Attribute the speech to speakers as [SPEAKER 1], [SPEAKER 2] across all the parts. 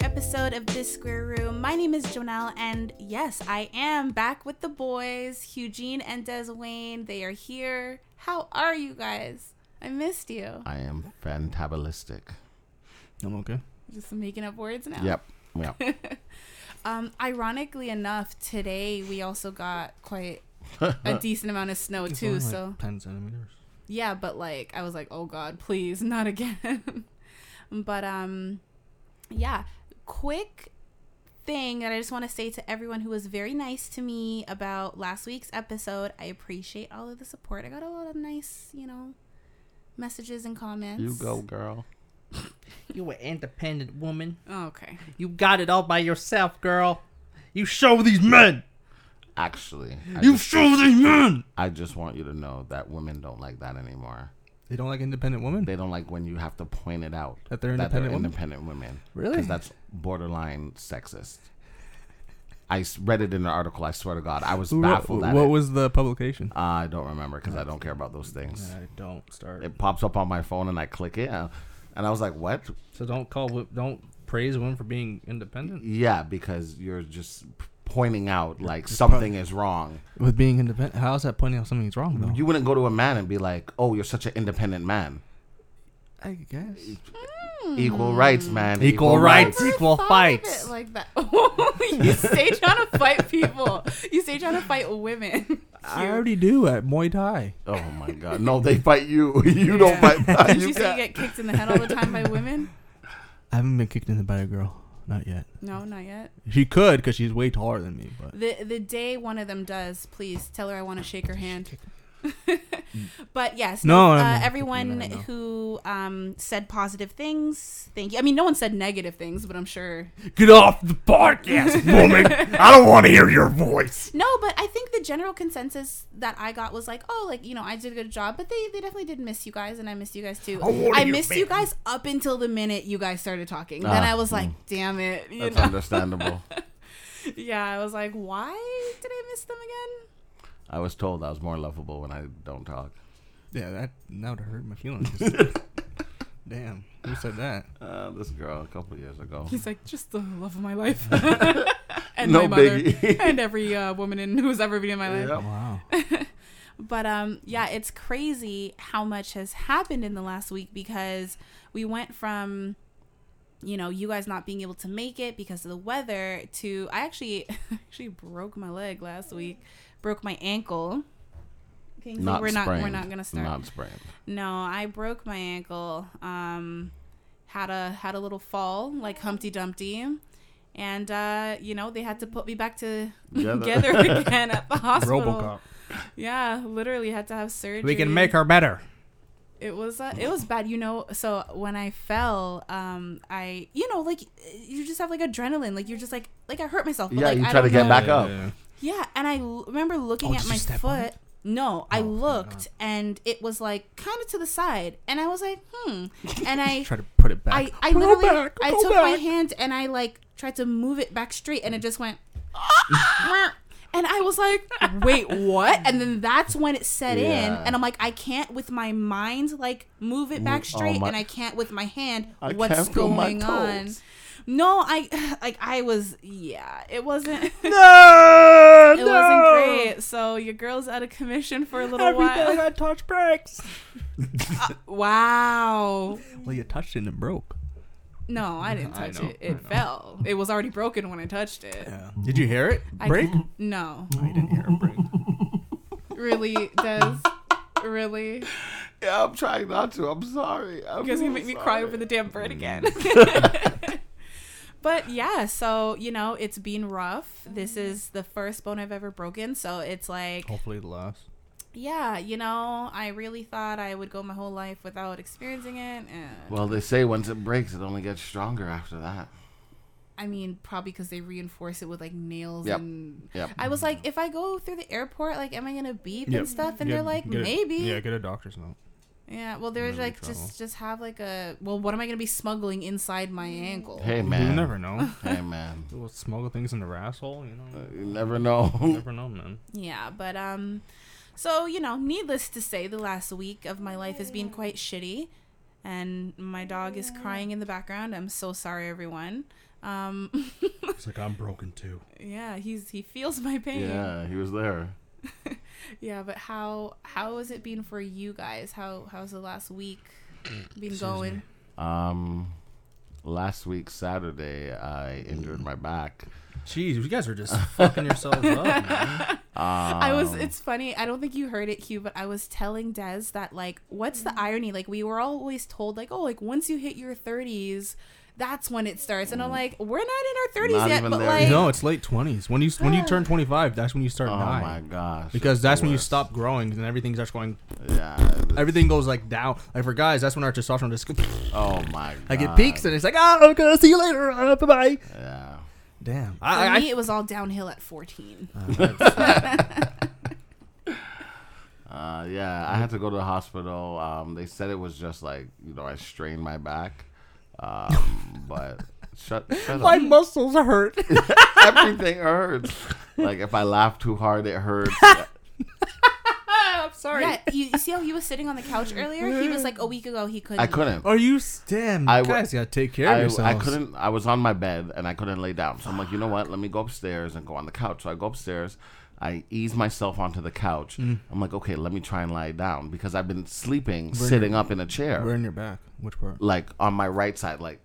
[SPEAKER 1] episode of This Square Room. My name is Jonelle, and yes, I am back with the boys, Eugene and Des Wayne. They are here. How are you guys? I missed you.
[SPEAKER 2] I am fantabalistic.
[SPEAKER 3] I'm okay.
[SPEAKER 1] Just making up words now.
[SPEAKER 2] Yep. Yep.
[SPEAKER 1] Um, ironically enough, today we also got quite a decent amount of snow
[SPEAKER 3] It's
[SPEAKER 1] too.
[SPEAKER 3] only, like,
[SPEAKER 1] so
[SPEAKER 3] ten centimeters.
[SPEAKER 1] yeah, but like I was like, oh god, please not again. but um, yeah, quick thing that I just want to say to everyone who was very nice to me about last week's episode. I appreciate all of the support. I got a lot of nice, you know, messages and comments.
[SPEAKER 2] you go, girl.
[SPEAKER 3] You an independent woman.
[SPEAKER 1] Oh, okay.
[SPEAKER 3] You got it all by yourself, girl. You show these men.
[SPEAKER 2] Actually, I,
[SPEAKER 3] You
[SPEAKER 2] just,
[SPEAKER 3] show these men.
[SPEAKER 2] I just want you to know that women don't like that anymore.
[SPEAKER 3] They don't like independent women.
[SPEAKER 2] They don't like when you have to point it out
[SPEAKER 3] That they're independent women?
[SPEAKER 2] independent women.
[SPEAKER 3] Really?
[SPEAKER 2] Because that's borderline sexist. I s- read it in an article. I swear to God, I was
[SPEAKER 3] Who wrote-
[SPEAKER 2] baffled at
[SPEAKER 3] what
[SPEAKER 2] it.
[SPEAKER 3] was the publication?
[SPEAKER 2] I don't remember because I don't care about those things.
[SPEAKER 3] I don't start.
[SPEAKER 2] It pops up on my phone and I click it, uh, and I was like, "What?
[SPEAKER 3] So don't call. wo- Don't praise women for being independent.
[SPEAKER 2] Yeah," because you're just p- pointing out like something is wrong.
[SPEAKER 3] With being independent, how's that pointing out something's wrong though?
[SPEAKER 2] You wouldn't go to a man and be like, "Oh, you're such an independent man."
[SPEAKER 3] I guess.
[SPEAKER 1] Hmm.
[SPEAKER 2] Equal rights, man.
[SPEAKER 3] Equal rights.
[SPEAKER 1] never
[SPEAKER 3] equal
[SPEAKER 1] thought of
[SPEAKER 3] fights.
[SPEAKER 1] it Like that. you stay trying to fight people. You stay trying to fight women.
[SPEAKER 3] I already do at Muay Thai.
[SPEAKER 2] Oh my God! No, they fight you. You don't fight. Back.
[SPEAKER 1] Did
[SPEAKER 2] You
[SPEAKER 1] you say you get
[SPEAKER 2] can't.
[SPEAKER 1] kicked in the head all the time by women?
[SPEAKER 3] I haven't been kicked in the by a girl. Not yet.
[SPEAKER 1] No, not yet.
[SPEAKER 3] She could, cause she's way taller than me. But
[SPEAKER 1] The the day one of them does, please tell her I want to shake her hand. but yes,
[SPEAKER 3] No, no, no.
[SPEAKER 1] uh,
[SPEAKER 3] You
[SPEAKER 1] everyone
[SPEAKER 3] never know.
[SPEAKER 1] who um, said positive things, thank you. I mean, no one said negative things, but I'm sure.
[SPEAKER 3] get off the podcast, woman. I don't want to hear your voice.
[SPEAKER 1] No, but I think the general consensus that I got was like, oh, like you know, I did a good job, but they they definitely did miss you guys, and I missed you guys too.
[SPEAKER 3] Oh,
[SPEAKER 1] I
[SPEAKER 3] you
[SPEAKER 1] missed you
[SPEAKER 3] bitch.
[SPEAKER 1] guys up until the minute you guys started talking. then
[SPEAKER 2] Ah,
[SPEAKER 1] I
[SPEAKER 3] hmm.
[SPEAKER 1] was like, damn it, you
[SPEAKER 2] That's
[SPEAKER 1] know?
[SPEAKER 2] understandable.
[SPEAKER 1] yeah, I was like, why did I miss them again?
[SPEAKER 2] I was told I was more lovable when I don't talk.
[SPEAKER 3] Yeah, that that would hurt my feelings. Damn, who said that?
[SPEAKER 2] Uh, this girl a couple years ago.
[SPEAKER 1] He's like, just the love of my life. and
[SPEAKER 2] No
[SPEAKER 1] my mother.
[SPEAKER 2] biggie.
[SPEAKER 1] and every uh, woman in, who's ever been in my life.
[SPEAKER 2] Yep.
[SPEAKER 3] Wow.
[SPEAKER 1] But um, yeah, it's crazy how much has happened in the last week because we went from, you know, you guys not being able to make it because of the weather to I actually actually broke my leg last week, broke my ankle. Okay, so
[SPEAKER 2] Not
[SPEAKER 1] we're not we're
[SPEAKER 2] sprained.
[SPEAKER 1] not gonna start.
[SPEAKER 2] Not sprained.
[SPEAKER 1] No, I broke my ankle. Um, had a had a little fall like Humpty Dumpty, and uh, you know they had to put me back to
[SPEAKER 2] Together.
[SPEAKER 1] together again at the hospital.
[SPEAKER 3] RoboCop.
[SPEAKER 1] Yeah, literally had to have surgery.
[SPEAKER 3] We can make her better.
[SPEAKER 1] It was uh, it was bad, you know. So when I fell, um, I you know like you just have like adrenaline, like you're just like like I hurt myself. But,
[SPEAKER 2] Yeah,
[SPEAKER 1] like,
[SPEAKER 2] you
[SPEAKER 1] I
[SPEAKER 2] try to
[SPEAKER 1] don't
[SPEAKER 2] get
[SPEAKER 1] know.
[SPEAKER 2] back up.
[SPEAKER 1] Yeah, and I l- remember looking
[SPEAKER 3] Oh,
[SPEAKER 1] at
[SPEAKER 3] did
[SPEAKER 1] my
[SPEAKER 3] you step on
[SPEAKER 1] foot.
[SPEAKER 3] it?
[SPEAKER 1] No, I
[SPEAKER 3] Oh, thank
[SPEAKER 1] looked
[SPEAKER 3] God.
[SPEAKER 1] and it was like kind of to the side, and I was like, hmm. And I
[SPEAKER 3] Try to put it back.
[SPEAKER 1] I, I
[SPEAKER 3] Go
[SPEAKER 1] literally
[SPEAKER 3] back,
[SPEAKER 1] I
[SPEAKER 3] go
[SPEAKER 1] took my
[SPEAKER 3] back.
[SPEAKER 1] hand and I like tried to move it back straight and it just went and I was like, wait, what? And then that's when it set
[SPEAKER 2] Yeah.
[SPEAKER 1] in and I'm like, I can't with my mind like move it back
[SPEAKER 2] Oh,
[SPEAKER 1] straight
[SPEAKER 2] my-
[SPEAKER 1] and I can't with my hand
[SPEAKER 2] I
[SPEAKER 1] what's
[SPEAKER 2] can't feel my
[SPEAKER 1] going on.
[SPEAKER 2] toes.
[SPEAKER 1] No, I like I was yeah, it wasn't it
[SPEAKER 3] No, no.
[SPEAKER 1] wasn't great. So your girl's out of commission for a little
[SPEAKER 3] Everything
[SPEAKER 1] while.
[SPEAKER 3] I touch breaks.
[SPEAKER 1] Wow.
[SPEAKER 3] Well, you touched it and it broke.
[SPEAKER 1] No, I didn't
[SPEAKER 3] I
[SPEAKER 1] touch
[SPEAKER 3] know,
[SPEAKER 1] it.
[SPEAKER 3] I
[SPEAKER 1] It
[SPEAKER 3] know.
[SPEAKER 1] fell. It was already broken when I touched it.
[SPEAKER 3] Yeah. Did you hear it
[SPEAKER 1] I
[SPEAKER 3] break?
[SPEAKER 1] can- no.
[SPEAKER 3] I didn't hear it break.
[SPEAKER 1] Really, Des? Really?
[SPEAKER 2] Yeah, I'm trying not to. I'm sorry. I'm
[SPEAKER 1] Because you
[SPEAKER 2] so
[SPEAKER 1] make
[SPEAKER 3] Oh,
[SPEAKER 1] me cry
[SPEAKER 2] sorry.
[SPEAKER 1] over the damn bird again. but yeah, so, you know, it's been rough. This is the first bone I've ever broken. So it's like,
[SPEAKER 3] Hopefully it lasts.
[SPEAKER 1] yeah, you know, I really thought I would go my whole life without experiencing it. And,
[SPEAKER 2] Well, they say once it breaks, it only gets stronger after that.
[SPEAKER 1] I mean, probably because they reinforce it with like nails
[SPEAKER 2] Yep.
[SPEAKER 1] and.
[SPEAKER 2] Yep.
[SPEAKER 1] I
[SPEAKER 4] Mm-hmm.
[SPEAKER 1] was like, if I go through the airport, like, am I gonna beep
[SPEAKER 3] Yep.
[SPEAKER 1] and stuff? And
[SPEAKER 3] Get-
[SPEAKER 1] they're like,
[SPEAKER 3] get a-
[SPEAKER 1] maybe.
[SPEAKER 3] Yeah, get a doctor's note.
[SPEAKER 1] Yeah, well, they're
[SPEAKER 3] Whenever you
[SPEAKER 1] like
[SPEAKER 3] travel.
[SPEAKER 1] just just have like a well. What am I gonna be smuggling inside my
[SPEAKER 4] Mm.
[SPEAKER 1] ankle?
[SPEAKER 2] Hey
[SPEAKER 3] You
[SPEAKER 2] man.
[SPEAKER 3] never know.
[SPEAKER 2] Hey man.
[SPEAKER 3] We'll smuggle things in the asshole, you
[SPEAKER 2] Uh,
[SPEAKER 3] know.
[SPEAKER 2] You never know.
[SPEAKER 3] Never know, man.
[SPEAKER 1] Yeah, but um, so you know, needless to say, the last week of my life has been quite shitty, and my dog is crying in the background. I'm so sorry, everyone. Um,
[SPEAKER 4] It's like I'm broken too.
[SPEAKER 1] yeah, he's he feels my pain.
[SPEAKER 2] Yeah, he was there.
[SPEAKER 1] Yeah, but how how has it been for you guys? How how's the last week been
[SPEAKER 4] Excuse
[SPEAKER 1] going?
[SPEAKER 4] me.
[SPEAKER 2] Um, last week Saturday, I injured my back.
[SPEAKER 3] Jeez, you guys are just fucking yourselves up. Man.
[SPEAKER 2] Um,
[SPEAKER 1] I was it's funny, I don't think you heard it, Hugh, but I was telling Des that like what's the irony? Like we were always told like, oh, like once you hit your thirties, that's when it starts. And I'm like, we're not in our thirties
[SPEAKER 2] Not
[SPEAKER 1] yet,
[SPEAKER 2] even
[SPEAKER 1] but
[SPEAKER 2] there
[SPEAKER 1] like
[SPEAKER 2] yet.
[SPEAKER 4] No, it's late twenties. When you when you turn twenty five, that's when you start
[SPEAKER 2] Oh
[SPEAKER 4] dying.
[SPEAKER 2] my gosh!
[SPEAKER 4] Because
[SPEAKER 2] it's the
[SPEAKER 4] that's when you
[SPEAKER 2] worst.
[SPEAKER 4] stop growing and everything starts going.
[SPEAKER 2] Yeah. it was-
[SPEAKER 4] Everything goes like down. Like for guys, that's when our testosterone just
[SPEAKER 2] Oh my god.
[SPEAKER 4] like it peaks and it's like ah okay I'll see you later uh, bye bye.
[SPEAKER 2] Yeah.
[SPEAKER 4] Damn.
[SPEAKER 1] for
[SPEAKER 4] I, I,
[SPEAKER 1] me it was all downhill at fourteen.
[SPEAKER 2] Uh, yeah, I had to go to the hospital. Um, they said it was just like you know I strained my back, um, but shut, shut
[SPEAKER 4] my
[SPEAKER 2] up.
[SPEAKER 4] muscles hurt.
[SPEAKER 2] everything hurts. Like if I laugh too hard, it hurts.
[SPEAKER 4] I'm sorry.
[SPEAKER 1] Yeah, you, you see how he was sitting on the couch earlier? He was like a week ago he couldn't
[SPEAKER 2] I couldn't.
[SPEAKER 4] Are you s- damn?
[SPEAKER 2] I
[SPEAKER 4] you
[SPEAKER 2] w-
[SPEAKER 4] guys gotta take care of
[SPEAKER 2] I,
[SPEAKER 4] yourselves.
[SPEAKER 2] I couldn't. I was on my bed and I couldn't lay down. So I'm like, you know what? Let me go upstairs and go on the couch. So I go upstairs. I ease myself onto the couch.
[SPEAKER 4] Mm.
[SPEAKER 2] I'm like, okay, let me try and lie down because I've been sleeping, sitting up in a chair,
[SPEAKER 4] We're in your back. Which part?
[SPEAKER 2] like on my right side, like,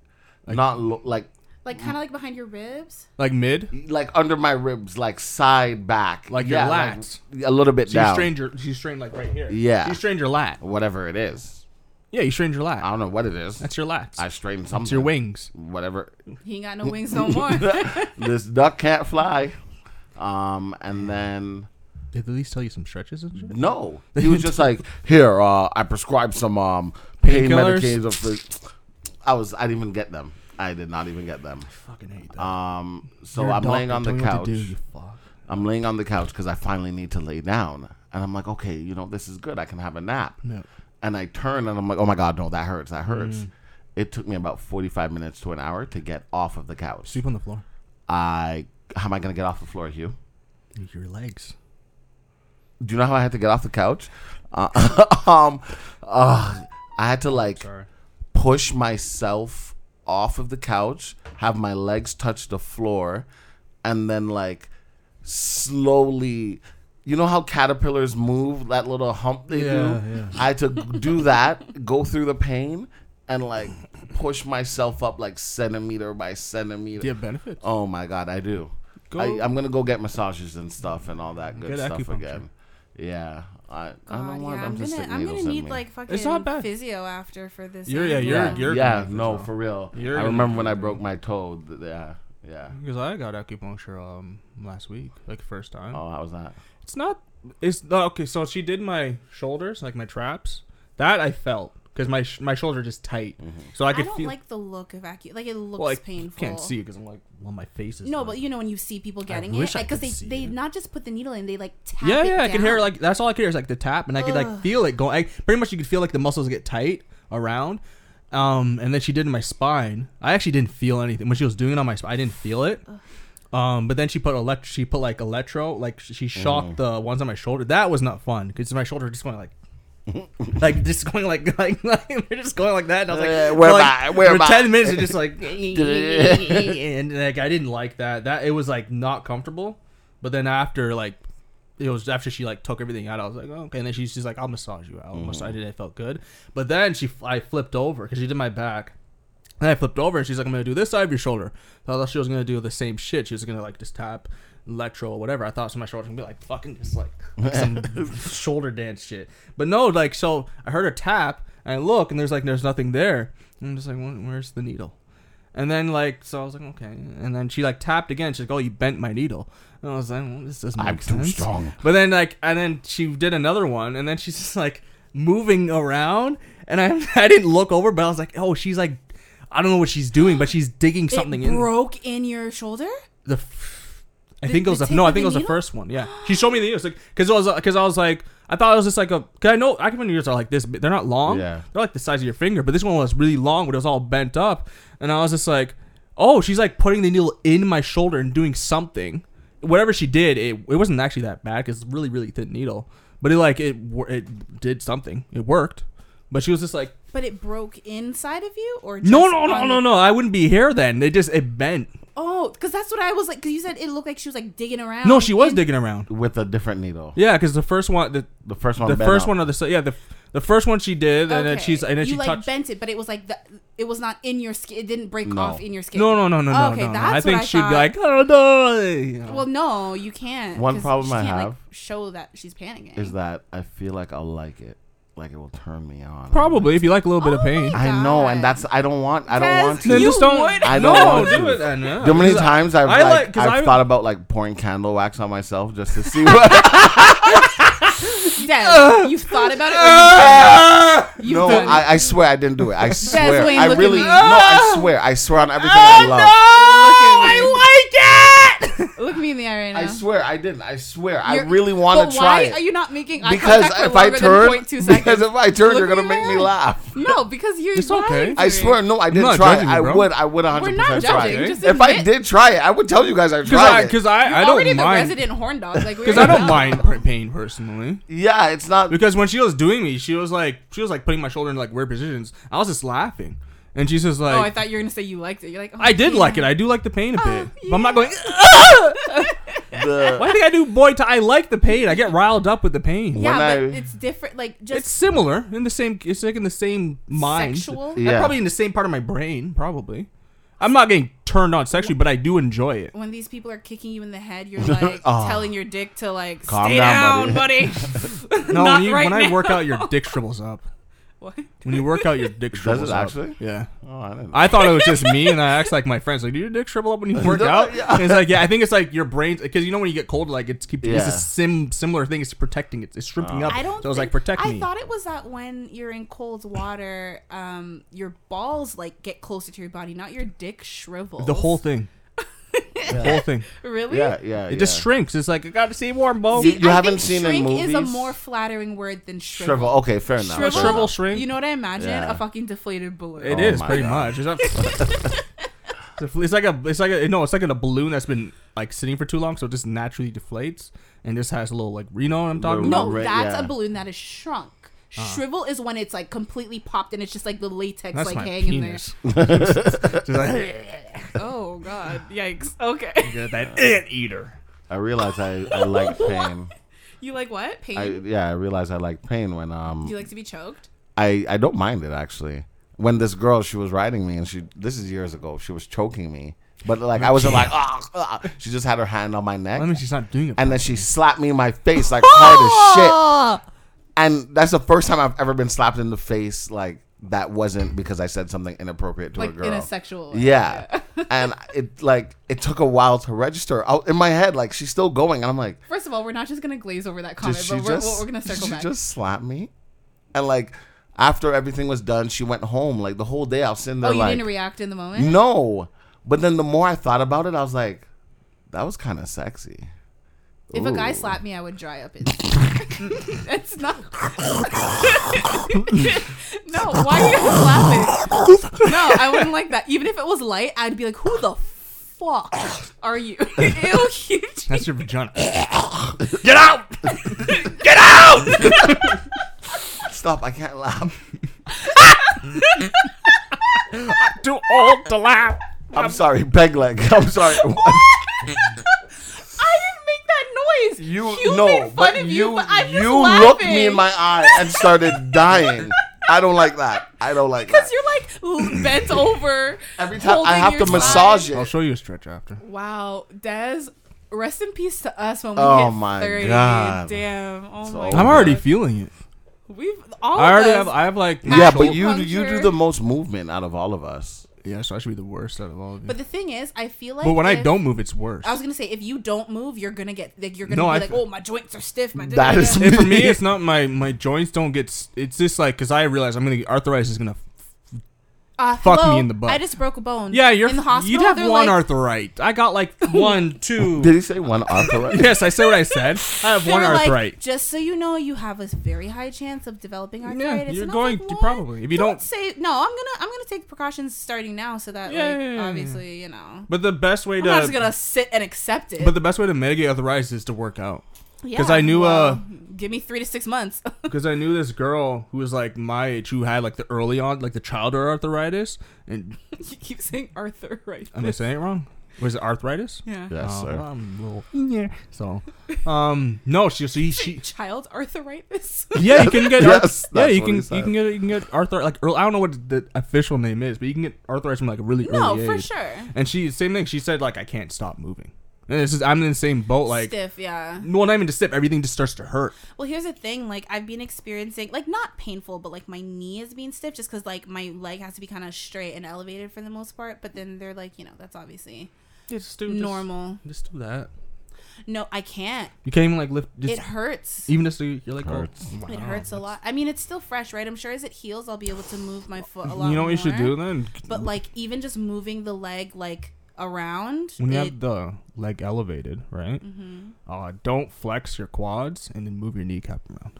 [SPEAKER 2] not lo- like
[SPEAKER 1] like kinda like behind your ribs.
[SPEAKER 4] Like mid?
[SPEAKER 2] like under my ribs, like side back,
[SPEAKER 4] Like your
[SPEAKER 2] like,
[SPEAKER 4] lats.
[SPEAKER 2] a little bit
[SPEAKER 4] So you
[SPEAKER 2] down,
[SPEAKER 4] strained your. You strained like right here.
[SPEAKER 2] Yeah.
[SPEAKER 4] So you strained your lat.
[SPEAKER 2] whatever it is.
[SPEAKER 4] Yeah, you strained your lat.
[SPEAKER 2] I don't know what it is.
[SPEAKER 4] That's your lats.
[SPEAKER 2] I strained something.
[SPEAKER 4] it's your wings.
[SPEAKER 2] Whatever.
[SPEAKER 1] He ain't got no wings no more.
[SPEAKER 2] this duck can't fly. Um, and then
[SPEAKER 4] Did they at least tell you some stretches and shit?
[SPEAKER 2] no, he was just like, "Here, uh, I prescribed some um pain
[SPEAKER 4] Painkillers?
[SPEAKER 2] medications." For... I was, I didn't even get them. I did not even get them.
[SPEAKER 4] Fucking hate that.
[SPEAKER 2] Um, so I'm laying on the couch. I'm laying on the couch because I finally need to lay down, and I'm like, okay, you know, this is good. I can have a nap.
[SPEAKER 4] No.
[SPEAKER 2] And I turn and I'm like, oh my god, no, that hurts. That hurts. It took me about 45 minutes to an hour to get off of the couch.
[SPEAKER 4] Sleep on the floor.
[SPEAKER 2] I how am I gonna get off the floor, Hugh?
[SPEAKER 4] Your legs.
[SPEAKER 2] Do you know how I had to get off the couch? Uh, um, uh, I had to like
[SPEAKER 4] Oh, Sorry.
[SPEAKER 2] push myself off of the couch, have my legs touch the floor, and then like slowly. You know how caterpillars move that little hump they
[SPEAKER 4] Yeah,
[SPEAKER 2] do?
[SPEAKER 4] yeah.
[SPEAKER 2] I had to do that, go through the pain, and like push myself up like centimeter by centimeter.
[SPEAKER 4] Do you have benefits?
[SPEAKER 2] Oh my god, I do.
[SPEAKER 4] Go-
[SPEAKER 2] I, I'm gonna go get massages and stuff and all that good
[SPEAKER 4] Get
[SPEAKER 2] stuff
[SPEAKER 4] acupuncture.
[SPEAKER 2] again. Yeah, I, I
[SPEAKER 1] God,
[SPEAKER 2] don't want
[SPEAKER 1] yeah,
[SPEAKER 2] them
[SPEAKER 1] I'm
[SPEAKER 2] to
[SPEAKER 1] gonna
[SPEAKER 2] stick
[SPEAKER 1] I'm
[SPEAKER 2] needles
[SPEAKER 1] gonna
[SPEAKER 2] in
[SPEAKER 1] need
[SPEAKER 2] me.
[SPEAKER 1] like fucking
[SPEAKER 4] not bad.
[SPEAKER 1] physio after for this.
[SPEAKER 4] You're- yeah,
[SPEAKER 1] angle.
[SPEAKER 4] you're- you're-
[SPEAKER 2] yeah,
[SPEAKER 4] gonna need
[SPEAKER 2] no,
[SPEAKER 4] this,
[SPEAKER 2] for real.
[SPEAKER 4] You're
[SPEAKER 2] I
[SPEAKER 4] gonna
[SPEAKER 2] remember
[SPEAKER 4] need
[SPEAKER 2] when I
[SPEAKER 4] this.
[SPEAKER 2] broke my toe. th- Yeah, yeah.
[SPEAKER 4] Because I got acupuncture um last week, like first time.
[SPEAKER 2] Oh, how was that?
[SPEAKER 4] It's not. It's no, okay. So she did my shoulders, like my traps. That I felt because my sh- my shoulder just tight,
[SPEAKER 2] Mm-hmm.
[SPEAKER 4] so I
[SPEAKER 1] I,
[SPEAKER 4] could
[SPEAKER 1] don't
[SPEAKER 4] feel.
[SPEAKER 1] like the look of acu like it looks
[SPEAKER 4] well, I
[SPEAKER 1] painful.
[SPEAKER 4] can't see because I'm like, well, my face is.
[SPEAKER 1] No,
[SPEAKER 4] like-
[SPEAKER 1] but you know when you see people getting
[SPEAKER 4] wish
[SPEAKER 1] it,
[SPEAKER 4] I
[SPEAKER 1] like because
[SPEAKER 4] could
[SPEAKER 1] they
[SPEAKER 4] see
[SPEAKER 1] they
[SPEAKER 4] it.
[SPEAKER 1] not just put the needle in, they like tap.
[SPEAKER 4] Yeah,
[SPEAKER 1] it
[SPEAKER 4] yeah, I could hear
[SPEAKER 1] down.
[SPEAKER 4] like that's all I could hear is like the tap, and I could like
[SPEAKER 1] Ugh.
[SPEAKER 4] feel it going. I, pretty much, you could feel like the muscles get tight around. Um, and then she did my spine. I actually didn't feel anything when she was doing it on my spine. I didn't feel it. Um, but then she put elect, she put like electro, like sh- she
[SPEAKER 2] Mm.
[SPEAKER 4] shocked the ones on my shoulder. That was not fun because my shoulder just went like. like just going like like, like they're just going like that and I was like
[SPEAKER 2] Uh, where
[SPEAKER 4] for,
[SPEAKER 2] am I? Where
[SPEAKER 4] for
[SPEAKER 2] am I?
[SPEAKER 4] ten minutes it's just like eh, and like I didn't like that that it was like not comfortable but then after like it was after she like took everything out. I was like, oh, okay. And then she's just like, I'll massage you out. Massage- I did. it, It felt good. But then she, I flipped over because she did my back. And I flipped over and she's like, I'm gonna do this side of your shoulder. So I thought she was gonna do the same shit. She was gonna like just tap electro or whatever. I thought so my shoulder was gonna be like fucking just like some shoulder dance shit. But no, like so I heard her tap and I look and there's like there's nothing there. And I'm just like, "Where- where's the needle? And then like so I was like, okay. And then she like tapped again. She's like, Oh, you bent my needle. And I was like, well, this doesn't make
[SPEAKER 2] I'm too
[SPEAKER 4] sense.
[SPEAKER 2] strong.
[SPEAKER 4] But then like, and then she did another one, and then she's just like moving around, and I I didn't look over, but I was like, oh, she's like, I don't know what she's doing, but she's digging something
[SPEAKER 1] it
[SPEAKER 4] in
[SPEAKER 1] broke in your shoulder.
[SPEAKER 4] the. F- I
[SPEAKER 1] The-
[SPEAKER 4] think it
[SPEAKER 1] the
[SPEAKER 4] was the,
[SPEAKER 1] tip
[SPEAKER 4] no. I
[SPEAKER 1] of
[SPEAKER 4] think
[SPEAKER 1] the
[SPEAKER 4] it was the
[SPEAKER 1] needle?
[SPEAKER 4] first one. Yeah, she showed me the needles, like because I was because I was like I thought it was just like a. Cause I know acupuncture needles are like this. But they're not long.
[SPEAKER 2] Yeah.
[SPEAKER 4] They're like the size of your finger, but this one was really long, but it was all bent up, and I was just like, oh, she's like putting the needle in my shoulder and doing something. Whatever she did, it it wasn't actually that bad because it's a really really thin needle, but it like it wor- it did something. It worked. But she was just like,
[SPEAKER 1] But it broke inside of you, or
[SPEAKER 4] no,
[SPEAKER 1] just
[SPEAKER 4] no, no,
[SPEAKER 1] on
[SPEAKER 4] no,
[SPEAKER 1] the-
[SPEAKER 4] no. I wouldn't be here then. It just it bent.
[SPEAKER 1] Oh, because that's what I was like. Because you said it looked like she was like digging around.
[SPEAKER 4] No, she was
[SPEAKER 1] in-
[SPEAKER 4] digging around.
[SPEAKER 2] with a different needle.
[SPEAKER 4] Yeah, because the first one, the,
[SPEAKER 2] The first one.
[SPEAKER 4] the
[SPEAKER 2] bent
[SPEAKER 4] first
[SPEAKER 2] out.
[SPEAKER 4] one of the so- yeah the the first one she did, and then
[SPEAKER 1] Okay.
[SPEAKER 4] she's and then
[SPEAKER 1] you
[SPEAKER 4] she
[SPEAKER 1] like
[SPEAKER 4] touched.
[SPEAKER 1] bent it, but it was like the, it was not in your skin. It didn't break
[SPEAKER 2] No.
[SPEAKER 1] off in your skin.
[SPEAKER 4] No, no, no, no, no,
[SPEAKER 1] Okay,
[SPEAKER 4] no. no.
[SPEAKER 1] that's
[SPEAKER 4] I
[SPEAKER 1] what
[SPEAKER 4] think
[SPEAKER 1] I
[SPEAKER 4] she'd
[SPEAKER 1] thought.
[SPEAKER 4] be like, oh no. you know.
[SPEAKER 1] Well, no, you can't.
[SPEAKER 2] One
[SPEAKER 1] 'cause
[SPEAKER 2] problem
[SPEAKER 1] she
[SPEAKER 2] I
[SPEAKER 1] can't, like,
[SPEAKER 2] have
[SPEAKER 1] show that she's panicking.
[SPEAKER 2] Is that I feel like I'll like it. Like it will turn me on.
[SPEAKER 4] Probably if you like a little bit
[SPEAKER 1] Oh
[SPEAKER 4] of pain.
[SPEAKER 1] my-
[SPEAKER 2] I know,
[SPEAKER 1] God.
[SPEAKER 2] and that's I don't want. I don't
[SPEAKER 1] Tess,
[SPEAKER 2] want
[SPEAKER 1] you
[SPEAKER 2] to.
[SPEAKER 4] just don't.
[SPEAKER 1] would-
[SPEAKER 2] I don't
[SPEAKER 4] no,
[SPEAKER 2] want
[SPEAKER 4] do
[SPEAKER 2] to.
[SPEAKER 4] it then. Yeah.
[SPEAKER 2] Do you know how many
[SPEAKER 4] Because I-
[SPEAKER 2] times I've
[SPEAKER 4] I like-
[SPEAKER 2] like,
[SPEAKER 4] 'cause
[SPEAKER 2] I've
[SPEAKER 4] I-
[SPEAKER 2] thought about like pouring candle wax on myself just to see what.
[SPEAKER 1] Des, you've thought about it. or You've
[SPEAKER 2] no,
[SPEAKER 1] done it?
[SPEAKER 2] I, I swear I didn't do it. I swear.
[SPEAKER 1] Wayne,
[SPEAKER 2] I
[SPEAKER 1] look at
[SPEAKER 2] really
[SPEAKER 1] me. Ah!
[SPEAKER 2] no. I swear. I swear on everything I love.
[SPEAKER 4] I like it.
[SPEAKER 1] Look me in the eye right now.
[SPEAKER 2] I swear I didn't. I swear. I
[SPEAKER 1] You're-
[SPEAKER 2] really want
[SPEAKER 1] But
[SPEAKER 2] to try
[SPEAKER 1] why
[SPEAKER 2] it.
[SPEAKER 1] are you not making eye
[SPEAKER 2] because
[SPEAKER 1] contact for
[SPEAKER 2] if I
[SPEAKER 1] longer
[SPEAKER 2] turn,
[SPEAKER 1] than 0.2
[SPEAKER 2] because
[SPEAKER 1] seconds?
[SPEAKER 2] if I turn,
[SPEAKER 1] Look
[SPEAKER 2] you're
[SPEAKER 1] me
[SPEAKER 2] gonna
[SPEAKER 1] in
[SPEAKER 2] make
[SPEAKER 1] the
[SPEAKER 2] me
[SPEAKER 1] eye.
[SPEAKER 2] laugh.
[SPEAKER 1] No, because you're.
[SPEAKER 4] It's
[SPEAKER 1] lying
[SPEAKER 4] okay.
[SPEAKER 1] to
[SPEAKER 2] I
[SPEAKER 1] me.
[SPEAKER 2] swear, no, I didn't
[SPEAKER 4] not
[SPEAKER 2] try.
[SPEAKER 4] judging
[SPEAKER 2] it.
[SPEAKER 4] you,
[SPEAKER 2] I
[SPEAKER 4] bro.
[SPEAKER 2] would, I would
[SPEAKER 1] We're
[SPEAKER 2] 100
[SPEAKER 1] not
[SPEAKER 2] percent try.
[SPEAKER 1] judging.
[SPEAKER 2] it.
[SPEAKER 1] Just
[SPEAKER 2] If I
[SPEAKER 1] admit.
[SPEAKER 2] did try it, I would tell you guys I
[SPEAKER 4] Because
[SPEAKER 2] tried
[SPEAKER 4] I,
[SPEAKER 2] it.
[SPEAKER 4] because I, I
[SPEAKER 1] You're already
[SPEAKER 4] don't
[SPEAKER 1] the
[SPEAKER 4] mind.
[SPEAKER 1] resident horn dog. Like we
[SPEAKER 4] Because I
[SPEAKER 1] already
[SPEAKER 4] don't
[SPEAKER 1] know.
[SPEAKER 4] mind per- pain personally.
[SPEAKER 2] yeah, it's not.
[SPEAKER 4] Because when she was doing me, she was like, she was like putting my shoulder in like weird positions. I was just laughing, and she's just like,
[SPEAKER 1] Oh, I
[SPEAKER 4] I,
[SPEAKER 1] thought you were gonna say you Oh, liked it. You're like, oh,
[SPEAKER 4] did
[SPEAKER 1] yeah.
[SPEAKER 4] like it. I do like the pain a bit, but I'm not going.
[SPEAKER 2] The,
[SPEAKER 4] Why do you think I do boy? T- I like the pain. I get riled up with the pain.
[SPEAKER 1] Yeah,
[SPEAKER 2] When
[SPEAKER 1] but
[SPEAKER 2] I-
[SPEAKER 1] it's different. Like
[SPEAKER 4] It's
[SPEAKER 1] just
[SPEAKER 4] similar in the same. It's like in the same mind.
[SPEAKER 1] sexual.
[SPEAKER 2] Yeah.
[SPEAKER 4] Probably in the same part of my brain. Probably. I'm not getting turned on sexually, but I do enjoy it.
[SPEAKER 1] When these people are kicking you in the head, you're like
[SPEAKER 2] Aw.
[SPEAKER 1] telling your dick to like
[SPEAKER 2] Ah. Calm
[SPEAKER 1] stay
[SPEAKER 2] down,
[SPEAKER 1] down, buddy.
[SPEAKER 4] No,
[SPEAKER 1] Not
[SPEAKER 4] when, you,
[SPEAKER 1] right
[SPEAKER 4] when I
[SPEAKER 1] now.
[SPEAKER 4] work out, your dick shrivels up.
[SPEAKER 1] What?
[SPEAKER 4] When you work out, your dick
[SPEAKER 2] it
[SPEAKER 4] shrivels up.
[SPEAKER 2] actually?
[SPEAKER 4] Yeah.
[SPEAKER 2] oh, I didn't.
[SPEAKER 4] I thought it was just me, and I asked like my friends, like, "Do your dick shrivel up when you work
[SPEAKER 2] No,
[SPEAKER 4] out?"
[SPEAKER 2] yeah.
[SPEAKER 4] And it's like, yeah, I think it's like your brain's because you know when you get cold, like it's keep it's
[SPEAKER 2] Yeah.
[SPEAKER 4] a sim similar thing. It's protecting it. It's shrimping up.
[SPEAKER 1] Oh. I don't.
[SPEAKER 4] So it's like
[SPEAKER 1] think-
[SPEAKER 4] protect
[SPEAKER 1] I
[SPEAKER 4] me.
[SPEAKER 1] thought it was that when you're in cold water, um, your balls like get closer to your body, not your dick shrivels.
[SPEAKER 4] the whole thing. The whole thing.
[SPEAKER 1] Really?
[SPEAKER 2] Yeah, yeah.
[SPEAKER 4] It just shrinks. It's like I gotta stay warm, Bo.
[SPEAKER 2] See, You
[SPEAKER 1] I
[SPEAKER 2] haven't
[SPEAKER 1] think
[SPEAKER 2] seen in
[SPEAKER 1] shrink is a
[SPEAKER 2] movies?
[SPEAKER 1] more flattering word than shrivel.
[SPEAKER 2] shrivel. Okay, fair enough.
[SPEAKER 1] Shrivel?
[SPEAKER 4] Shrivel shrink.
[SPEAKER 1] You know what I imagine?
[SPEAKER 2] Yeah.
[SPEAKER 1] A fucking deflated balloon.
[SPEAKER 4] It
[SPEAKER 2] Oh
[SPEAKER 4] is
[SPEAKER 2] my
[SPEAKER 4] pretty
[SPEAKER 2] God.
[SPEAKER 4] much. It's, not, It's a- it's like a it's like a no, it's like a balloon that's been like sitting for too long, so it just naturally deflates and just has a little like you know what I'm talking
[SPEAKER 2] Little-
[SPEAKER 4] about?
[SPEAKER 1] No,
[SPEAKER 2] Right,
[SPEAKER 1] that's
[SPEAKER 2] yeah.
[SPEAKER 1] a balloon that is shrunk. Shrivel is when it's like completely popped and it's just like the latex
[SPEAKER 4] Uh-huh. That's
[SPEAKER 1] like
[SPEAKER 4] my
[SPEAKER 1] hanging
[SPEAKER 4] penis. Just like,
[SPEAKER 1] there. Oh god, yikes. Okay,
[SPEAKER 4] "You're that ant eater.
[SPEAKER 2] I realize I, I like pain.
[SPEAKER 1] you like what? Pain?
[SPEAKER 2] I yeah, I realize I like pain when um
[SPEAKER 1] Do you like to be choked?
[SPEAKER 2] I I don't mind it actually. When this girl she was riding me and she this is years ago she was choking me, but like I wasn't like ah, ah." she just had her hand on my neck.
[SPEAKER 4] That means she's not doing it.
[SPEAKER 2] and then she slapped me in my face like hard as shit. And that's the first time I've ever been slapped in the face like that wasn't because I said something inappropriate to a
[SPEAKER 1] Like
[SPEAKER 2] girl.
[SPEAKER 1] in a sexual. way.
[SPEAKER 2] yeah. and it like it took a while to register out in my head like she's still going and I'm like
[SPEAKER 1] First of all, we're not just gonna glaze over that
[SPEAKER 2] did
[SPEAKER 1] comment,
[SPEAKER 2] she
[SPEAKER 1] but we're,
[SPEAKER 2] just
[SPEAKER 1] we're gonna
[SPEAKER 2] did
[SPEAKER 1] circle
[SPEAKER 2] she
[SPEAKER 1] back.
[SPEAKER 2] just slap me? And like after everything was done, she went home. Like the whole day I was sitting there
[SPEAKER 1] oh, you
[SPEAKER 2] like
[SPEAKER 1] didn't react in the moment.
[SPEAKER 2] No. But then the more I thought about it, I was like, that was kind of sexy.
[SPEAKER 1] If a guy
[SPEAKER 2] Ooh.
[SPEAKER 1] slapped me, I would dry up. instantly. It's not. no, why are you guys laughing? No, I wouldn't like that. Even if it was light, I'd be like, "Who the fuck are you?" Ew, you-
[SPEAKER 4] That's your vagina.
[SPEAKER 2] Get out! Get out! Stop, I can't laugh.
[SPEAKER 4] Too old to laugh.
[SPEAKER 2] I'm sorry, peg leg. I'm sorry.
[SPEAKER 1] I didn't make that noise.
[SPEAKER 2] You
[SPEAKER 1] You
[SPEAKER 2] no,
[SPEAKER 1] made fun
[SPEAKER 2] but
[SPEAKER 1] of
[SPEAKER 2] you
[SPEAKER 1] you, but I'm just
[SPEAKER 2] you looked me in
[SPEAKER 1] laughing.
[SPEAKER 2] my eye and started dying. I don't like that. I don't like that.
[SPEAKER 1] because you're like l- bent over.
[SPEAKER 2] Every time I
[SPEAKER 1] holding
[SPEAKER 2] have
[SPEAKER 1] your
[SPEAKER 2] to
[SPEAKER 1] side.
[SPEAKER 2] massage
[SPEAKER 4] I'll
[SPEAKER 2] it.
[SPEAKER 4] show you a stretch after.
[SPEAKER 1] Wow, Des. Rest in peace to us when we hit
[SPEAKER 2] Oh my
[SPEAKER 1] 30.
[SPEAKER 2] God.
[SPEAKER 1] Damn. Oh
[SPEAKER 2] It's
[SPEAKER 1] my
[SPEAKER 2] over.
[SPEAKER 1] God.
[SPEAKER 4] I'm already feeling it.
[SPEAKER 1] We've all
[SPEAKER 4] I already
[SPEAKER 1] of us,
[SPEAKER 4] have. I have like my
[SPEAKER 2] Yeah, but
[SPEAKER 4] shoulder-
[SPEAKER 2] you you do
[SPEAKER 1] Acupuncture.
[SPEAKER 2] the most movement out of all of us.
[SPEAKER 4] yeah. So I should be the worst out of all of you.
[SPEAKER 1] But
[SPEAKER 4] But,
[SPEAKER 1] the thing is, I feel like
[SPEAKER 4] when I
[SPEAKER 1] if-
[SPEAKER 4] don't move, it's worse.
[SPEAKER 1] I was gonna say if you don't move, you're gonna get like you're gonna
[SPEAKER 4] No,
[SPEAKER 1] be
[SPEAKER 4] I
[SPEAKER 1] like,
[SPEAKER 4] fe-
[SPEAKER 1] oh my joints are stiff. My
[SPEAKER 2] That is
[SPEAKER 4] And for me, it's not my my joints don't get. s- It's just like because I realize I'm gonna arthritis is gonna.
[SPEAKER 1] uh,
[SPEAKER 4] fuck me
[SPEAKER 1] hello,
[SPEAKER 4] in the butt.
[SPEAKER 1] I just broke a bone.
[SPEAKER 4] Yeah, you're
[SPEAKER 1] in the hospital.
[SPEAKER 4] You'd have
[SPEAKER 1] they're
[SPEAKER 4] one
[SPEAKER 1] like,
[SPEAKER 4] arthrite. I got like one,
[SPEAKER 2] Did
[SPEAKER 4] two.
[SPEAKER 2] he say one arthritis?
[SPEAKER 4] yes, I said what I said. I have
[SPEAKER 1] they
[SPEAKER 4] one
[SPEAKER 1] were like,
[SPEAKER 4] arthrite.
[SPEAKER 1] Just so you know, you have a very high chance of developing arthritis. And
[SPEAKER 4] you're
[SPEAKER 1] I was
[SPEAKER 4] going
[SPEAKER 1] like,
[SPEAKER 4] to
[SPEAKER 1] "What?
[SPEAKER 4] probably- if you don't-
[SPEAKER 1] say no. I'm gonna I'm gonna take precautions starting now so that
[SPEAKER 4] Yeah,
[SPEAKER 1] like
[SPEAKER 4] yeah, yeah, yeah.
[SPEAKER 1] obviously you know
[SPEAKER 4] But the best way
[SPEAKER 1] I'm not just
[SPEAKER 4] to
[SPEAKER 1] gonna sit and accept it.
[SPEAKER 4] but the best way to mitigate arthritis is to work out. 'Cause I knew, uh,
[SPEAKER 1] give me three to six months.
[SPEAKER 4] because I knew this girl who was like my age who had like the early on like the child arthritis and
[SPEAKER 1] you keep saying Arthur, right?
[SPEAKER 4] am I saying it wrong? Was it arthritis?
[SPEAKER 1] Yeah.
[SPEAKER 2] Yes,
[SPEAKER 4] Oh,
[SPEAKER 2] sir.
[SPEAKER 4] well, I'm a little yeah. So, um, no, she so he, she
[SPEAKER 1] Child arthritis.
[SPEAKER 4] yeah you can get
[SPEAKER 2] Yes,
[SPEAKER 4] arth- yeah
[SPEAKER 2] that's
[SPEAKER 4] you
[SPEAKER 2] what
[SPEAKER 4] can
[SPEAKER 2] he
[SPEAKER 4] you
[SPEAKER 2] said.
[SPEAKER 4] can get you can get arthritis like early, I don't know what the official name is but you can get arthritis from like a really
[SPEAKER 1] no,
[SPEAKER 4] early
[SPEAKER 1] for
[SPEAKER 4] age.
[SPEAKER 1] sure.
[SPEAKER 4] And she same thing she said like I can't stop moving and it's just I'm in the same boat like
[SPEAKER 1] Stiff, yeah.
[SPEAKER 4] well not even to step everything just starts to hurt.
[SPEAKER 1] Well, here's the thing. Like, I've been experiencing, like, not painful, but like my knee is being stiff just because, like, my leg has to be kind of straight and elevated for the most part. But then they're like, you know, that's obviously
[SPEAKER 4] Just
[SPEAKER 1] normal.
[SPEAKER 4] Just do that.
[SPEAKER 1] No, I can't.
[SPEAKER 4] You can't even like lift. Just,
[SPEAKER 1] it hurts.
[SPEAKER 4] Even just so you- you're like oh,
[SPEAKER 2] Hurts.
[SPEAKER 1] it hurts a lot. I mean, it's still fresh, right? I'm sure as it heals, I'll be able to move my foot a lot.
[SPEAKER 4] You know what you should
[SPEAKER 1] more.
[SPEAKER 4] do then?
[SPEAKER 1] But like, even just moving the leg like around,
[SPEAKER 4] when you
[SPEAKER 1] it, Mm-hmm.
[SPEAKER 4] have the leg elevated, right? Uh, don't flex your quads and then move your kneecap around.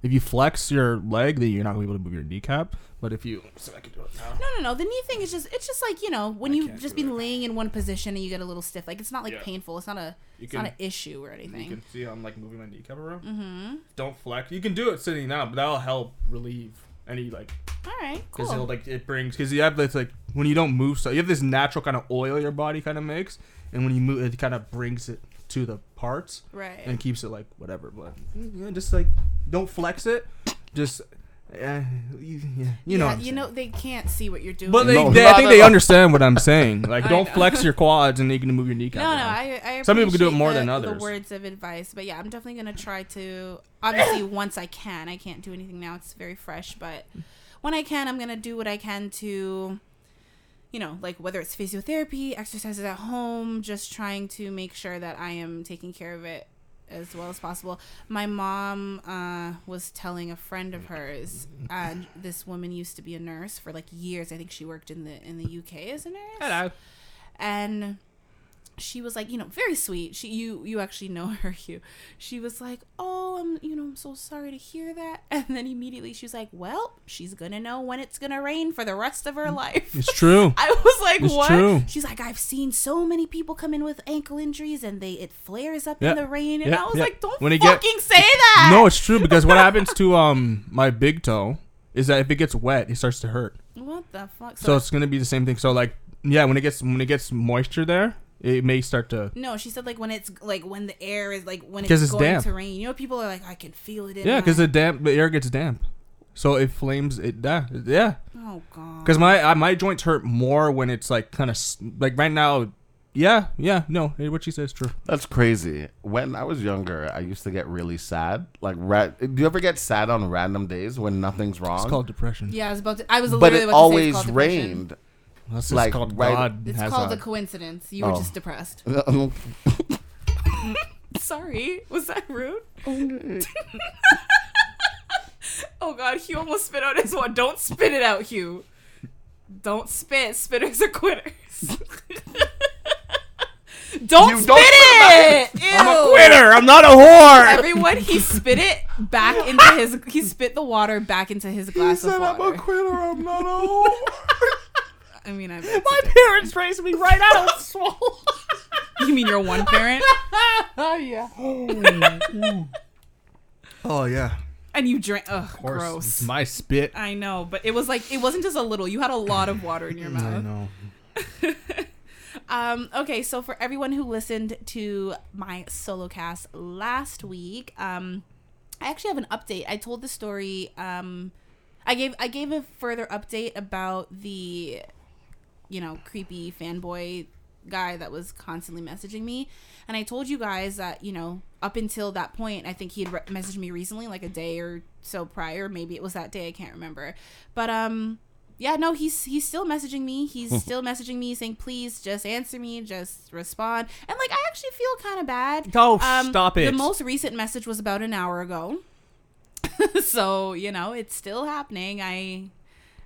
[SPEAKER 4] If you flex your leg, then you're not gonna be able to move your kneecap. But if you, so I can do it now.
[SPEAKER 1] no, no, no. The knee thing is just it's just like you know when you just been laying in one position and you get a little stiff. Like it's not like
[SPEAKER 4] Yeah.
[SPEAKER 1] painful. It's not a
[SPEAKER 4] You
[SPEAKER 1] it's
[SPEAKER 4] can-
[SPEAKER 1] not an issue or
[SPEAKER 4] You
[SPEAKER 1] anything.
[SPEAKER 4] can see I'm like moving my kneecap around. Mm-hmm. Don't flex. You can do it sitting down, but that'll help relieve any like
[SPEAKER 1] All right,
[SPEAKER 4] because
[SPEAKER 1] cool.
[SPEAKER 4] it'll like it brings because you have this like when you don't move so you have this natural kind of oil your body kind of makes, and when you move it kind of brings it to the parts.
[SPEAKER 1] Right.
[SPEAKER 4] and keeps it like whatever. But yeah, just like don't flex it. Just uh, you, yeah, you
[SPEAKER 1] Yeah,
[SPEAKER 4] know. what I'm
[SPEAKER 1] you
[SPEAKER 4] saying.
[SPEAKER 1] know they can't see what you're doing.
[SPEAKER 4] But they,
[SPEAKER 2] No,
[SPEAKER 4] they- I
[SPEAKER 2] not
[SPEAKER 4] think
[SPEAKER 2] at
[SPEAKER 4] they
[SPEAKER 2] all.
[SPEAKER 4] understand what I'm saying. Like,
[SPEAKER 1] I
[SPEAKER 4] don't
[SPEAKER 1] know.
[SPEAKER 4] flex your quads and you can move your kneecap.
[SPEAKER 1] no, no,
[SPEAKER 4] around.
[SPEAKER 1] I, I
[SPEAKER 4] Some people can do it
[SPEAKER 1] appreciate
[SPEAKER 4] more
[SPEAKER 1] the-
[SPEAKER 4] than
[SPEAKER 1] The
[SPEAKER 4] others.
[SPEAKER 1] words of advice, but yeah, I'm definitely gonna try to. Obviously, once I can, I can't do anything now. It's very fresh, but when I can, I'm gonna do what I can to, you know, like whether it's physiotherapy, exercises at home, just trying to make sure that I am taking care of it as well as possible. My mom uh, was telling a friend of hers, uh, this woman used to be a nurse for like years. I think she worked in the in the UK as a nurse
[SPEAKER 4] Hello.
[SPEAKER 1] and she was like, you know, very sweet. She, you, you actually know her, Hugh. She was like, oh, I'm, you know, I'm so sorry to hear that. And then immediately she was like, well, she's gonna know when it's gonna rain for the rest of her life.
[SPEAKER 4] It's true.
[SPEAKER 1] I was like,
[SPEAKER 4] It's
[SPEAKER 1] what?
[SPEAKER 4] true.
[SPEAKER 1] She's like, I've seen so many people come in with ankle injuries and they it flares up
[SPEAKER 4] Yeah.
[SPEAKER 1] in the rain, and
[SPEAKER 4] Yeah.
[SPEAKER 1] I was
[SPEAKER 4] Yeah.
[SPEAKER 1] like, don't
[SPEAKER 4] When it get-
[SPEAKER 1] fucking say that.
[SPEAKER 4] no, it's true because what happens to um my big toe is that if it gets wet, it starts to hurt.
[SPEAKER 1] What the fuck?
[SPEAKER 4] So it's gonna be the same thing. So like, yeah, when it gets when it gets moisture there, it may start to.
[SPEAKER 1] No, she said like when it's like when the air is like when it's,
[SPEAKER 4] 'Cause it's
[SPEAKER 1] going
[SPEAKER 4] damp.
[SPEAKER 1] to rain. You know, people are like, I can feel it in.
[SPEAKER 4] Yeah,
[SPEAKER 1] my-"
[SPEAKER 4] because the damp the air gets damp, so it flames it. Yeah, yeah.
[SPEAKER 1] oh god.
[SPEAKER 4] Because my uh, my joints hurt more when it's like kind of like right now. Yeah, yeah, no, eh, what she says is true.
[SPEAKER 2] That's crazy. When I was younger, I used to get really sad. Like, ra- do you ever get sad on random days when nothing's wrong?
[SPEAKER 4] It's called depression.
[SPEAKER 1] Yeah, I was about to. I was
[SPEAKER 2] but
[SPEAKER 1] literally
[SPEAKER 2] it
[SPEAKER 1] about to
[SPEAKER 2] always
[SPEAKER 1] say it's called depression.
[SPEAKER 2] rained.
[SPEAKER 4] That's just
[SPEAKER 2] Like,
[SPEAKER 4] called
[SPEAKER 2] right-
[SPEAKER 4] God.
[SPEAKER 1] It's
[SPEAKER 4] has
[SPEAKER 1] called
[SPEAKER 4] a-
[SPEAKER 1] a coincidence. You were
[SPEAKER 2] Oh.
[SPEAKER 1] just depressed.
[SPEAKER 2] Um,
[SPEAKER 1] Sorry, was that rude? oh God, Hugh almost spit out his one. Don't spit it out, Hugh. Don't spit. Spitters are quitters. don't
[SPEAKER 2] You
[SPEAKER 1] spit
[SPEAKER 2] don't
[SPEAKER 1] it.
[SPEAKER 4] I'm a
[SPEAKER 1] Ew.
[SPEAKER 4] quitter. I'm not a whore.
[SPEAKER 1] Everyone, he spit it back into his. He spit the water back into his glass of water.
[SPEAKER 2] quitter. I'm not a whore.
[SPEAKER 1] I mean, I. bet
[SPEAKER 4] My parents raised me right out of swole.
[SPEAKER 1] You mean your one parent?
[SPEAKER 4] oh yeah. oh yeah.
[SPEAKER 1] And you drank. Ugh,
[SPEAKER 4] Of course,
[SPEAKER 1] gross.
[SPEAKER 4] It's my spit.
[SPEAKER 1] I know, but it was like it wasn't just a little. You had a lot of water in your
[SPEAKER 4] I
[SPEAKER 1] mouth.
[SPEAKER 4] know.
[SPEAKER 1] Um, okay, so for everyone who listened to my solo cast last week, um, I actually have an update. I told the story. Um, I gave I gave a further update about the, you know, creepy fanboy guy that was constantly messaging me, and I told you guys that you know up until that point, I think he had re- messaged me recently, like a day or so prior. Maybe it was that day. I can't remember, but um yeah, no, he's he's still messaging me.
[SPEAKER 4] Hmm.
[SPEAKER 1] He's still messaging me saying, "Please, just answer me, just respond." And like, I actually feel kind of bad. Um,
[SPEAKER 4] Oh, stop
[SPEAKER 1] The
[SPEAKER 4] it.
[SPEAKER 1] most recent message was about an hour ago, so you know it's still happening. I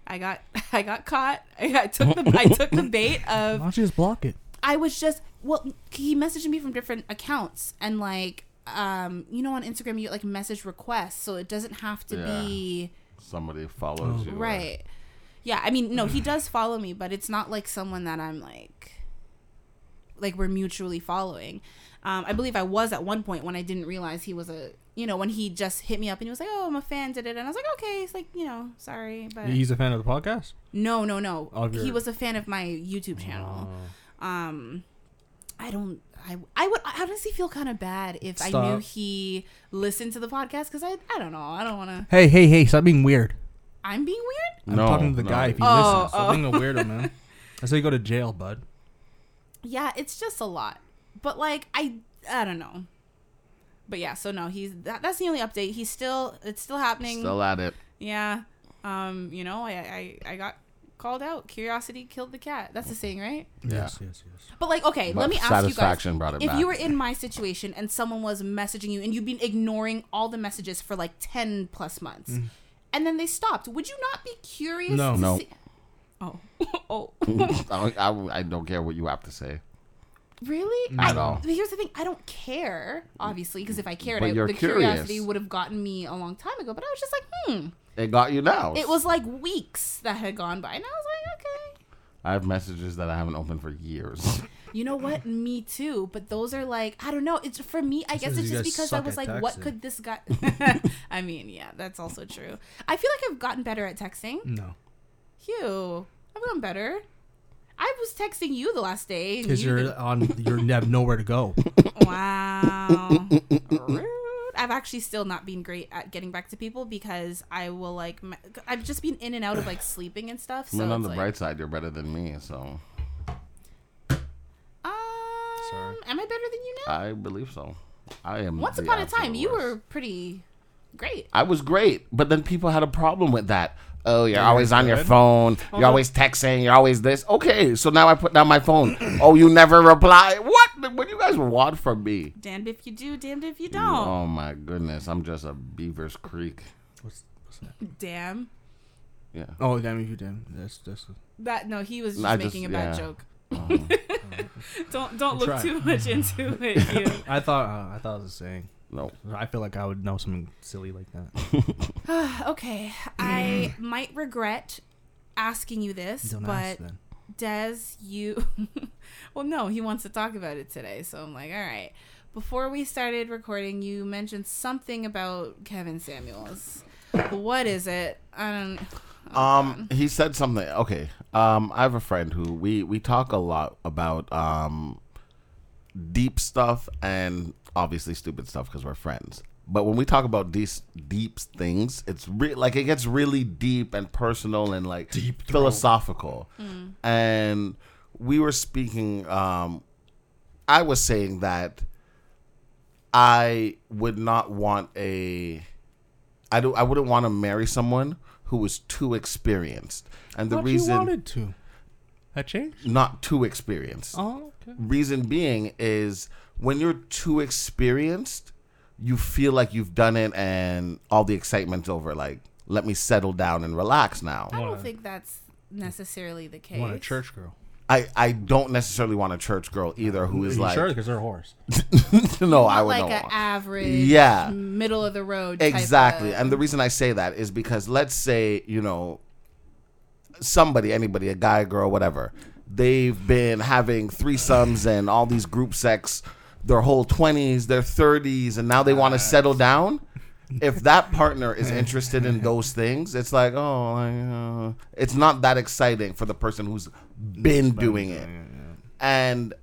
[SPEAKER 1] I got I got caught. I, I took the I took the bait of
[SPEAKER 4] Why don't you just block it?
[SPEAKER 1] I was just well, he messaged me from different accounts and like um you know on Instagram you get like message requests, so it doesn't have to
[SPEAKER 2] Yeah.
[SPEAKER 1] be
[SPEAKER 2] Somebody follows you. or-
[SPEAKER 1] Oh, right.
[SPEAKER 4] Mm-hmm.
[SPEAKER 1] Yeah, I mean no, he does follow me, but it's not like someone that I'm like like we're mutually following. Um, I believe I was at one point when I didn't realize he was a you know when he just hit me up and he was like, "Oh, I'm a fan," did it, and I was like, "Okay," it's like you know, sorry, but
[SPEAKER 4] He's a fan of the podcast.
[SPEAKER 1] no, no, no.
[SPEAKER 4] Of your- Oh.
[SPEAKER 1] He was a fan of my YouTube channel. Um, I don't. I I would I honestly feel kind of bad if I knew
[SPEAKER 4] Stop.
[SPEAKER 1] he listened to the podcast because I I don't know. I don't want to.
[SPEAKER 4] Hey, hey, hey! Stop being weird.
[SPEAKER 1] I'm being weird.
[SPEAKER 2] No,
[SPEAKER 4] I'm talking to the
[SPEAKER 2] no.
[SPEAKER 4] guy if he
[SPEAKER 1] Oh,
[SPEAKER 4] listens. Stop
[SPEAKER 1] oh.
[SPEAKER 4] being a weirdo, man. I say you go to jail, bud.
[SPEAKER 1] Yeah, it's just a lot. But like I I don't know. But yeah, so no, he's that, that's the only update. He's still it's still happening.
[SPEAKER 2] Still at it.
[SPEAKER 1] Yeah. Um, you know, I, I I got called out. Curiosity killed the cat. That's the saying, right?
[SPEAKER 2] Yeah.
[SPEAKER 4] Yes, yes, yes.
[SPEAKER 1] But like, okay,
[SPEAKER 2] But
[SPEAKER 1] let me ask you guys.
[SPEAKER 2] satisfaction brought it
[SPEAKER 1] if
[SPEAKER 2] back.
[SPEAKER 1] you were in my situation and someone was messaging you and you've been ignoring all the messages for like 10 plus months and then they stopped, would you not be curious?
[SPEAKER 4] No.
[SPEAKER 1] to
[SPEAKER 2] No.
[SPEAKER 1] see- Oh. oh.
[SPEAKER 2] I, I, I don't care what you have to say.
[SPEAKER 1] Really?
[SPEAKER 2] Not
[SPEAKER 1] I,
[SPEAKER 2] at all.
[SPEAKER 1] but Here's the thing. I don't care, obviously, because if I cared,
[SPEAKER 2] But
[SPEAKER 1] I,
[SPEAKER 2] you're
[SPEAKER 1] the
[SPEAKER 2] curious.
[SPEAKER 1] curiosity would have gotten me a long time ago. But I was just like, hmm.
[SPEAKER 2] It got you now.
[SPEAKER 1] It was like weeks that had gone by, and I was like, okay.
[SPEAKER 2] I have messages that I haven't opened for years.
[SPEAKER 1] You know what? Me too. But those are like I don't know. It's for me. I guess it's
[SPEAKER 4] is you
[SPEAKER 1] just
[SPEAKER 4] guys
[SPEAKER 1] because I
[SPEAKER 4] suck
[SPEAKER 1] was
[SPEAKER 4] at
[SPEAKER 1] like, what
[SPEAKER 4] texting.
[SPEAKER 1] could this guy? I mean, yeah, that's also true. I feel like I've gotten better at texting.
[SPEAKER 2] Mm.
[SPEAKER 4] No,
[SPEAKER 1] Hugh, I've gotten better. I was texting you the last day. and
[SPEAKER 4] because
[SPEAKER 1] you
[SPEAKER 4] you're on. You're you have nowhere to go.
[SPEAKER 1] didn't- wow. Rude. I've actually still not been great at getting back to people because I will like m- I've just been in and out of like sleeping and stuff. So
[SPEAKER 2] I mean, on
[SPEAKER 1] it's
[SPEAKER 2] the
[SPEAKER 1] like,
[SPEAKER 2] bright side, you're better than me, so
[SPEAKER 1] um,
[SPEAKER 4] Sorry.
[SPEAKER 1] am I better than you now?
[SPEAKER 2] I believe so. I am.
[SPEAKER 1] Once
[SPEAKER 2] the
[SPEAKER 1] upon a
[SPEAKER 2] absolute
[SPEAKER 1] time, you
[SPEAKER 2] worst.
[SPEAKER 1] were pretty great.
[SPEAKER 2] I was great, but then people had a problem with that. Oh, you're always on your
[SPEAKER 4] good.
[SPEAKER 2] phone. You're always texting. You're always this. Okay, so now I put down my phone. oh, you never reply. What? What do you guys want from me?
[SPEAKER 1] Damned if you do, damned if you don't.
[SPEAKER 2] Oh my goodness, I'm just a Beaver's Creek.
[SPEAKER 4] What's, what's that?
[SPEAKER 1] Damn.
[SPEAKER 2] Yeah.
[SPEAKER 4] Oh, damn! If you did, that's that's.
[SPEAKER 1] That no, he was just
[SPEAKER 2] I
[SPEAKER 1] making a
[SPEAKER 2] just-
[SPEAKER 1] bad
[SPEAKER 2] yeah.
[SPEAKER 1] joke.
[SPEAKER 2] Um,
[SPEAKER 1] Don't don't look
[SPEAKER 4] tried.
[SPEAKER 1] too much into it. You.
[SPEAKER 4] I thought uh, I thought it was a saying.
[SPEAKER 2] no.
[SPEAKER 4] I feel like I would know something silly like that.
[SPEAKER 1] okay, I might regret asking you this,
[SPEAKER 4] Mm. Don't ask
[SPEAKER 1] but
[SPEAKER 4] then.
[SPEAKER 1] Des, you. well, no, he wants to talk about it today, so I'm like, all right. Before we started recording, you mentioned something about Kevin Samuels. What is it? I don't.
[SPEAKER 2] Um, he said something. Okay. Um, I have a friend who we we talk a lot about um deep stuff and obviously stupid stuff because we're friends. But when we talk about these deep things, it's re- like it gets really deep and personal and like deep philosophical. And we were speaking. Um, I was saying that I would not want a I do. I wouldn't want to marry someone who was too experienced, and the
[SPEAKER 4] What you
[SPEAKER 2] reason
[SPEAKER 4] wanted to. That changed.
[SPEAKER 2] not too experienced.
[SPEAKER 4] Oh, okay.
[SPEAKER 2] Reason being is when you're too experienced, you feel like you've done it, and all the excitement's over. Like, let me settle down and relax now.
[SPEAKER 1] I don't
[SPEAKER 4] Wanna-
[SPEAKER 1] think that's necessarily the case.
[SPEAKER 4] You want a church girl?
[SPEAKER 2] I I don't necessarily want a church girl either who is
[SPEAKER 4] You
[SPEAKER 2] like
[SPEAKER 4] sure? Because they're whores.
[SPEAKER 2] no, I
[SPEAKER 1] Not
[SPEAKER 2] would
[SPEAKER 1] like
[SPEAKER 2] not
[SPEAKER 1] an
[SPEAKER 2] want.
[SPEAKER 1] average,
[SPEAKER 2] Yeah.
[SPEAKER 1] middle of the road. type
[SPEAKER 2] Exactly.
[SPEAKER 1] of-
[SPEAKER 2] and the reason I say that is because let's say, you know, somebody, anybody, a guy, girl, whatever, they've been having threesomes and all these group sex their whole 20s, their 30s, and now they want to settle down. If that partner is interested in those things, it's like, oh, I, uh, it's not that exciting for the person who's been doing it. And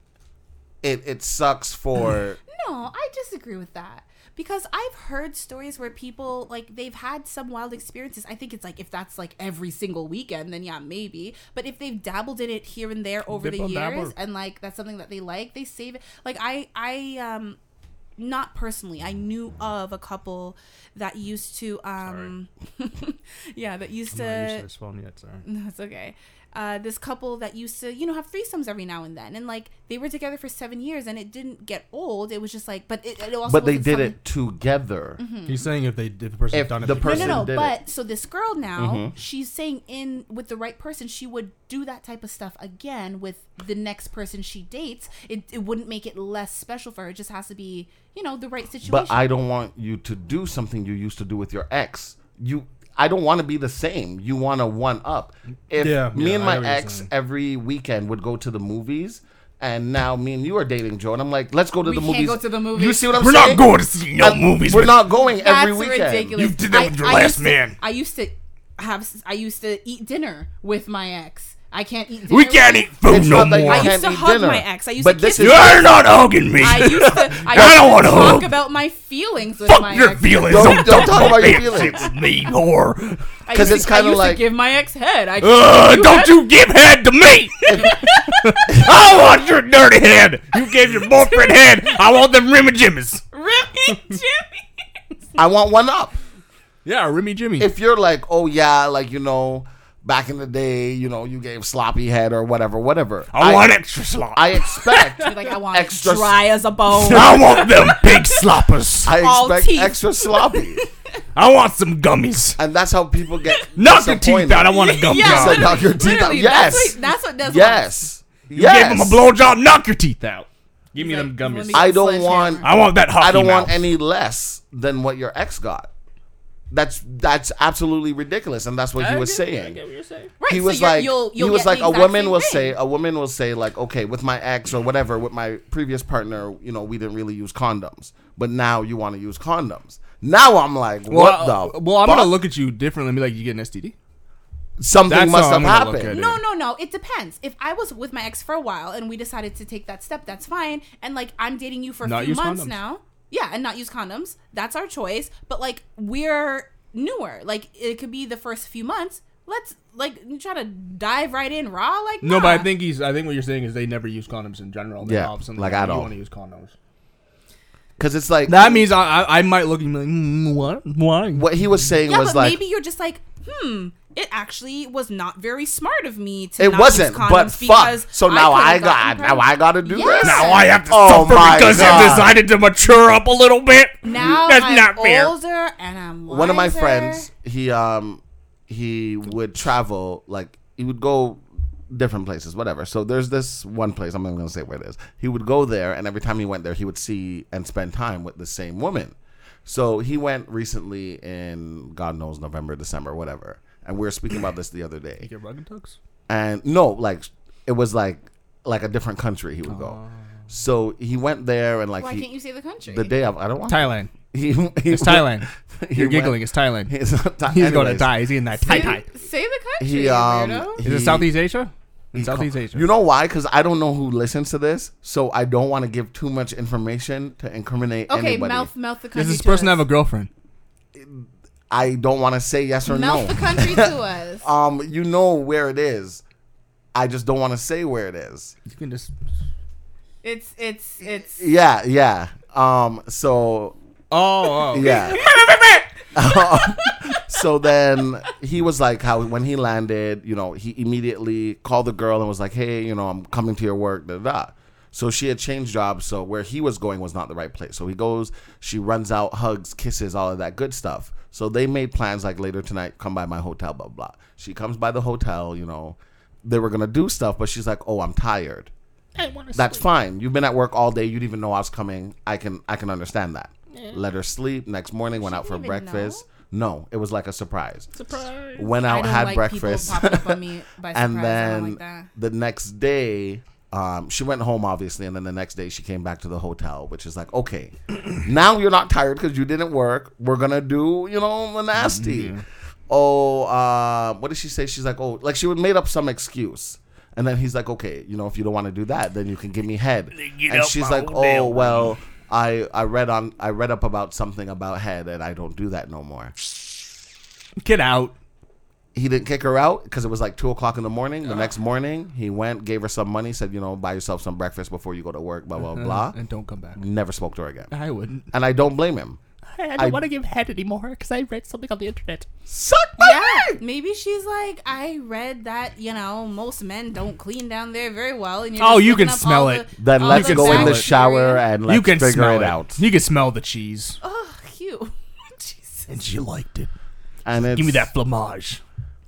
[SPEAKER 2] it, it sucks for.
[SPEAKER 1] no, I disagree with that because I've heard stories where people like they've had some wild experiences. I think it's like if that's like every single weekend, then yeah, maybe. But if they've dabbled in it here and there over the
[SPEAKER 4] Dibble
[SPEAKER 1] years,
[SPEAKER 4] dabble.
[SPEAKER 1] and like that's something that they like, they save it. Like I, I um, not personally, I knew of a couple that used to um, yeah, that used
[SPEAKER 4] I'm not used
[SPEAKER 1] to
[SPEAKER 4] to this phone yet. Sorry.
[SPEAKER 1] No, it's okay. Uh, this couple that used to, you know, have threesomes every now and then, and like they were together for seven years, and it didn't get old. It was just like, but it, it also.
[SPEAKER 2] But they
[SPEAKER 1] wasn't
[SPEAKER 2] did
[SPEAKER 1] something-
[SPEAKER 2] it together.
[SPEAKER 3] Mm-hmm.
[SPEAKER 4] He's saying if they if the person
[SPEAKER 2] If
[SPEAKER 4] done it,
[SPEAKER 2] the
[SPEAKER 4] they-
[SPEAKER 2] person-
[SPEAKER 1] no, no,
[SPEAKER 2] did
[SPEAKER 1] no.
[SPEAKER 2] it. Mm-hmm.
[SPEAKER 1] But so this girl now, she's saying in with the right person, she would do that type of stuff again with the next person she dates. It, it wouldn't make it less special for her. It just has to be, you know, the right situation.
[SPEAKER 2] But I don't want you to do something you used to do with your ex. You, I don't want to be the same. You want to one up. If
[SPEAKER 4] Yeah,
[SPEAKER 2] me
[SPEAKER 4] yeah,
[SPEAKER 2] and
[SPEAKER 4] I
[SPEAKER 2] my
[SPEAKER 4] know what you're
[SPEAKER 2] ex
[SPEAKER 4] saying.
[SPEAKER 2] every weekend would go to the movies, and now me and you are dating, Joe. And I'm like, let's go to
[SPEAKER 1] We
[SPEAKER 2] the
[SPEAKER 1] can't
[SPEAKER 2] movies.
[SPEAKER 1] go to the
[SPEAKER 2] You
[SPEAKER 1] movies.
[SPEAKER 2] see what I'm
[SPEAKER 3] We're
[SPEAKER 2] saying?
[SPEAKER 3] not going to see no movies.
[SPEAKER 2] We're
[SPEAKER 3] with-
[SPEAKER 2] not going every
[SPEAKER 1] That's
[SPEAKER 2] weekend.
[SPEAKER 1] ridiculous.
[SPEAKER 3] You did that with your
[SPEAKER 1] used
[SPEAKER 3] last
[SPEAKER 1] to-
[SPEAKER 3] man.
[SPEAKER 1] I used to have. s- I used to eat dinner with my ex. I can't eat. Dinner
[SPEAKER 3] We can't
[SPEAKER 1] with-
[SPEAKER 3] eat food
[SPEAKER 2] It's
[SPEAKER 3] no
[SPEAKER 2] not that you
[SPEAKER 3] more.
[SPEAKER 1] I used to
[SPEAKER 2] eat
[SPEAKER 1] hug
[SPEAKER 2] dinner.
[SPEAKER 1] my ex. I used
[SPEAKER 2] But
[SPEAKER 1] to
[SPEAKER 2] this
[SPEAKER 1] kiss. him.
[SPEAKER 2] is- Yeah.
[SPEAKER 3] You're not hugging me.
[SPEAKER 1] I used to. I, used
[SPEAKER 3] don't
[SPEAKER 1] to
[SPEAKER 3] wanna
[SPEAKER 1] talk
[SPEAKER 3] hug.
[SPEAKER 1] about my feelings with my
[SPEAKER 3] Fuck your
[SPEAKER 1] ex.
[SPEAKER 3] feelings.
[SPEAKER 2] Don't-
[SPEAKER 3] Don't,
[SPEAKER 2] don't
[SPEAKER 3] talk about your feelings with me, whore.
[SPEAKER 1] I
[SPEAKER 2] 'Cause
[SPEAKER 1] used to-
[SPEAKER 2] it's kinda
[SPEAKER 1] I used
[SPEAKER 2] like-
[SPEAKER 1] to give my ex head. I
[SPEAKER 3] Uh,
[SPEAKER 1] You
[SPEAKER 3] don't
[SPEAKER 1] had-
[SPEAKER 3] you give head to me. I want your dirty head. You gave your boyfriend head. I want them rim and jimmies.
[SPEAKER 1] Remy Jimmy.
[SPEAKER 2] I want one up.
[SPEAKER 4] Yeah, Remy Jimmy.
[SPEAKER 2] If you're like, oh yeah, like you know, back in the day, you know, you gave sloppy head or whatever, whatever.
[SPEAKER 3] I, want extra slop.
[SPEAKER 2] I
[SPEAKER 3] I,
[SPEAKER 2] expect.
[SPEAKER 1] Like I want
[SPEAKER 2] Extra
[SPEAKER 1] it dry as a bone.
[SPEAKER 3] want them big sloppers. I,
[SPEAKER 2] I
[SPEAKER 1] all
[SPEAKER 2] expect
[SPEAKER 1] teeth.
[SPEAKER 2] extra sloppy,
[SPEAKER 3] want some gummies.
[SPEAKER 2] and that's how people get
[SPEAKER 3] Knock your teeth
[SPEAKER 2] disappointed.
[SPEAKER 3] out. I want a gum
[SPEAKER 2] Yeah,
[SPEAKER 3] job.
[SPEAKER 2] like knock your teeth out.
[SPEAKER 1] literally,
[SPEAKER 2] Yes.
[SPEAKER 1] That's what, that's what does.
[SPEAKER 2] Yes.
[SPEAKER 3] You
[SPEAKER 2] Yes.
[SPEAKER 3] Give him a blowjob. Knock your teeth out.
[SPEAKER 4] Give me them
[SPEAKER 1] Let
[SPEAKER 4] gummies.
[SPEAKER 1] me-
[SPEAKER 2] I don't
[SPEAKER 1] Sledgehammer.
[SPEAKER 2] want.
[SPEAKER 3] I want that hockey
[SPEAKER 2] I don't
[SPEAKER 3] mouth.
[SPEAKER 2] want any less than what your ex got. That's that's absolutely ridiculous, and that's what he was saying.
[SPEAKER 1] Right,
[SPEAKER 2] he
[SPEAKER 1] so
[SPEAKER 2] was
[SPEAKER 1] you're-
[SPEAKER 2] like,
[SPEAKER 1] you'll- you'll
[SPEAKER 2] he was
[SPEAKER 1] get
[SPEAKER 2] like,
[SPEAKER 1] the
[SPEAKER 2] a
[SPEAKER 1] exact
[SPEAKER 2] woman
[SPEAKER 1] same
[SPEAKER 2] will
[SPEAKER 1] thing.
[SPEAKER 2] say, a woman will say, like, okay, with my ex or whatever, with my previous partner, you know, we didn't really use condoms, but now you want to use condoms. Now I'm like, what
[SPEAKER 4] well,
[SPEAKER 2] the?
[SPEAKER 4] well, I'm
[SPEAKER 2] fuck?
[SPEAKER 4] gonna look at you differently and be like, you get an STD?
[SPEAKER 2] Something
[SPEAKER 4] That's
[SPEAKER 2] must
[SPEAKER 4] how
[SPEAKER 2] have
[SPEAKER 4] I'm gonna look
[SPEAKER 2] happened.
[SPEAKER 4] at it.
[SPEAKER 1] No, no, no. It depends. If I was with my ex for a while and we decided to take that step, that's fine. And like I'm dating you for a
[SPEAKER 4] Not
[SPEAKER 1] few
[SPEAKER 4] use
[SPEAKER 1] months
[SPEAKER 4] condoms.
[SPEAKER 1] now. Yeah, and not use condoms. That's our choice. But like we're newer. Like it could be the first few months. Let's like try to dive right in raw. Like
[SPEAKER 4] No,
[SPEAKER 1] nah.
[SPEAKER 4] but I think he's. I think what you're saying is they never use condoms in general. They
[SPEAKER 2] Yeah,
[SPEAKER 4] hop something
[SPEAKER 2] like,
[SPEAKER 4] you
[SPEAKER 2] at all.
[SPEAKER 4] wanna use condoms.
[SPEAKER 2] Because it's like
[SPEAKER 4] That means I, I, I might look at you and be like, mm, what? Why?
[SPEAKER 2] what he was saying
[SPEAKER 1] yeah,
[SPEAKER 2] was
[SPEAKER 1] but
[SPEAKER 2] like,
[SPEAKER 1] maybe you're just like hmm. It actually was not very smart of me to.
[SPEAKER 2] it
[SPEAKER 1] not
[SPEAKER 2] wasn't,
[SPEAKER 1] use
[SPEAKER 2] but
[SPEAKER 1] condoms
[SPEAKER 2] fuck.
[SPEAKER 1] because
[SPEAKER 2] So now
[SPEAKER 1] could've
[SPEAKER 2] I
[SPEAKER 1] gotten
[SPEAKER 2] got, now
[SPEAKER 1] pregnant.
[SPEAKER 2] I got to do
[SPEAKER 1] Yes.
[SPEAKER 2] this.
[SPEAKER 3] Now I have to
[SPEAKER 2] Oh
[SPEAKER 3] suffer
[SPEAKER 2] my
[SPEAKER 3] because
[SPEAKER 2] God.
[SPEAKER 3] you decided to mature up a little bit.
[SPEAKER 1] Now
[SPEAKER 3] That's
[SPEAKER 1] I'm
[SPEAKER 3] not fair.
[SPEAKER 1] older and I'm wiser.
[SPEAKER 2] one of my friends he um he would travel like he would go different places whatever so there's this one place i'm not going to say where it is he would go there and every time he went there he would see and spend time with the same woman so he went recently in god knows november december whatever and we were speaking about this the other day
[SPEAKER 4] Get rug and tugs?
[SPEAKER 2] and no like it was like like a different country he would
[SPEAKER 4] Oh.
[SPEAKER 2] go so he went there and like
[SPEAKER 1] Why
[SPEAKER 2] he-
[SPEAKER 1] can't you say the country?
[SPEAKER 2] the day of i don't want
[SPEAKER 4] Thailand.
[SPEAKER 2] he, he,
[SPEAKER 4] It's Thailand.
[SPEAKER 2] he
[SPEAKER 4] You're
[SPEAKER 2] went-
[SPEAKER 4] giggling. It's Thailand.
[SPEAKER 2] He's, not Thai-
[SPEAKER 4] He's gonna
[SPEAKER 2] anyways.
[SPEAKER 4] die. He's eating that Thai Thai.
[SPEAKER 1] Say the country,
[SPEAKER 2] He um,
[SPEAKER 1] weirdo.
[SPEAKER 2] he-
[SPEAKER 4] Is it Southeast Asia? In Southeast Asia.
[SPEAKER 2] You know why? Because I don't know who listens to this, so I don't want to give too much information to incriminate
[SPEAKER 1] Okay,
[SPEAKER 2] anybody.
[SPEAKER 1] mouth mouth the country.
[SPEAKER 4] Does this
[SPEAKER 1] to
[SPEAKER 4] person
[SPEAKER 1] us.
[SPEAKER 4] have a girlfriend?
[SPEAKER 2] I don't want to say yes or
[SPEAKER 1] mouth the
[SPEAKER 2] no.
[SPEAKER 1] country to us?
[SPEAKER 2] Um, you know where it is. I just don't want to say where it is.
[SPEAKER 4] You can just.
[SPEAKER 1] It's it's it's.
[SPEAKER 2] Yeah, yeah. Um, so
[SPEAKER 4] Oh, oh.
[SPEAKER 2] yeah. so then he was like, how when he landed, you know, he immediately called the girl and was like, hey, you know, I'm coming to your work, da da. da. So she had changed jobs, so where he was going was not the right place. So he goes, she runs out, hugs, kisses, all of that good stuff. So they made plans like later tonight, come by my hotel, blah blah. She comes by the hotel, you know, they were gonna do stuff, but she's like, oh, I'm tired. That's fine. You've been at work all day. You didn't even know I was coming. I can I can understand that. Let her sleep. Next morning, went out for
[SPEAKER 1] didn't even
[SPEAKER 2] breakfast. No, it was like a surprise.
[SPEAKER 5] Surprise.
[SPEAKER 2] Went
[SPEAKER 1] I
[SPEAKER 2] out,
[SPEAKER 1] don't
[SPEAKER 2] had
[SPEAKER 1] like
[SPEAKER 2] breakfast,
[SPEAKER 1] people popping up on me by surprise.
[SPEAKER 2] and
[SPEAKER 1] I don't
[SPEAKER 2] then
[SPEAKER 1] like that.
[SPEAKER 2] the next day, um, she went home obviously, and then the next day she came back to the hotel, which is like, okay, now you're not tired because you didn't work. We're gonna do, you know, the nasty.
[SPEAKER 3] Mm-hmm.
[SPEAKER 2] Oh, uh, what did she say? She's like, oh, like she would made up some excuse. And then he's like, okay, you know, if you don't want to do that, then you can give me head.
[SPEAKER 3] Get
[SPEAKER 2] and
[SPEAKER 3] up
[SPEAKER 2] she's
[SPEAKER 3] my
[SPEAKER 2] like,
[SPEAKER 3] old
[SPEAKER 2] oh
[SPEAKER 3] damn
[SPEAKER 2] well, I I read on I read up about something about head, and I don't do that no more.
[SPEAKER 4] Get out.
[SPEAKER 2] He didn't kick her out because it was like two o'clock in the morning. The next morning, he went, gave her some money, said, you know, buy yourself some breakfast before you go to work, blah blah blah.
[SPEAKER 4] Uh-huh. Uh, And don't come back.
[SPEAKER 2] Never spoke to her again,
[SPEAKER 4] I wouldn't.
[SPEAKER 2] and I don't blame him.
[SPEAKER 5] I
[SPEAKER 2] I-
[SPEAKER 5] don't want to give head anymore because I read something on the internet.
[SPEAKER 2] Suck my
[SPEAKER 1] Yeah,
[SPEAKER 2] dick!
[SPEAKER 1] maybe she's like, I read that you know most men don't clean down there very well. And you're
[SPEAKER 4] Oh,
[SPEAKER 1] just
[SPEAKER 4] you
[SPEAKER 1] looking
[SPEAKER 4] can
[SPEAKER 1] up
[SPEAKER 4] smell
[SPEAKER 1] all
[SPEAKER 4] it.
[SPEAKER 1] the-
[SPEAKER 2] Then
[SPEAKER 1] all
[SPEAKER 2] let's
[SPEAKER 1] the
[SPEAKER 2] go in the
[SPEAKER 1] bacteria.
[SPEAKER 2] shower and let's
[SPEAKER 4] you can
[SPEAKER 2] figure
[SPEAKER 4] smell
[SPEAKER 2] it out.
[SPEAKER 4] You can smell the cheese.
[SPEAKER 1] Oh, cute. Jesus.
[SPEAKER 4] And she liked it.
[SPEAKER 2] And it's,
[SPEAKER 4] Give me that flamage.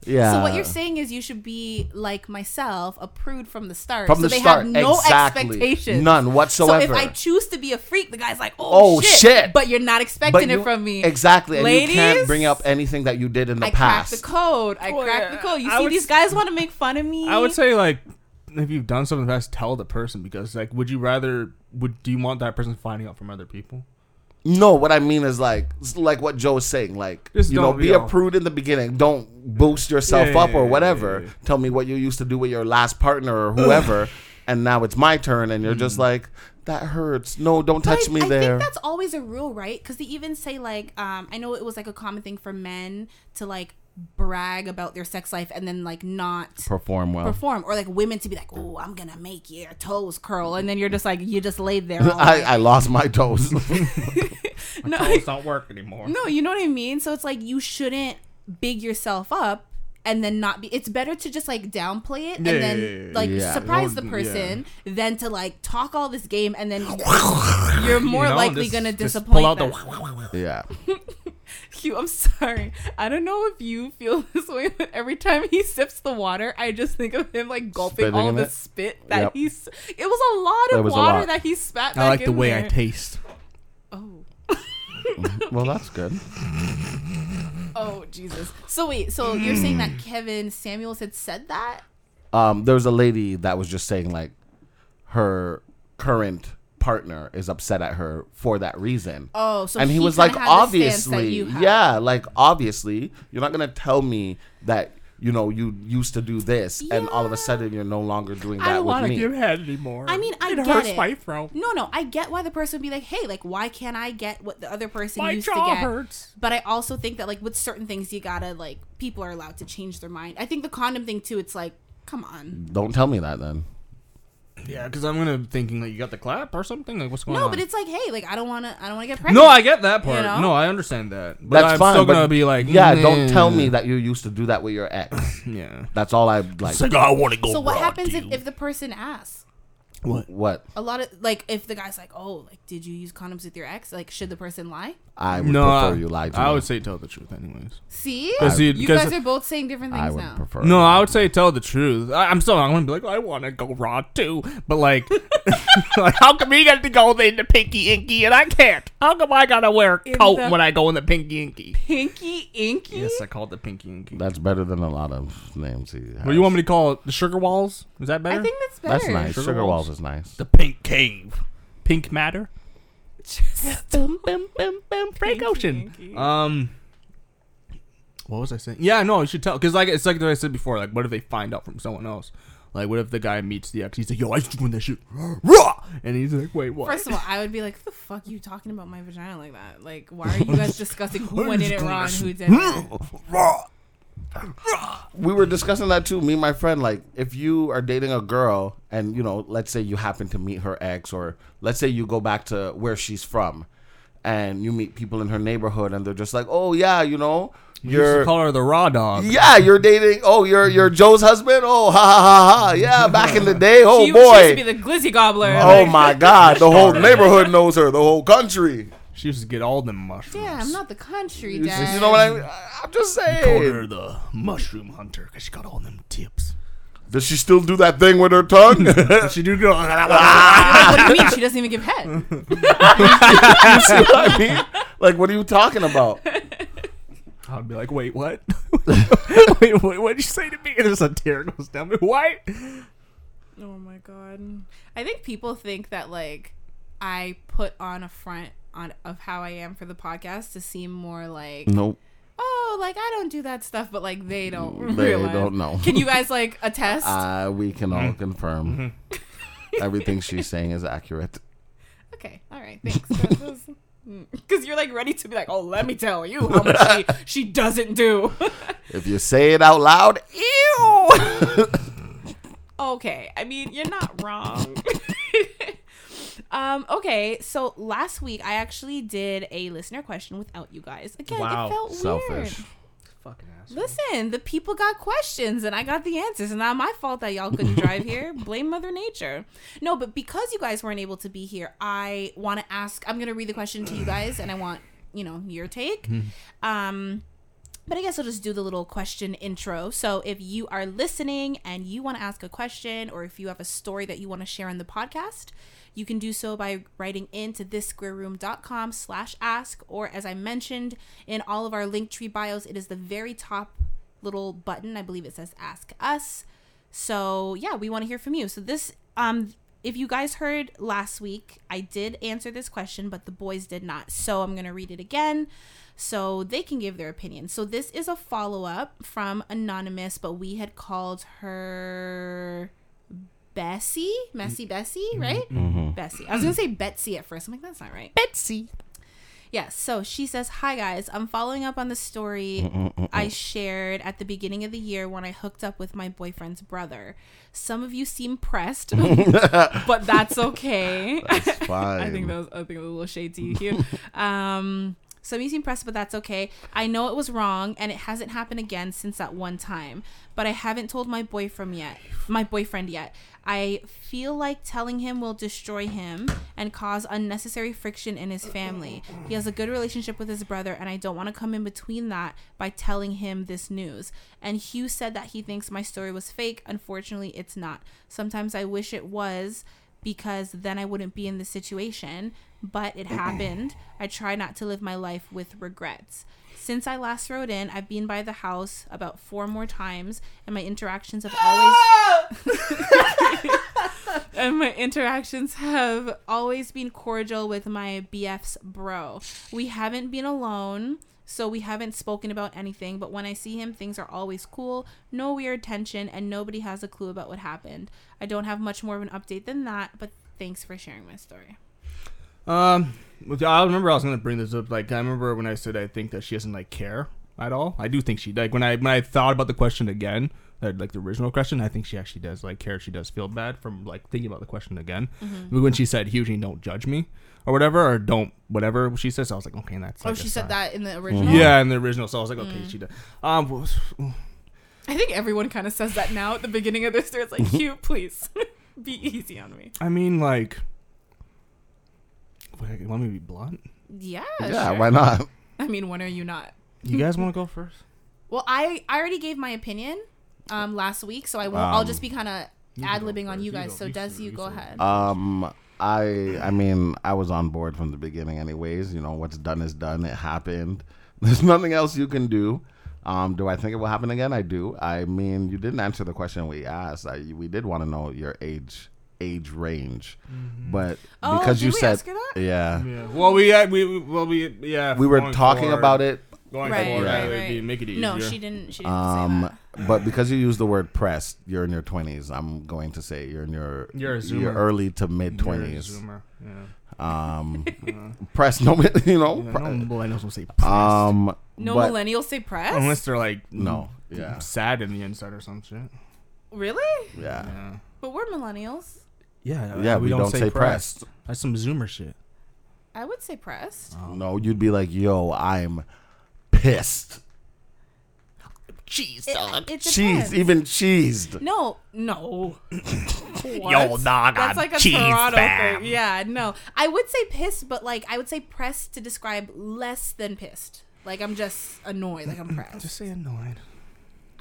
[SPEAKER 2] Yeah.
[SPEAKER 1] So what you're saying is you should be like myself, a prude from the start.
[SPEAKER 2] from
[SPEAKER 1] so
[SPEAKER 2] the
[SPEAKER 1] they
[SPEAKER 2] start?
[SPEAKER 1] have no
[SPEAKER 2] exactly.
[SPEAKER 1] expectations.
[SPEAKER 2] None
[SPEAKER 1] So
[SPEAKER 2] whatsoever.
[SPEAKER 1] if I choose to be a freak, the guy's like, "Oh,
[SPEAKER 2] Oh,
[SPEAKER 1] shit,
[SPEAKER 2] shit.
[SPEAKER 1] But you're not expecting
[SPEAKER 2] you-
[SPEAKER 1] it from me.
[SPEAKER 2] Exactly. And
[SPEAKER 1] Ladies,
[SPEAKER 2] you can't bring up anything that you did in the
[SPEAKER 1] I cracked
[SPEAKER 2] past.
[SPEAKER 1] the code. I
[SPEAKER 5] Well,
[SPEAKER 1] cracked the code. You
[SPEAKER 4] Oh, I
[SPEAKER 1] see,
[SPEAKER 4] would
[SPEAKER 1] these
[SPEAKER 4] s-
[SPEAKER 1] guys want to make fun of me.
[SPEAKER 4] I would say like if you've done something past, tell the person because like, would you rather? Would do you want that person finding out from other people?
[SPEAKER 2] No, what I mean is like it's like what Joe is saying. Like
[SPEAKER 4] Just
[SPEAKER 2] you know,
[SPEAKER 4] don't
[SPEAKER 2] be
[SPEAKER 4] be
[SPEAKER 2] a
[SPEAKER 4] all-
[SPEAKER 2] prude in the beginning. Don't boost yourself
[SPEAKER 4] Yeah, yeah,
[SPEAKER 2] up
[SPEAKER 4] yeah,
[SPEAKER 2] or
[SPEAKER 4] yeah,
[SPEAKER 2] whatever.
[SPEAKER 4] yeah, yeah.
[SPEAKER 2] Tell me what you used to do with your last partner or whoever, and now it's my turn, and you're just
[SPEAKER 4] Mm.
[SPEAKER 2] like, that hurts. No, don't touch
[SPEAKER 1] But
[SPEAKER 2] me
[SPEAKER 1] I
[SPEAKER 2] there.
[SPEAKER 1] think that's always a rule, right? Because they even say like, um, I know it was like a common thing for men to like brag about their sex life and then like not
[SPEAKER 2] Perform well.
[SPEAKER 1] perform, or like women to be like, "Oh, I'm gonna make your toes curl," and then you're just like, you just laid there. all
[SPEAKER 2] I,
[SPEAKER 1] night.
[SPEAKER 2] I lost my toes.
[SPEAKER 1] no,
[SPEAKER 4] It's not work anymore.
[SPEAKER 1] No, you know what I mean? So it's like you shouldn't big yourself up and then not be it's better to just like downplay it and
[SPEAKER 4] Yeah,
[SPEAKER 1] then
[SPEAKER 4] yeah, yeah, yeah.
[SPEAKER 1] like
[SPEAKER 2] Yeah.
[SPEAKER 1] surprise the
[SPEAKER 4] Or-
[SPEAKER 1] person than to like talk all this game and then you're more
[SPEAKER 4] You know,
[SPEAKER 1] likely
[SPEAKER 4] just-
[SPEAKER 1] gonna
[SPEAKER 4] just
[SPEAKER 1] disappoint
[SPEAKER 4] Pull out
[SPEAKER 1] them.
[SPEAKER 4] the.
[SPEAKER 2] yeah.
[SPEAKER 1] Hugh, I'm sorry. I don't know if you feel this way, but every time he sips the water, I just think of him like gulping
[SPEAKER 2] Spitting
[SPEAKER 1] all
[SPEAKER 2] in
[SPEAKER 1] the
[SPEAKER 2] it?
[SPEAKER 1] spit that
[SPEAKER 2] Yep.
[SPEAKER 1] he's. It was a
[SPEAKER 2] That
[SPEAKER 1] lot of
[SPEAKER 2] was a
[SPEAKER 1] water
[SPEAKER 2] lot.
[SPEAKER 1] that he spat. Back
[SPEAKER 4] I like the
[SPEAKER 1] in
[SPEAKER 4] way
[SPEAKER 1] there.
[SPEAKER 4] I taste.
[SPEAKER 1] Oh.
[SPEAKER 2] Well, that's good.
[SPEAKER 1] Oh Jesus! So wait, so you're saying that
[SPEAKER 4] Mm.
[SPEAKER 1] Kevin Samuels had said that?
[SPEAKER 2] Um, there was a lady that was just saying like, her current partner is upset at her for that reason.
[SPEAKER 1] Oh, so
[SPEAKER 2] and he, was
[SPEAKER 1] kinda
[SPEAKER 2] like,
[SPEAKER 1] had the stance that
[SPEAKER 2] obviously,
[SPEAKER 1] you had.
[SPEAKER 2] yeah, like obviously, you're not gonna tell me that you know you used to do this, and all of a
[SPEAKER 1] Yeah.
[SPEAKER 2] sudden you're no longer doing
[SPEAKER 5] I
[SPEAKER 2] that
[SPEAKER 5] don't want
[SPEAKER 2] with
[SPEAKER 5] to
[SPEAKER 2] me.
[SPEAKER 5] give head anymore.
[SPEAKER 1] I mean, I
[SPEAKER 5] it
[SPEAKER 1] get
[SPEAKER 5] hurts
[SPEAKER 1] it.
[SPEAKER 5] my throat.
[SPEAKER 1] No, no, I get why the person would be like, hey, like, why can't I get what the other person
[SPEAKER 5] My
[SPEAKER 1] used to
[SPEAKER 5] jaw
[SPEAKER 1] get?
[SPEAKER 5] hurts.
[SPEAKER 1] But I also think that like with certain things, you gotta like people are allowed to change their mind. I think the condom thing too. It's like, come on.
[SPEAKER 2] Don't tell me that then.
[SPEAKER 4] Yeah, because I'm gonna thinking like you got the clap or something. Like what's going on?
[SPEAKER 1] No, but it's like, hey, like I don't wanna, I don't wanna get pregnant.
[SPEAKER 4] No, I get that part.
[SPEAKER 1] You know?
[SPEAKER 4] No, I understand that. But
[SPEAKER 2] That's
[SPEAKER 4] I'm
[SPEAKER 2] fine.
[SPEAKER 4] still
[SPEAKER 2] but
[SPEAKER 4] gonna be like, "Mm,
[SPEAKER 2] yeah, don't
[SPEAKER 4] "Nah."
[SPEAKER 2] tell me that you used to do that with your ex.
[SPEAKER 4] Yeah.
[SPEAKER 2] That's all I like.
[SPEAKER 3] It's like, I want to go.
[SPEAKER 1] So
[SPEAKER 2] Oh,
[SPEAKER 1] what
[SPEAKER 3] raw,
[SPEAKER 1] happens if,
[SPEAKER 3] dude.
[SPEAKER 1] if the person asks?
[SPEAKER 2] What
[SPEAKER 1] A lot of like, if the guy's like, oh, like, did you use condoms with your ex? Like, should the person lie?
[SPEAKER 2] I would
[SPEAKER 4] No,
[SPEAKER 2] prefer
[SPEAKER 4] I,
[SPEAKER 2] you lie to
[SPEAKER 4] I
[SPEAKER 2] me.
[SPEAKER 4] would say tell the truth, anyways.
[SPEAKER 1] See,
[SPEAKER 4] 'Cause you-
[SPEAKER 1] you
[SPEAKER 4] 'cause-
[SPEAKER 1] guys are both saying different
[SPEAKER 2] I
[SPEAKER 1] things
[SPEAKER 2] would
[SPEAKER 1] now.
[SPEAKER 2] prefer.
[SPEAKER 4] No, I would say tell the truth. I, I'm still not gonna be like, I want to go raw too. But like, like,
[SPEAKER 5] How come he got to go in the pinky inky and I can't? How come I gotta wear a coat
[SPEAKER 1] the-
[SPEAKER 5] when I go in the pinky inky?
[SPEAKER 1] Pinky Inky.
[SPEAKER 4] yes, I called the pinky inky.
[SPEAKER 2] That's better than a lot of names. He
[SPEAKER 4] What do you want me to call it? The sugar walls? Is that better?
[SPEAKER 1] I think that's better.
[SPEAKER 2] That's nice. Sugar,
[SPEAKER 4] Sugar
[SPEAKER 2] Walls is
[SPEAKER 4] Walls.
[SPEAKER 2] nice.
[SPEAKER 5] The pink cave.
[SPEAKER 4] pink matter.
[SPEAKER 5] Boom, boom, boom, boom. Frank Ocean.
[SPEAKER 4] Um. What was I saying? Yeah, no, you should tell because like it's like what I said before. Like, what if they find out from someone else? Like, what if the guy meets the ex? He's like, "Yo, I was doing that shit," raw, and he's like, "Wait, what?"
[SPEAKER 1] First of all, I would be like, the fuck you talking about my vagina like that? Like, why are you guys discussing who went in it wrong and who
[SPEAKER 2] Mm.
[SPEAKER 1] didn't?
[SPEAKER 2] we were discussing that too. Me and my friend, like, if you are dating a girl and, you know, let's say you happen to meet her ex, or let's say you go back to where she's from and you meet people in her neighborhood and they're just like, oh, yeah, you know,
[SPEAKER 4] You used to
[SPEAKER 2] you're.
[SPEAKER 4] call her the raw dog.
[SPEAKER 2] Yeah, you're dating. Oh, you're you're Joe's husband. Oh, ha ha ha ha. Yeah, back in the day. Oh
[SPEAKER 1] she, she used to be
[SPEAKER 2] boy.
[SPEAKER 1] the glizzy gobbler.
[SPEAKER 2] Oh my God. The whole neighborhood knows her. The whole country.
[SPEAKER 4] She used to get all them mushrooms.
[SPEAKER 1] Yeah, I'm not the country,
[SPEAKER 2] You,
[SPEAKER 1] Dad.
[SPEAKER 2] you know what I mean? I- I'm just
[SPEAKER 5] Called her
[SPEAKER 2] saying.
[SPEAKER 5] the mushroom hunter because she got all them tips.
[SPEAKER 2] Does she still do that thing with her tongue?
[SPEAKER 4] She do go.
[SPEAKER 1] what do you mean? She doesn't even give head.
[SPEAKER 2] You see what I mean? Like, what are you talking about?
[SPEAKER 4] I'd be like, "Wait, what? wait, wait, what did you say to me?" And there's a tear goes down. my- What?
[SPEAKER 1] Oh my god. I think people think that like I put on a front on of how I am for the podcast to seem more like
[SPEAKER 2] Nope.
[SPEAKER 1] oh like I don't do that stuff, but like they don't.
[SPEAKER 2] They
[SPEAKER 1] realize.
[SPEAKER 2] don't know.
[SPEAKER 1] Can you guys like attest?
[SPEAKER 2] Uh, we can
[SPEAKER 1] Mm-hmm.
[SPEAKER 2] all confirm everything she's saying is accurate.
[SPEAKER 1] Okay, all right, thanks. Because you're like ready to be like, oh, let me tell you how much she, she doesn't do.
[SPEAKER 2] If you say it out loud, ew.
[SPEAKER 1] okay, I mean, you're not wrong. um, okay, so last week I actually did a listener question without you guys. Again,
[SPEAKER 4] Wow,
[SPEAKER 1] it felt
[SPEAKER 2] Selfish.
[SPEAKER 1] weird.
[SPEAKER 4] Fucking ass.
[SPEAKER 1] Listen, the people got questions and I got the answers. It's not my fault that y'all couldn't drive here. Blame Mother Nature. No, but because you guys weren't able to be here, I want to ask. I'm going to read the question to you guys and I want, you know, your take. Um, but I guess I'll just do the little question intro. So if you are listening and you want to ask a question or if you have a story that you want to share on the podcast, you can do so by writing into thissquareroom.com slash ask or as I mentioned in all of our link tree bios, it is the very top little button. I believe it says ask us. So yeah, we want to hear from you. So this, um, if you guys heard last week, I did answer this question, but the boys did not. So I'm gonna read it again, so they can give their opinion. So this is a follow up from anonymous, but we had called her Bessie, messy Bessie, right? Bessie. I was gonna say Betsy at first. I'm like, that's not right.
[SPEAKER 5] Betsy.
[SPEAKER 1] Yes. So she says, Hi, guys. I'm following up on the story I shared at the beginning of the year when I hooked up with my boyfriend's brother. Some of you seem pressed, but that's okay.
[SPEAKER 2] It's fine.
[SPEAKER 1] I think that was, I think that was a little shade to you, Hugh. um, so I'm using press, but that's okay. I know it was wrong, and it hasn't happened again since that one time. But I haven't told my boyfriend yet. My boyfriend yet. I feel like telling him will destroy him and cause unnecessary friction in his family. He has a good relationship with his brother, and I don't want to come in between that by telling him this news. And Hugh said that he thinks my story was fake. Unfortunately, it's not. Sometimes I wish it was because then I wouldn't be in this situation. But it happened. I try not to live my life with regrets. Since I last wrote in, I've been by the house about four more times, and my interactions have always and my interactions have always been cordial with my BF's bro. We haven't been alone, so we haven't spoken about anything, but when I see him, things are always cool, no weird tension, and nobody has a clue about what happened. I don't have much more of an update than that, but thanks for sharing my story.
[SPEAKER 4] Um, with- I remember I was gonna bring this up. Like I remember when I said I think that she doesn't like care at all. I do think she like when I when I thought about the question again, like like the original question. I think she actually does like care. She does feel bad from like thinking about the question again.
[SPEAKER 1] Mm-hmm.
[SPEAKER 4] But When she said, "Hugely, don't judge me," or whatever, or don't whatever she says, I was like, okay, that's.
[SPEAKER 1] Oh,
[SPEAKER 4] like a
[SPEAKER 1] she said
[SPEAKER 4] sign.
[SPEAKER 1] that Mm. in the original?
[SPEAKER 4] Yeah, in the original. So I was like, okay, she does. Um, what was-
[SPEAKER 1] I think everyone kind of says that now at the beginning of this story. It's like, Hugh, please be easy on me.
[SPEAKER 4] I mean, like, wait, let me be blunt.
[SPEAKER 1] Yeah.
[SPEAKER 2] yeah,
[SPEAKER 1] sure.
[SPEAKER 2] why not?
[SPEAKER 1] I mean, when are you not?
[SPEAKER 4] You guys want to go first?
[SPEAKER 1] Well, I I already gave my opinion um last week, so I won't. I'll just be kind of ad libbing on you guys. So does you go ahead?
[SPEAKER 2] Um, I I mean I was on board from the beginning, anyways. You know what's done is done. It happened. There's nothing else you can do. Um, do I think it will happen again? I do. I mean, you didn't answer the question we asked. I, we did want to know your age age range, but
[SPEAKER 1] Oh,
[SPEAKER 2] because
[SPEAKER 1] did
[SPEAKER 2] you
[SPEAKER 1] we
[SPEAKER 2] said
[SPEAKER 1] ask her that?
[SPEAKER 2] yeah,
[SPEAKER 4] Yeah. Well, we had, we we- well we yeah.
[SPEAKER 2] we were
[SPEAKER 4] going
[SPEAKER 2] talking
[SPEAKER 4] forward-
[SPEAKER 2] about it.
[SPEAKER 4] Going
[SPEAKER 1] Right,
[SPEAKER 4] forward,
[SPEAKER 1] right,
[SPEAKER 4] that would
[SPEAKER 1] right.
[SPEAKER 4] be- make it easier.
[SPEAKER 1] No, she didn't. She didn't say
[SPEAKER 2] Um,
[SPEAKER 1] that.
[SPEAKER 2] but because you use the word pressed, you're in your 20s. I'm going to say you're in your
[SPEAKER 4] You're a
[SPEAKER 2] your
[SPEAKER 4] zoomer.
[SPEAKER 2] early to mid
[SPEAKER 4] You're a
[SPEAKER 2] 20s.
[SPEAKER 4] Zoomer. Yeah.
[SPEAKER 2] Um, pressed, no, you know,
[SPEAKER 4] yeah
[SPEAKER 2] pre-
[SPEAKER 4] no millennials will say um,
[SPEAKER 2] Um,
[SPEAKER 1] No
[SPEAKER 2] but-
[SPEAKER 1] millennials say press.
[SPEAKER 4] unless they're like
[SPEAKER 2] No, yeah.
[SPEAKER 4] sad in the inside or some shit.
[SPEAKER 1] really?
[SPEAKER 2] yeah,
[SPEAKER 4] Yeah.
[SPEAKER 1] But we're millennials.
[SPEAKER 4] Yeah. uh,
[SPEAKER 2] yeah. We, don't, say pressed.
[SPEAKER 4] That's some Zoomer shit.
[SPEAKER 1] I would say pressed.
[SPEAKER 2] No, you'd be like, yo, I'm pissed.
[SPEAKER 5] Jeez,
[SPEAKER 1] It-
[SPEAKER 5] dog.
[SPEAKER 1] it depends.
[SPEAKER 2] Cheesed, even cheesed.
[SPEAKER 1] no, no.
[SPEAKER 5] Yo,
[SPEAKER 1] What?
[SPEAKER 5] dog,
[SPEAKER 1] That's
[SPEAKER 5] I'm
[SPEAKER 1] like a
[SPEAKER 5] cheese,
[SPEAKER 1] Toronto
[SPEAKER 5] fam.
[SPEAKER 1] thing. Yeah, no. I would say pissed, but like I would say pressed to describe less than pissed. Like I'm just annoyed. Like I'm pressed.
[SPEAKER 4] Mm, Just say annoyed.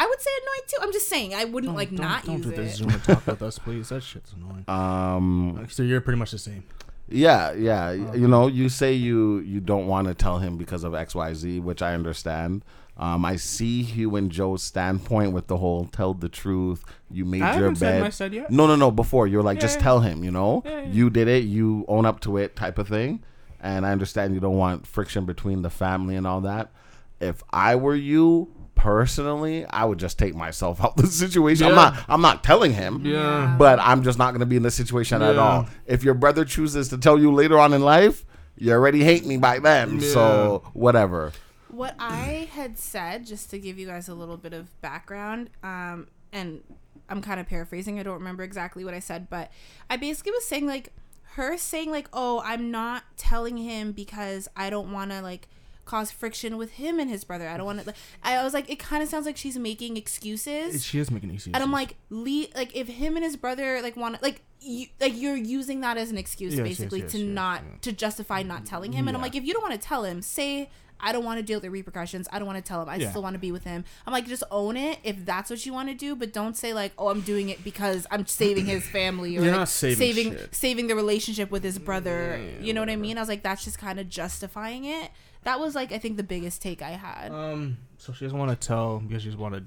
[SPEAKER 1] I would say annoyed too. I'm just saying I wouldn't
[SPEAKER 4] Don't-
[SPEAKER 1] like
[SPEAKER 4] don't,
[SPEAKER 1] not
[SPEAKER 4] don't
[SPEAKER 1] use
[SPEAKER 4] do
[SPEAKER 1] it.
[SPEAKER 4] the Zoomer talk with us, please. That shit's annoying.
[SPEAKER 2] Um,
[SPEAKER 4] so you're pretty much the same.
[SPEAKER 2] yeah, yeah.
[SPEAKER 4] Uh-huh.
[SPEAKER 2] You know, you say you you don't want to tell him because of X, Y, Z, which I understand. Um, I see Hugh and Joe's standpoint with the whole "tell the truth." You made
[SPEAKER 4] I
[SPEAKER 2] your
[SPEAKER 4] haven't said
[SPEAKER 2] bed.
[SPEAKER 4] my side yet.
[SPEAKER 2] No, no, no. Before you're like, just
[SPEAKER 4] yeah.
[SPEAKER 2] tell him. You know, you did it. You own up to it, type of thing. And I understand you don't want friction between the family and all that. If I were you personally, I would just take myself out of the situation. I'm
[SPEAKER 4] Yeah.
[SPEAKER 2] not. I'm not telling him.
[SPEAKER 4] Yeah.
[SPEAKER 2] But I'm just not going to be in this situation at
[SPEAKER 4] Yeah.
[SPEAKER 2] all. If your brother chooses to tell you later on in life, you already hate me by then. So whatever.
[SPEAKER 1] What I had said, just to give you guys a little bit of background, um, and I'm kind of paraphrasing, I don't remember exactly what I said, but I basically was saying, like, her saying, like, oh, I'm not telling him because I don't want to, like, cause friction with him and his brother. I don't want to, like, I was like, it kind of sounds like she's making excuses.
[SPEAKER 4] She is making excuses.
[SPEAKER 1] and I'm like, Lee, like if him and his brother like want to like you like you're using that as an excuse
[SPEAKER 4] Yes, yes,
[SPEAKER 1] basically
[SPEAKER 4] yes,
[SPEAKER 1] to
[SPEAKER 4] yes,
[SPEAKER 1] not
[SPEAKER 4] yeah.
[SPEAKER 1] to justify not telling him. And I'm
[SPEAKER 4] Yeah.
[SPEAKER 1] like, if you don't want to tell him, say I don't want to deal with the repercussions. I don't want to tell him. I
[SPEAKER 4] Yeah.
[SPEAKER 1] still want to be with him. I'm like, just own it if that's what you want to do, but don't say like, oh, I'm doing it because I'm saving his family or
[SPEAKER 4] You're
[SPEAKER 1] like,
[SPEAKER 4] not saving
[SPEAKER 1] saving
[SPEAKER 4] shit.
[SPEAKER 1] saving the relationship with his brother. you know what I mean? I was like, that's just kind of justifying it. That was like I think the biggest take I had.
[SPEAKER 4] Um, so she doesn't want to tell because she just want to.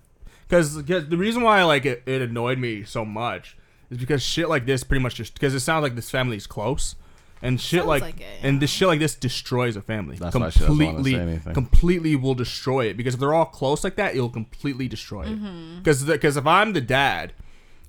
[SPEAKER 4] Because the reason why like it, it annoyed me so much is because shit like this pretty much just because it sounds like this family's close, and shit
[SPEAKER 1] Sounds
[SPEAKER 4] like,
[SPEAKER 1] like it,
[SPEAKER 4] and this shit like this destroys a family
[SPEAKER 2] That's why she doesn't wanna say
[SPEAKER 4] completely.
[SPEAKER 2] anything.
[SPEAKER 4] completely will destroy it because if they're all close like that, it'll completely destroy it. Because because if I'm the dad,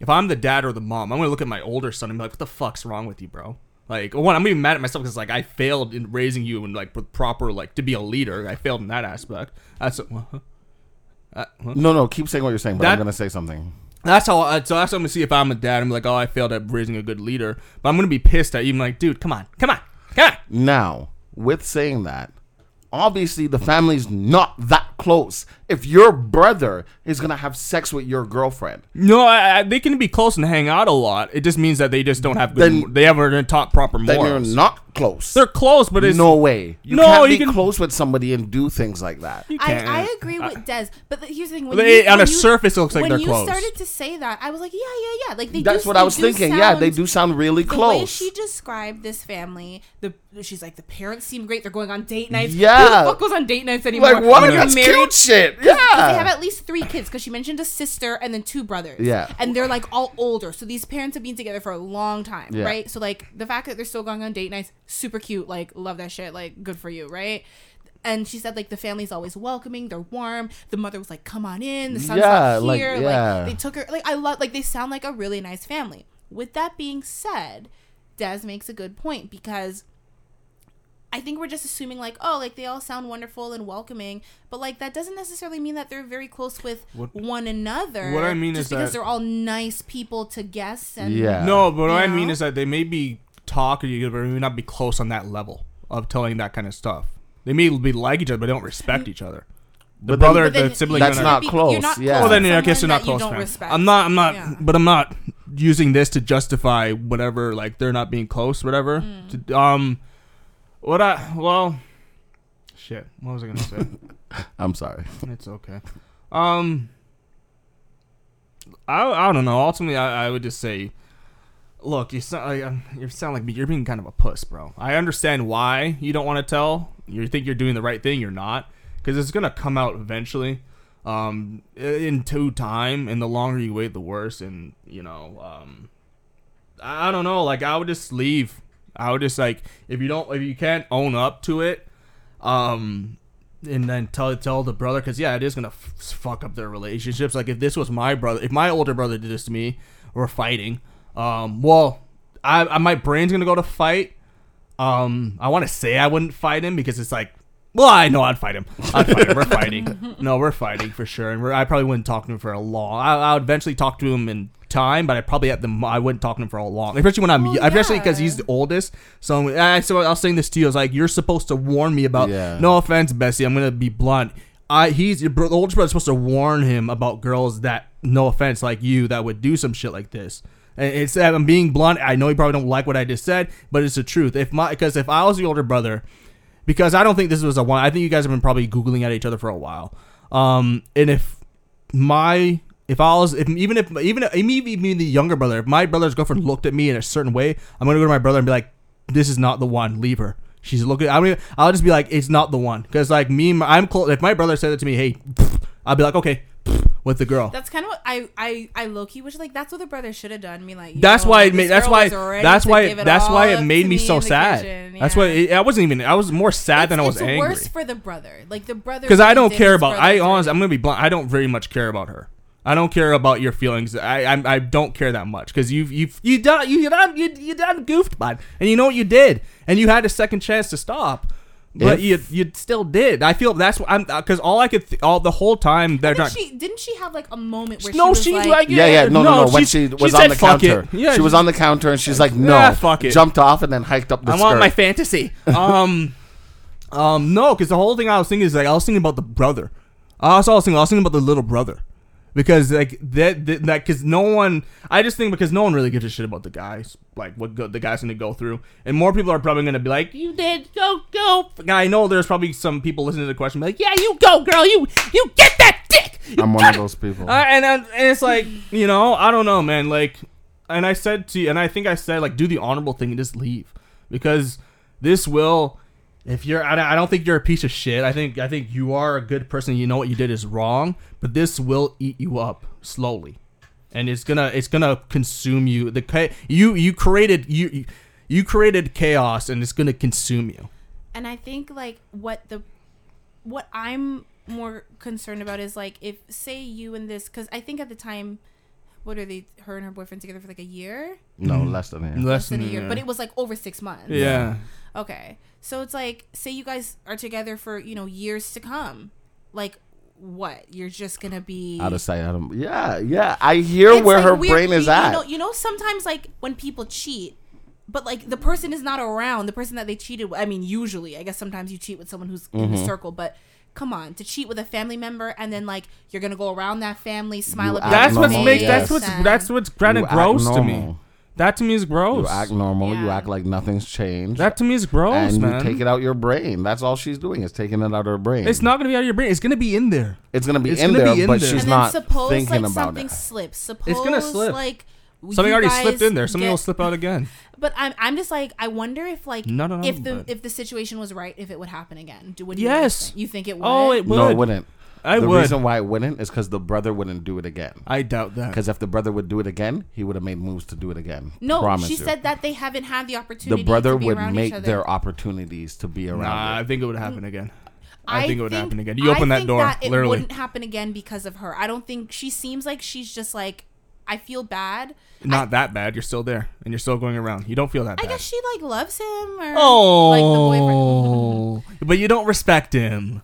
[SPEAKER 4] if I'm the dad or the mom, I'm gonna look at my older son and be like, "What the fuck's wrong with you, bro?" Like, one, I'm gonna be mad at myself because like I failed in raising you and like with proper like to be a leader. I failed in that aspect. That's uh, huh?
[SPEAKER 2] No, no, keep saying what you're saying, but I'm
[SPEAKER 4] That-
[SPEAKER 2] gonna say something.
[SPEAKER 4] That's how. I, so that's what I'm gonna see if I'm a dad. I'm like, oh, I failed at raising a good leader, but I'm gonna be pissed at you. I'm like, dude, come on, come on, come on.
[SPEAKER 2] Now, with saying that, obviously the family's not that close. If your brother is gonna have sex with your girlfriend,
[SPEAKER 4] No, I, I, they can be close and hang out a lot. It just means that they just don't have good.
[SPEAKER 2] Then-
[SPEAKER 4] they haven't taught proper
[SPEAKER 2] then
[SPEAKER 4] morals.
[SPEAKER 2] you're not close.
[SPEAKER 4] They're close, but it's
[SPEAKER 2] no way. You
[SPEAKER 4] No,
[SPEAKER 2] can't
[SPEAKER 4] you
[SPEAKER 2] be
[SPEAKER 4] can-
[SPEAKER 2] close with somebody and do things like that.
[SPEAKER 4] You can't.
[SPEAKER 1] I, I agree with Des, but the, here's the thing: when
[SPEAKER 4] They-
[SPEAKER 1] you,
[SPEAKER 4] on
[SPEAKER 1] when
[SPEAKER 4] a
[SPEAKER 1] you-
[SPEAKER 4] surface, it looks like
[SPEAKER 1] when
[SPEAKER 4] they're
[SPEAKER 1] you
[SPEAKER 4] close.
[SPEAKER 1] started to say that, I was like, yeah, yeah, yeah. Like they.
[SPEAKER 2] That's
[SPEAKER 1] do,
[SPEAKER 2] what
[SPEAKER 1] they
[SPEAKER 2] I was
[SPEAKER 1] do
[SPEAKER 2] thinking. yeah, they
[SPEAKER 1] sound-
[SPEAKER 2] do sound really
[SPEAKER 1] the
[SPEAKER 2] close.
[SPEAKER 1] way she described this family, the she's like the parents seem great. They're going on date nights.
[SPEAKER 2] Yeah.
[SPEAKER 1] who the fuck goes on date nights anymore?
[SPEAKER 2] like what?
[SPEAKER 1] You're
[SPEAKER 2] That's
[SPEAKER 1] married.
[SPEAKER 2] cute shit.
[SPEAKER 1] They have
[SPEAKER 2] Yeah.
[SPEAKER 1] at least three kids because she mentioned a sister and then two brothers.
[SPEAKER 2] Yeah.
[SPEAKER 1] and they're like all older. So these parents have been together for a long time,
[SPEAKER 2] Yeah.
[SPEAKER 1] right? So like the fact that they're still going on date nights, super cute. Like love that shit. Like good for you, right? And she said like the family's always welcoming. They're warm. The mother was like, "Come on in. The sun's
[SPEAKER 2] Yeah,
[SPEAKER 1] not
[SPEAKER 2] like,
[SPEAKER 1] here." Like,
[SPEAKER 2] yeah.
[SPEAKER 1] they took her. Like I love. Like they sound like a really nice family. With that being said, Des makes a good point because I think we're just assuming like, oh, like they all sound wonderful and welcoming, but like that doesn't necessarily mean that they're very close with one another.
[SPEAKER 4] what I mean
[SPEAKER 1] just
[SPEAKER 4] is
[SPEAKER 1] because
[SPEAKER 4] that-
[SPEAKER 1] they're all nice people to guests and
[SPEAKER 2] Yeah.
[SPEAKER 4] No, but what I
[SPEAKER 1] You
[SPEAKER 4] mean
[SPEAKER 1] know?
[SPEAKER 4] is that they may be talking to you, but may not be close on that level of telling that kind of stuff. They may be like each other, but they don't respect each other. The
[SPEAKER 2] But then-
[SPEAKER 4] brother,
[SPEAKER 1] But then
[SPEAKER 4] the sibling,
[SPEAKER 2] That's
[SPEAKER 4] and-
[SPEAKER 2] not close, yeah.
[SPEAKER 4] Well, then yeah, I
[SPEAKER 1] someone
[SPEAKER 4] guess they're not
[SPEAKER 1] that
[SPEAKER 4] close.
[SPEAKER 1] You don't
[SPEAKER 4] fam.
[SPEAKER 1] respect.
[SPEAKER 4] I'm not. I'm not.
[SPEAKER 1] Yeah.
[SPEAKER 4] But I'm not using this to justify whatever. Like they're not being close, whatever.
[SPEAKER 1] Mm.
[SPEAKER 4] To, um, what I well, shit. What was I gonna say?
[SPEAKER 2] I'm sorry.
[SPEAKER 4] It's okay. Um, I I don't know. Ultimately, I, I would just say, look, you sound like, um, you sound like me. You're being kind of a puss, bro. I understand why you don't want to tell. You think you're doing the right thing. You're not, because it's gonna come out eventually. Um, i- in due time, and the longer you wait, the worse. And you know, um, I I don't know. Like I would just leave. I would just like if you don't if you can't own up to it, um, and then tell tell the brother because yeah, it is gonna f- fuck up their relationships. Like if this was my brother, if my older brother did this to me, we're fighting. Um, well, I, I my brain's gonna go to fight. Um, I want to say I wouldn't fight him because it's like, well, I know I'd fight him. I'd fight him. We're fighting. No, we're fighting for sure, and we're, I probably wouldn't talk to him for a long. I, I would eventually talk to him in time, but I probably at the mo- I wouldn't talk to him for a long, especially when I'm
[SPEAKER 1] Well,
[SPEAKER 4] especially because
[SPEAKER 1] yeah.
[SPEAKER 4] he's the oldest. So I'm- I so I was saying this to you. I was like, you're supposed to warn me about.
[SPEAKER 2] Yeah.
[SPEAKER 4] No offense, Bessie. I'm gonna be blunt. I he's your bro, the older brother's supposed to warn him about girls that no offense like you that would do some shit like this. And it's I'm being blunt. I know you probably don't like what I just said, but it's the truth. If my because if I was the older brother, because I don't think this was a one. I think you guys have been probably googling at each other for a while. Um, and if my if I was if even if even if, even if even the younger brother, if my brother's girlfriend looked at me in a certain way, I'm gonna go to my brother and be like, "This is not the one. Leave her." She's looking. I mean, I'll just be like, "It's not the one," because like me, and my- I'm close. If my brother said it to me, hey, I'd be like, "Okay," with the girl.
[SPEAKER 1] That's kind of what I I I low key wish like that's what the brother should have done. Me like
[SPEAKER 4] That's
[SPEAKER 1] yo,
[SPEAKER 4] why it
[SPEAKER 1] this
[SPEAKER 4] made. That's
[SPEAKER 1] girl
[SPEAKER 4] why.
[SPEAKER 1] was ready
[SPEAKER 4] That's
[SPEAKER 1] to
[SPEAKER 4] why.
[SPEAKER 1] give
[SPEAKER 4] It,
[SPEAKER 1] it
[SPEAKER 4] that's why
[SPEAKER 1] all
[SPEAKER 4] it
[SPEAKER 1] up
[SPEAKER 4] made
[SPEAKER 1] to
[SPEAKER 4] me so
[SPEAKER 1] in the
[SPEAKER 4] sad.
[SPEAKER 1] kitchen.
[SPEAKER 4] That's why
[SPEAKER 1] Yeah.
[SPEAKER 4] it, I wasn't even. I was more sad than I was
[SPEAKER 1] it's
[SPEAKER 4] angry.
[SPEAKER 1] worse for the brother. Like the brother
[SPEAKER 4] because I don't
[SPEAKER 1] did
[SPEAKER 4] care
[SPEAKER 1] his
[SPEAKER 4] about. I
[SPEAKER 1] brother
[SPEAKER 4] honestly,
[SPEAKER 1] dirty.
[SPEAKER 4] I'm gonna be blunt. I don't very much care about her. I don't care about your feelings. I I, I don't care that much because you've you've you done you done you, you done goofed, bud, and you know what you did, and you had a second chance to stop, but
[SPEAKER 2] If-
[SPEAKER 4] you you still did. I feel that's what I'm because all I could th- all the whole time they're
[SPEAKER 1] Didn't
[SPEAKER 4] not.
[SPEAKER 1] she didn't she have like a moment where
[SPEAKER 4] no,
[SPEAKER 1] she
[SPEAKER 4] she
[SPEAKER 1] was
[SPEAKER 4] like
[SPEAKER 2] Yeah, yeah, no, no, no. When she, was on
[SPEAKER 4] said,
[SPEAKER 2] the
[SPEAKER 4] "Fuck it."
[SPEAKER 2] counter,
[SPEAKER 4] yeah,
[SPEAKER 2] she was on the counter and she's like, "No,
[SPEAKER 4] "Ah, fuck it."
[SPEAKER 2] Jumped off and then hiked up the
[SPEAKER 4] I
[SPEAKER 2] skirt.
[SPEAKER 4] want my fantasy. Um, um, no, because the whole thing I was thinking is like I was thinking about the brother. I was also thinking, I was thinking about the little brother, because like that, that, because no one. I just think because no one really gives a shit about the guys, like what go, the guy's gonna go through, and more people are probably gonna be like, "You did, go, go." I know there's probably some people listening to the question, be like, "Yeah, you go, girl, you, you get that dick." You
[SPEAKER 2] I'm one
[SPEAKER 4] got
[SPEAKER 2] of
[SPEAKER 4] it."
[SPEAKER 2] those people.
[SPEAKER 4] Uh, and uh, and it's like you know, I don't know, man. Like, and I said to you, and I think I said like, do the honorable thing and just leave because this will if you're, I don't- I don't think you're a piece of shit. I think I think you are a good person. You know what you did is wrong, but this will eat you up slowly, and it's gonna it's gonna consume you. The cha- you you created you you created chaos, and it's gonna consume you.
[SPEAKER 1] and i think like what the what i'm more concerned about is like if say you and this because i think at the time what are they her and her boyfriend together for like a year
[SPEAKER 2] No, less than a year.
[SPEAKER 1] less than a year but it was like over six months
[SPEAKER 4] yeah.
[SPEAKER 1] okay so it's like say you guys are together for you know years to come like what you're just gonna be
[SPEAKER 2] Out of sight. Out of, yeah, yeah. I hear
[SPEAKER 1] It's,
[SPEAKER 2] where
[SPEAKER 1] like,
[SPEAKER 2] her
[SPEAKER 1] weird-
[SPEAKER 2] brain is
[SPEAKER 1] you,
[SPEAKER 2] at.
[SPEAKER 1] You know, you know, sometimes like when people cheat, but like the person is not around. The person that they cheated. with I mean, usually, I guess sometimes you cheat with someone who's in
[SPEAKER 2] Mm-hmm.
[SPEAKER 1] the circle, but. Come on, to cheat with a family member and then like you're gonna go around that family, smile
[SPEAKER 2] You
[SPEAKER 1] at their
[SPEAKER 2] act
[SPEAKER 3] That's what
[SPEAKER 2] Abnormal,
[SPEAKER 1] face,
[SPEAKER 3] makes. That's
[SPEAKER 2] yes.
[SPEAKER 3] what's.
[SPEAKER 1] and-
[SPEAKER 3] That's what's kind
[SPEAKER 2] You
[SPEAKER 3] of
[SPEAKER 2] act
[SPEAKER 3] gross to me.
[SPEAKER 2] normal.
[SPEAKER 3] That to me is gross.
[SPEAKER 2] You act normal. You
[SPEAKER 1] Yeah.
[SPEAKER 2] act like nothing's changed.
[SPEAKER 3] that to me is gross,
[SPEAKER 2] and
[SPEAKER 3] man.
[SPEAKER 2] you take it out your brain. That's all she's doing is taking it out of her brain.
[SPEAKER 3] it's not gonna be out of your brain. It's gonna be in there.
[SPEAKER 2] It's gonna be
[SPEAKER 4] It's
[SPEAKER 2] in
[SPEAKER 4] gonna
[SPEAKER 2] there,
[SPEAKER 4] be in
[SPEAKER 2] but
[SPEAKER 4] there.
[SPEAKER 2] she's
[SPEAKER 1] and then
[SPEAKER 2] not
[SPEAKER 1] suppose
[SPEAKER 2] thinking
[SPEAKER 1] like
[SPEAKER 2] about
[SPEAKER 1] something
[SPEAKER 2] it.
[SPEAKER 1] slips. Suppose
[SPEAKER 4] gonna slip.
[SPEAKER 1] like
[SPEAKER 3] Something
[SPEAKER 1] you
[SPEAKER 3] already
[SPEAKER 1] guys
[SPEAKER 3] slipped in there. Something
[SPEAKER 1] get-
[SPEAKER 3] will slip out again.
[SPEAKER 1] But I'm I'm just like I wonder if like
[SPEAKER 3] No, no, no,
[SPEAKER 1] if the
[SPEAKER 3] but-
[SPEAKER 1] if the situation was right if it would happen again. Do what do you guys
[SPEAKER 3] Yes.
[SPEAKER 1] think? you think it would?
[SPEAKER 3] Oh, it would.
[SPEAKER 2] No, it wouldn't.
[SPEAKER 3] I
[SPEAKER 2] the
[SPEAKER 3] would.
[SPEAKER 2] reason why it wouldn't is because the brother wouldn't do it again.
[SPEAKER 3] I doubt that.
[SPEAKER 2] Because if the brother would do it again, he would have made moves to do it again.
[SPEAKER 1] No,
[SPEAKER 2] Promise
[SPEAKER 1] she
[SPEAKER 2] you.
[SPEAKER 1] said that they haven't had the opportunity.
[SPEAKER 2] the brother
[SPEAKER 1] to be
[SPEAKER 2] would
[SPEAKER 1] around
[SPEAKER 2] make
[SPEAKER 1] each other.
[SPEAKER 2] their opportunities to be
[SPEAKER 3] Nah,
[SPEAKER 2] around.
[SPEAKER 3] I
[SPEAKER 2] it.
[SPEAKER 3] think it would happen again. I, think it would happen again. You
[SPEAKER 1] I
[SPEAKER 3] open that
[SPEAKER 1] think
[SPEAKER 3] door,
[SPEAKER 1] it
[SPEAKER 3] literally.
[SPEAKER 1] wouldn't happen again because of her. I don't think she seems like she's just like. I feel bad.
[SPEAKER 3] Not that bad. You're still there, and you're still going around. You don't feel that
[SPEAKER 1] I
[SPEAKER 3] bad.
[SPEAKER 1] guess she like loves him or like the boyfriend.
[SPEAKER 3] oh, but you don't respect him,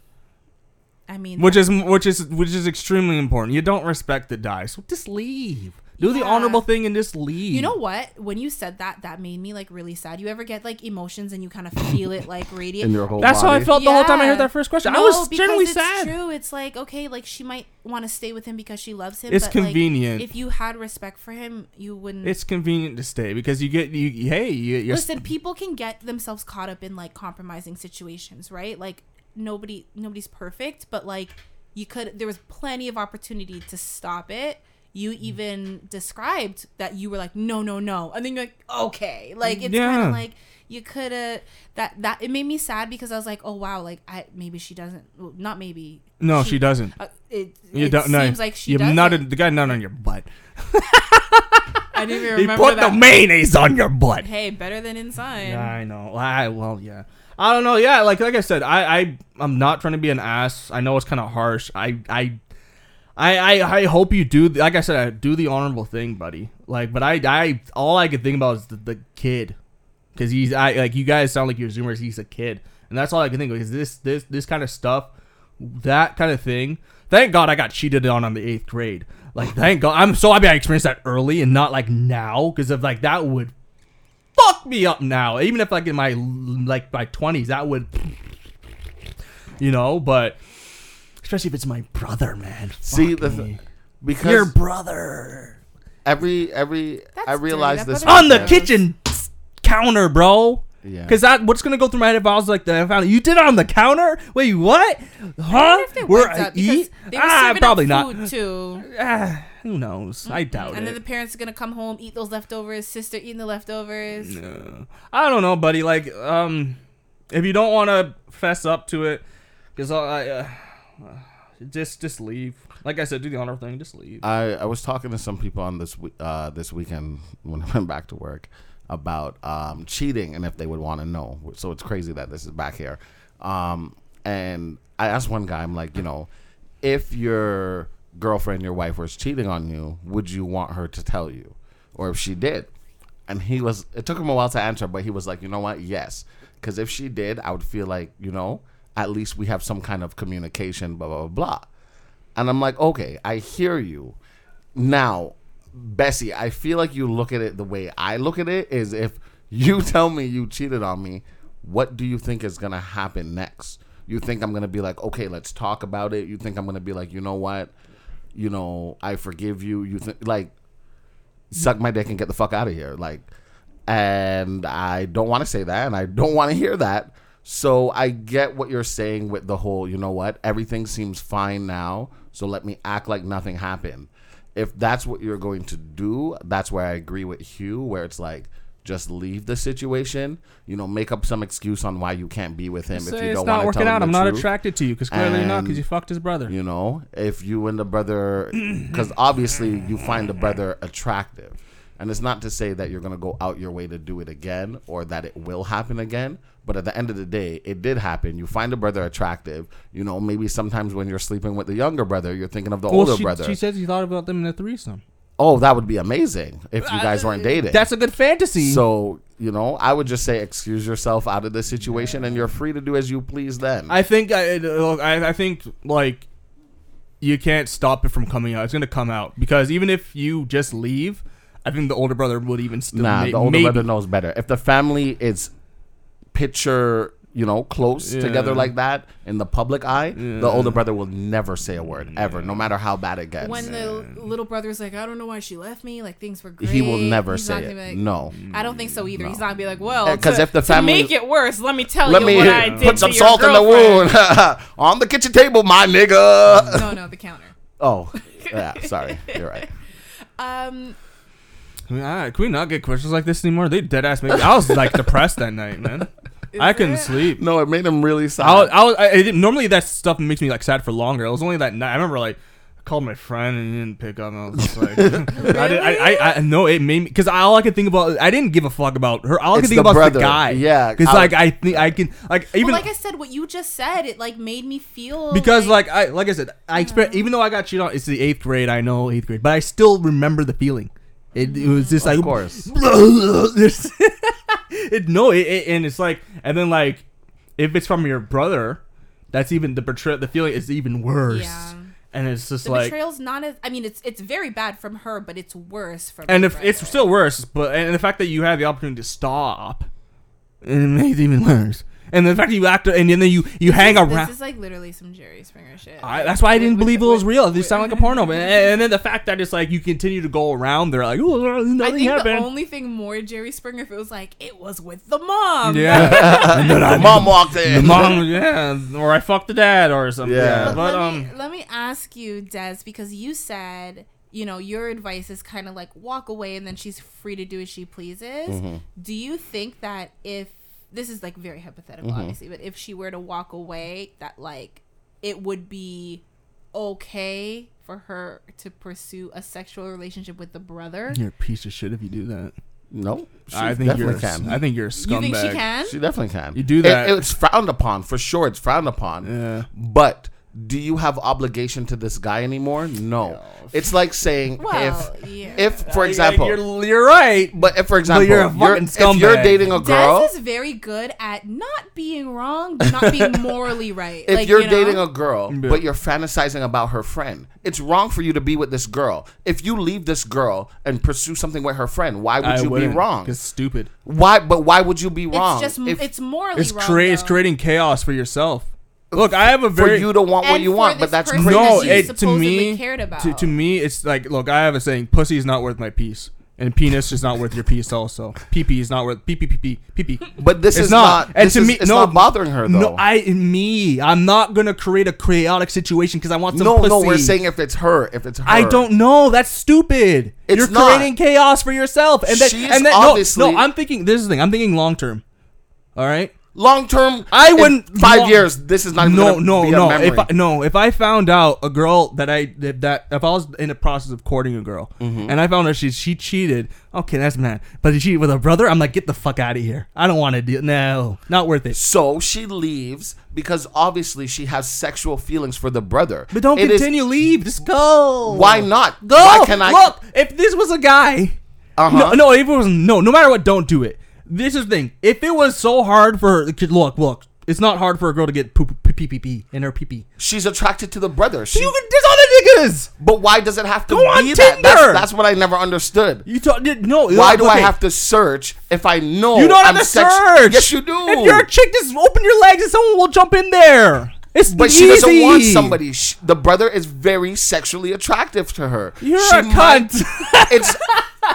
[SPEAKER 1] I mean,
[SPEAKER 3] which is which is which is extremely important. You don't respect the guy, so just leave. Do the
[SPEAKER 1] Yeah.
[SPEAKER 3] honorable thing and just leave.
[SPEAKER 1] you know what? When you said that, that made me like really sad. You ever get like emotions and you kind of feel it like radiate?
[SPEAKER 2] in your whole
[SPEAKER 3] That's how I
[SPEAKER 2] body.
[SPEAKER 3] felt the whole time I
[SPEAKER 1] Yeah.
[SPEAKER 3] heard that first question. I
[SPEAKER 1] No,
[SPEAKER 3] was
[SPEAKER 1] because
[SPEAKER 3] generally
[SPEAKER 1] it's
[SPEAKER 3] sad.
[SPEAKER 1] True, it's like okay, like she might want to stay with him because she loves him.
[SPEAKER 3] It's
[SPEAKER 1] but, like,
[SPEAKER 3] convenient.
[SPEAKER 1] if you had respect for him, you wouldn't.
[SPEAKER 3] It's convenient to stay because you get you. Hey, you, you're
[SPEAKER 1] Listen, people can get themselves caught up in like compromising situations, right? Like nobody nobody's perfect, but like you could there was plenty of opportunity to stop it. You
[SPEAKER 3] Mm-hmm.
[SPEAKER 1] even described that you were like no no no, and then you're like okay, like it's kind
[SPEAKER 3] Yeah.
[SPEAKER 1] of like you could have that that it made me sad because I was like oh wow like I maybe she doesn't well, not maybe
[SPEAKER 3] no, she, doesn't.
[SPEAKER 1] uh, it
[SPEAKER 3] You
[SPEAKER 1] it
[SPEAKER 3] don't.
[SPEAKER 1] seems
[SPEAKER 3] No,
[SPEAKER 1] like she
[SPEAKER 3] you
[SPEAKER 1] doesn't.
[SPEAKER 3] nutted- the guy nutted on your butt.
[SPEAKER 1] I didn't even
[SPEAKER 3] He
[SPEAKER 1] remember
[SPEAKER 3] put
[SPEAKER 1] that.
[SPEAKER 3] the mayonnaise on your butt.
[SPEAKER 1] hey, better than inside.
[SPEAKER 4] Yeah, I know. I well, yeah. I don't know. Yeah, like like I said, I I I'm not trying to be an ass. I know it's kind of harsh. I I. I, I, I hope you do like I said I do the honorable thing, buddy. Like, but I, I all I could think about is the, the kid, because he's I like you guys sound like you're zoomers. He's a kid, and that's all I can think of. Is this this this kind of stuff, that kind of thing. Thank God I got cheated on on the eighth grade. Like, thank God I'm so happy I experienced that early and not like now, because if like that would fuck me up now. Even if like in my like my twenties, that would, you know. But especially if it's my brother, man.
[SPEAKER 2] See,
[SPEAKER 4] Fuck
[SPEAKER 2] the
[SPEAKER 4] me.
[SPEAKER 2] th- because
[SPEAKER 4] your brother
[SPEAKER 2] every every I
[SPEAKER 1] That's
[SPEAKER 2] realized
[SPEAKER 1] dirty.
[SPEAKER 2] this
[SPEAKER 1] That
[SPEAKER 4] on the
[SPEAKER 1] Yeah.
[SPEAKER 4] kitchen counter, bro.
[SPEAKER 2] Yeah.
[SPEAKER 4] Cause that what's gonna go through my head if I was like that I found it. you did it on the counter? Wait, what? Huh?
[SPEAKER 1] wonder if they
[SPEAKER 4] Where
[SPEAKER 1] wiped
[SPEAKER 4] I
[SPEAKER 1] up because
[SPEAKER 4] eat?
[SPEAKER 1] They were
[SPEAKER 4] Ah,
[SPEAKER 1] serving up
[SPEAKER 4] probably not.
[SPEAKER 1] Food too.
[SPEAKER 4] Ah, who knows? I doubt
[SPEAKER 1] And
[SPEAKER 4] it.
[SPEAKER 1] then the parents are gonna come home, eat those leftovers. Sister eating the leftovers.
[SPEAKER 4] Uh, I don't know, buddy. Like, um, if you don't want to fess up to it, because I uh, uh, just just leave. Like I said, do the honorable thing. Just leave.
[SPEAKER 2] I, I was talking to some people on this we- uh, this weekend when I went back to work about um, cheating and if they would want to know. So it's crazy that this is back here. Um, and I asked one guy, I'm like, you know, if your girlfriend, your wife was cheating on you, would you want her to tell you, or if she did? And he was. It took him a while to answer, but he was like, you know what? Yes, because if she did, I would feel like you know, at least we have some kind of communication. Blah blah blah. blah. And I'm like, okay, I hear you. Now, Bessie, I feel like you look at it the way I look at it is if you tell me you cheated on me, what do you think is going to happen next? You think I'm going to be like, okay, let's talk about it? You think I'm going to be like, you know what? You know, I forgive you. You think, like, suck my dick and get the fuck out of here. Like, and I don't want to say that, and I don't want to hear that. So I get what you're saying with the whole, you know what, everything seems fine now, so let me act like nothing happened. If that's what you're going to do, that's where I agree with Hugh, where it's like, just leave the situation. You know, make up some excuse on why you can't be with him if
[SPEAKER 4] Say
[SPEAKER 2] you
[SPEAKER 4] it's
[SPEAKER 2] don't
[SPEAKER 4] not
[SPEAKER 2] want to
[SPEAKER 4] working
[SPEAKER 2] tell
[SPEAKER 4] out.
[SPEAKER 2] him
[SPEAKER 4] I'm
[SPEAKER 2] the
[SPEAKER 4] not
[SPEAKER 2] truth.
[SPEAKER 4] attracted to you because clearly you're not because
[SPEAKER 2] And-
[SPEAKER 4] you fucked his brother.
[SPEAKER 2] You know, if you and the brother, because obviously you find the brother attractive. And it's not to say that you're going to go out your way to do it again or that it will happen again. But at the end of the day, it did happen. You find the brother attractive. You know, maybe sometimes when you're sleeping with the younger brother, you're thinking of the
[SPEAKER 4] Well,
[SPEAKER 2] older
[SPEAKER 4] she,
[SPEAKER 2] brother.
[SPEAKER 4] she says he thought about them in a threesome.
[SPEAKER 2] oh, that would be amazing if you guys weren't dating.
[SPEAKER 4] Uh, That's a good fantasy.
[SPEAKER 2] so, you know, I would just say excuse yourself out of this situation and you're free to do as you please then.
[SPEAKER 4] I think I, look, I I think like you can't stop it from coming out. It's gonna come out because even if you just leave, I think the older brother would even still
[SPEAKER 2] Nah,
[SPEAKER 4] may-
[SPEAKER 2] the older
[SPEAKER 4] maybe.
[SPEAKER 2] brother knows better. If the family is picture, you know, close together
[SPEAKER 4] Yeah.
[SPEAKER 2] like that in the public eye,
[SPEAKER 4] Yeah.
[SPEAKER 2] the older brother will never say a word ever, no matter how bad it gets.
[SPEAKER 1] when the little brother's like, I don't know why she left me. Like things were great.
[SPEAKER 2] he will never
[SPEAKER 1] He's
[SPEAKER 2] say
[SPEAKER 1] not
[SPEAKER 2] it.
[SPEAKER 1] gonna be like-
[SPEAKER 2] no.
[SPEAKER 1] I don't think so either. He's not gonna be like, well,
[SPEAKER 2] Eh, 'cause
[SPEAKER 1] to-
[SPEAKER 2] if the
[SPEAKER 1] to
[SPEAKER 2] family-
[SPEAKER 1] make it worse, let me tell
[SPEAKER 2] Let
[SPEAKER 1] "Oh, you
[SPEAKER 2] me
[SPEAKER 1] what I did
[SPEAKER 2] put some
[SPEAKER 1] to your
[SPEAKER 2] salt in the
[SPEAKER 1] girlfriend."
[SPEAKER 2] wound on the kitchen table, my nigga.
[SPEAKER 1] no, no, the counter.
[SPEAKER 2] Oh, yeah. Sorry, you're right.
[SPEAKER 1] Um,
[SPEAKER 4] I mean, I- can we not get questions like this anymore? They dead ass. Maybe I was like depressed that night, man. I couldn't
[SPEAKER 1] it?
[SPEAKER 4] sleep.
[SPEAKER 2] No, it made him really sad.
[SPEAKER 4] I was, I was I, I didn't- normally that stuff makes me like sad for longer. It was only that night. I remember like I called my friend and he didn't pick up. And I was just like, I, did, I, I, I no, it made me because all I could think about. I didn't give a fuck about her. All I could
[SPEAKER 2] It's
[SPEAKER 4] think
[SPEAKER 2] the
[SPEAKER 4] about was
[SPEAKER 2] brother.
[SPEAKER 4] the guy.
[SPEAKER 2] Yeah,
[SPEAKER 4] because
[SPEAKER 2] I-
[SPEAKER 4] like I think I can like even
[SPEAKER 1] well, like I said, what you just said, it like made me feel
[SPEAKER 4] because like I like I said I exper- even though I got cheated on. It's the eighth grade. I know eighth grade, but I still remember the feeling. It, it was just like
[SPEAKER 2] of course.
[SPEAKER 4] There's- it, no, it, it- and it's like, and then like, if it's from your brother, that's even the betrayal. The feeling is even worse,
[SPEAKER 1] Yeah.
[SPEAKER 4] and it's just
[SPEAKER 1] the
[SPEAKER 4] like,
[SPEAKER 1] betrayal's not as. I mean, it's it's very bad from her, but it's worse from.
[SPEAKER 4] and
[SPEAKER 1] the
[SPEAKER 4] if it's
[SPEAKER 1] brother.
[SPEAKER 4] still worse, but and the fact that you had the opportunity to stop, and it makes it even worse. And the fact that you act, and then you you hang around.
[SPEAKER 1] This is like literally some Jerry Springer shit.
[SPEAKER 4] I, that's why I
[SPEAKER 1] With-
[SPEAKER 4] didn't
[SPEAKER 1] with-
[SPEAKER 4] believe it was
[SPEAKER 1] with-
[SPEAKER 4] real. They
[SPEAKER 1] with-
[SPEAKER 4] sound like a porno, man. And, and then the fact that it's like you continue to go around, they're like, oh,
[SPEAKER 1] I
[SPEAKER 4] nothing
[SPEAKER 1] think the
[SPEAKER 4] happened.
[SPEAKER 1] only thing more Jerry Springer if it was like it was with the mom.
[SPEAKER 4] yeah, And then I-
[SPEAKER 2] The mom walked in.
[SPEAKER 4] The mom, yeah, or I fucked the dad or something.
[SPEAKER 2] Yeah.
[SPEAKER 4] Yeah,
[SPEAKER 1] But,
[SPEAKER 4] but
[SPEAKER 1] let,
[SPEAKER 4] um,
[SPEAKER 1] me, let me ask you, Des, because you said, you know, your advice is kind of like walk away and then she's free to do as she pleases.
[SPEAKER 4] Mm-hmm.
[SPEAKER 1] Do you think that if this is like very
[SPEAKER 4] Mm-hmm.
[SPEAKER 1] hypothetical, obviously, but if she were to walk away, that like it would be okay for her to pursue a sexual relationship with the brother?
[SPEAKER 4] you're a piece of shit if you do that.
[SPEAKER 2] No, she
[SPEAKER 4] I think you're.
[SPEAKER 2] definitely
[SPEAKER 4] A,
[SPEAKER 2] can.
[SPEAKER 4] I think you're a scumbag.
[SPEAKER 1] You think she can?
[SPEAKER 2] She definitely can.
[SPEAKER 4] You do
[SPEAKER 2] It-
[SPEAKER 4] that-
[SPEAKER 2] it's frowned upon for sure. It's frowned upon.
[SPEAKER 4] Yeah.
[SPEAKER 2] But do you have obligation to this guy anymore? No. It's like saying
[SPEAKER 1] Well,
[SPEAKER 2] if,
[SPEAKER 1] yeah.
[SPEAKER 2] if for
[SPEAKER 4] Like,
[SPEAKER 2] example,
[SPEAKER 4] you're, you're right.
[SPEAKER 2] but if for example,
[SPEAKER 4] you're a
[SPEAKER 2] you're-
[SPEAKER 4] fucking
[SPEAKER 2] if you're
[SPEAKER 4] scumbag.
[SPEAKER 2] dating a girl,
[SPEAKER 1] Des is very good at not being wrong, but not being morally right.
[SPEAKER 2] if
[SPEAKER 1] Like,
[SPEAKER 2] you're
[SPEAKER 1] you know?
[SPEAKER 2] dating a girl,
[SPEAKER 4] Yeah.
[SPEAKER 2] but you're fantasizing about her friend, it's wrong for you to be with this girl. If you leave this girl and pursue something with her friend, why would
[SPEAKER 4] I
[SPEAKER 2] you
[SPEAKER 4] wouldn't,
[SPEAKER 2] be wrong?
[SPEAKER 4] 'cause stupid.
[SPEAKER 2] Why? But why would you be wrong?
[SPEAKER 1] It's just
[SPEAKER 2] If-
[SPEAKER 1] it's morally
[SPEAKER 4] It's
[SPEAKER 1] wrong.
[SPEAKER 4] crea- It's
[SPEAKER 1] though.
[SPEAKER 4] creating chaos for yourself. Look, I have a
[SPEAKER 2] for
[SPEAKER 4] very
[SPEAKER 2] you to want what
[SPEAKER 1] And
[SPEAKER 2] you
[SPEAKER 1] for
[SPEAKER 2] want,
[SPEAKER 1] this
[SPEAKER 2] but that's
[SPEAKER 1] person
[SPEAKER 2] crazy.
[SPEAKER 1] that
[SPEAKER 4] no.
[SPEAKER 1] you
[SPEAKER 4] It, to
[SPEAKER 1] supposedly
[SPEAKER 4] me,
[SPEAKER 1] cared about.
[SPEAKER 4] To, to me, it's like look. I have a saying: pussy is not worth my piece, and penis is not worth your piece. Also, pee pee is not worth pee pee pee pee pee pee.
[SPEAKER 2] But this
[SPEAKER 4] It's
[SPEAKER 2] is not.
[SPEAKER 4] not. And
[SPEAKER 2] this
[SPEAKER 4] to
[SPEAKER 2] is-
[SPEAKER 4] me-
[SPEAKER 2] it's
[SPEAKER 4] no,
[SPEAKER 2] not bothering her though.
[SPEAKER 4] No, I me. I'm not gonna create a chaotic situation because I want some
[SPEAKER 2] no,
[SPEAKER 4] pussy.
[SPEAKER 2] no, we're saying if it's her, if it's her.
[SPEAKER 4] I don't know. That's stupid.
[SPEAKER 2] It's
[SPEAKER 4] You're
[SPEAKER 2] not.
[SPEAKER 4] creating chaos for yourself. And then,
[SPEAKER 2] She's
[SPEAKER 4] and then no,
[SPEAKER 2] obviously-
[SPEAKER 4] no, I'm thinking. This is the thing. I'm thinking long term. All right.
[SPEAKER 2] Long term,
[SPEAKER 4] I
[SPEAKER 2] in
[SPEAKER 4] wouldn't-
[SPEAKER 2] Five
[SPEAKER 4] no.
[SPEAKER 2] years. This is not. even
[SPEAKER 4] No,
[SPEAKER 2] gonna
[SPEAKER 4] no,
[SPEAKER 2] be a
[SPEAKER 4] no.
[SPEAKER 2] memory.
[SPEAKER 4] If I, no, if I found out a girl that I that, that if I was in the process of courting a girl
[SPEAKER 2] Mm-hmm.
[SPEAKER 4] and I found out she she cheated, okay, that's mad. But she cheated with her brother. I'm like, get the fuck out of here. I don't want to do. No, not worth it.
[SPEAKER 2] so she leaves because obviously she has sexual feelings for the brother.
[SPEAKER 4] But don't
[SPEAKER 2] It is-
[SPEAKER 4] continue. leave. Just go.
[SPEAKER 2] why not?
[SPEAKER 4] Go.
[SPEAKER 2] Why can I?
[SPEAKER 4] Look, if this was a guy,
[SPEAKER 2] Uh-huh.
[SPEAKER 4] no, no, if it was no, no matter what, don't do it. This is the thing. If it was so hard for her, look, look, it's not hard for a girl to get poo pee pee pee pee in her pee pee.
[SPEAKER 2] She's attracted to the brother. She,
[SPEAKER 4] You can there's other niggas.
[SPEAKER 2] but why does it have to
[SPEAKER 4] Go
[SPEAKER 2] be
[SPEAKER 4] on
[SPEAKER 2] that? That's,
[SPEAKER 4] Tinder.
[SPEAKER 2] that's what I never understood.
[SPEAKER 4] You talk no.
[SPEAKER 2] why do I have to search if I know
[SPEAKER 4] You don't
[SPEAKER 2] Oh, I'm
[SPEAKER 4] have to
[SPEAKER 2] sex-
[SPEAKER 4] search.
[SPEAKER 2] Yes, you do.
[SPEAKER 4] If you're a chick, just open your legs and someone will jump in there. It's
[SPEAKER 2] But she doesn't
[SPEAKER 4] easy.
[SPEAKER 2] want somebody. Sh the brother is very sexually attractive to her.
[SPEAKER 4] You're
[SPEAKER 2] she
[SPEAKER 4] a
[SPEAKER 2] might-
[SPEAKER 4] cunt.
[SPEAKER 2] It's uh,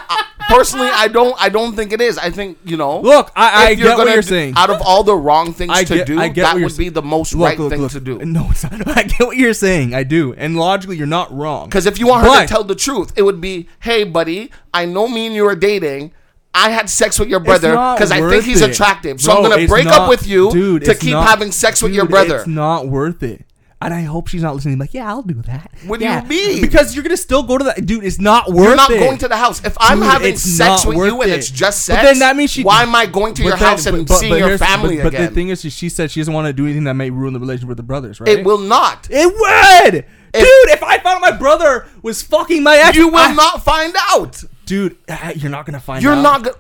[SPEAKER 2] personally, I don't, I don't think it is. I think you know.
[SPEAKER 4] Look, I, I
[SPEAKER 2] if
[SPEAKER 4] get what
[SPEAKER 2] gonna
[SPEAKER 4] you're
[SPEAKER 2] do-
[SPEAKER 4] saying.
[SPEAKER 2] Out of all the wrong things
[SPEAKER 4] I
[SPEAKER 2] to
[SPEAKER 4] get-
[SPEAKER 2] do,
[SPEAKER 4] I get
[SPEAKER 2] that
[SPEAKER 4] what you're
[SPEAKER 2] would be
[SPEAKER 4] s-
[SPEAKER 2] the most
[SPEAKER 4] Look,
[SPEAKER 2] right
[SPEAKER 4] look,
[SPEAKER 2] thing
[SPEAKER 4] look.
[SPEAKER 2] to do.
[SPEAKER 4] No, it's not. I get what you're saying. I do, and logically, you're not wrong.
[SPEAKER 2] Because if you want her
[SPEAKER 4] But-
[SPEAKER 2] to tell the truth, it would be, "Hey, buddy, I know me and you are dating. I had sex with your brother
[SPEAKER 4] not
[SPEAKER 2] because I think
[SPEAKER 4] worth
[SPEAKER 2] he's
[SPEAKER 4] it.
[SPEAKER 2] attractive. So
[SPEAKER 4] Bro,
[SPEAKER 2] I'm gonna
[SPEAKER 4] it's
[SPEAKER 2] break
[SPEAKER 4] not-
[SPEAKER 2] up with you
[SPEAKER 4] dude,
[SPEAKER 2] to
[SPEAKER 4] it's
[SPEAKER 2] keep
[SPEAKER 4] not-
[SPEAKER 2] having sex with your
[SPEAKER 4] dude,
[SPEAKER 2] brother.
[SPEAKER 4] It's not worth it. And I hope she's not listening. Like, yeah, I'll do that.
[SPEAKER 2] What do you
[SPEAKER 4] Yeah.
[SPEAKER 2] mean?
[SPEAKER 4] Because you're gonna still go to that, dude. It's not worth it.
[SPEAKER 2] You're not going to the house. If I'm
[SPEAKER 4] Dude,
[SPEAKER 2] having
[SPEAKER 4] it's
[SPEAKER 2] sex
[SPEAKER 4] not
[SPEAKER 2] with
[SPEAKER 4] worth
[SPEAKER 2] you and
[SPEAKER 4] it.
[SPEAKER 2] it's just
[SPEAKER 4] But
[SPEAKER 2] sex,
[SPEAKER 4] then that means she-
[SPEAKER 2] why am I going to your
[SPEAKER 4] then-
[SPEAKER 2] house and seeing your
[SPEAKER 4] here's-
[SPEAKER 2] family
[SPEAKER 4] but,
[SPEAKER 2] again?
[SPEAKER 4] But the thing is, is she said she doesn't want to do anything that may ruin the relationship with the brothers, right?
[SPEAKER 2] it will not.
[SPEAKER 4] It would, dude. If I found out my brother was fucking my ex,
[SPEAKER 2] You will
[SPEAKER 4] I-
[SPEAKER 2] not find out.
[SPEAKER 4] dude. ah, You're not gonna find.
[SPEAKER 2] You're
[SPEAKER 4] out.
[SPEAKER 2] not. Go-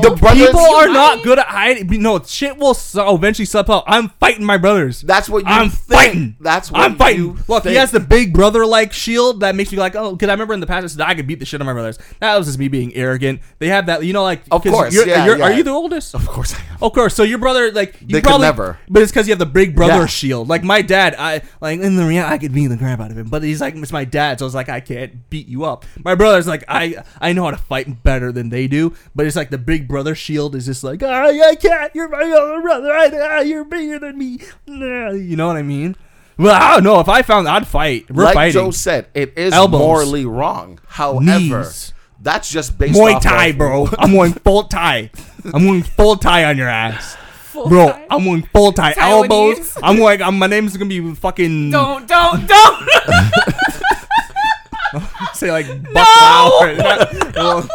[SPEAKER 2] the brothers.
[SPEAKER 4] People are not
[SPEAKER 1] might.
[SPEAKER 4] good at hiding. No, shit will so eventually slip out. I'm fighting my brothers.
[SPEAKER 2] That's what you
[SPEAKER 4] I'm
[SPEAKER 2] think.
[SPEAKER 4] fighting.
[SPEAKER 2] That's what
[SPEAKER 4] I'm fighting.
[SPEAKER 2] you
[SPEAKER 4] Look,
[SPEAKER 2] think.
[SPEAKER 4] he has the big brother like shield that makes me like, oh, because I remember in the past I said I could beat the shit out of my brothers. That was just me being arrogant. They have that, you know, like
[SPEAKER 2] Of
[SPEAKER 4] 'cause
[SPEAKER 2] course,
[SPEAKER 4] You're,
[SPEAKER 2] yeah,
[SPEAKER 4] you're,
[SPEAKER 2] yeah.
[SPEAKER 4] Are you the oldest?
[SPEAKER 2] Of course I am.
[SPEAKER 4] Of course. So your brother, like, you
[SPEAKER 2] They could
[SPEAKER 4] probably,
[SPEAKER 2] never.
[SPEAKER 4] But it's because you have the big brother
[SPEAKER 2] Yeah.
[SPEAKER 4] shield. Like my dad, I like in the reality I could beat the crap out of him, but he's like, it's my dad, so it's like I can't beat you up. My brother's like, I I know how to fight better than they do, but it's like the big brother shield is just like, I, I can't. You're my older brother. I, ah, you're bigger than me. Nah, You know what I mean? Well, I don't know. If I found, I'd fight. We're
[SPEAKER 2] like
[SPEAKER 4] fighting.
[SPEAKER 2] Joe said, it is
[SPEAKER 4] Elbows.
[SPEAKER 2] morally wrong. However,
[SPEAKER 4] Knees.
[SPEAKER 2] that's just based
[SPEAKER 4] Muay
[SPEAKER 2] off
[SPEAKER 4] Thai,
[SPEAKER 2] of-
[SPEAKER 4] bro. I'm going full Thai. I'm going full Thai on your ass. bro,
[SPEAKER 1] Thai?
[SPEAKER 4] I'm going full Thai. Elbows.
[SPEAKER 1] Taiwanese?
[SPEAKER 4] I'm like, I'm, my name's gonna be fucking.
[SPEAKER 1] Don't, don't, don't.
[SPEAKER 4] say like Buck Lao. or not- well,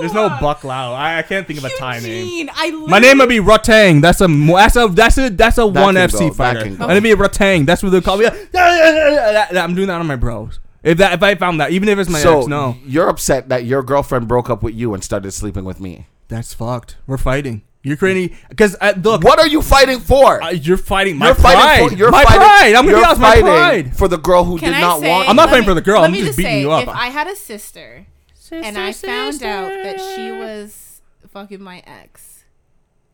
[SPEAKER 4] there's no Buck Lao. I, I can't think of a Thai name.
[SPEAKER 1] Eugene, I
[SPEAKER 4] My name would be Ratang. That's a mo- that's a that's a that's a one
[SPEAKER 2] can go,
[SPEAKER 4] FC
[SPEAKER 2] that
[SPEAKER 4] fighter.
[SPEAKER 2] can
[SPEAKER 4] And
[SPEAKER 2] go.
[SPEAKER 4] it'd be Ratang. That's what they call me. That- that- I'm doing that on my bros. If that if I found that, even if it's my
[SPEAKER 2] so
[SPEAKER 4] ex, no,
[SPEAKER 2] you're upset that your girlfriend broke up with you and started sleeping with me.
[SPEAKER 4] that's fucked. We're fighting. You're creating because uh, look,
[SPEAKER 2] What are you fighting for?
[SPEAKER 4] uh, you're fighting my
[SPEAKER 2] you're
[SPEAKER 4] pride.
[SPEAKER 2] fighting for you're
[SPEAKER 4] my
[SPEAKER 2] fighting,
[SPEAKER 4] pride. I'm gonna be
[SPEAKER 2] you're
[SPEAKER 4] honest. My
[SPEAKER 2] fighting
[SPEAKER 4] pride.
[SPEAKER 2] for the girl who
[SPEAKER 1] Can
[SPEAKER 2] did
[SPEAKER 1] I
[SPEAKER 2] not
[SPEAKER 1] say,
[SPEAKER 2] want.
[SPEAKER 4] I'm not
[SPEAKER 1] let
[SPEAKER 4] fighting
[SPEAKER 1] me-
[SPEAKER 4] for the girl,
[SPEAKER 1] let
[SPEAKER 4] I'm
[SPEAKER 1] me
[SPEAKER 4] just beating
[SPEAKER 1] say,
[SPEAKER 4] you up.
[SPEAKER 1] If I had a sister and I found out that she was fucking my ex,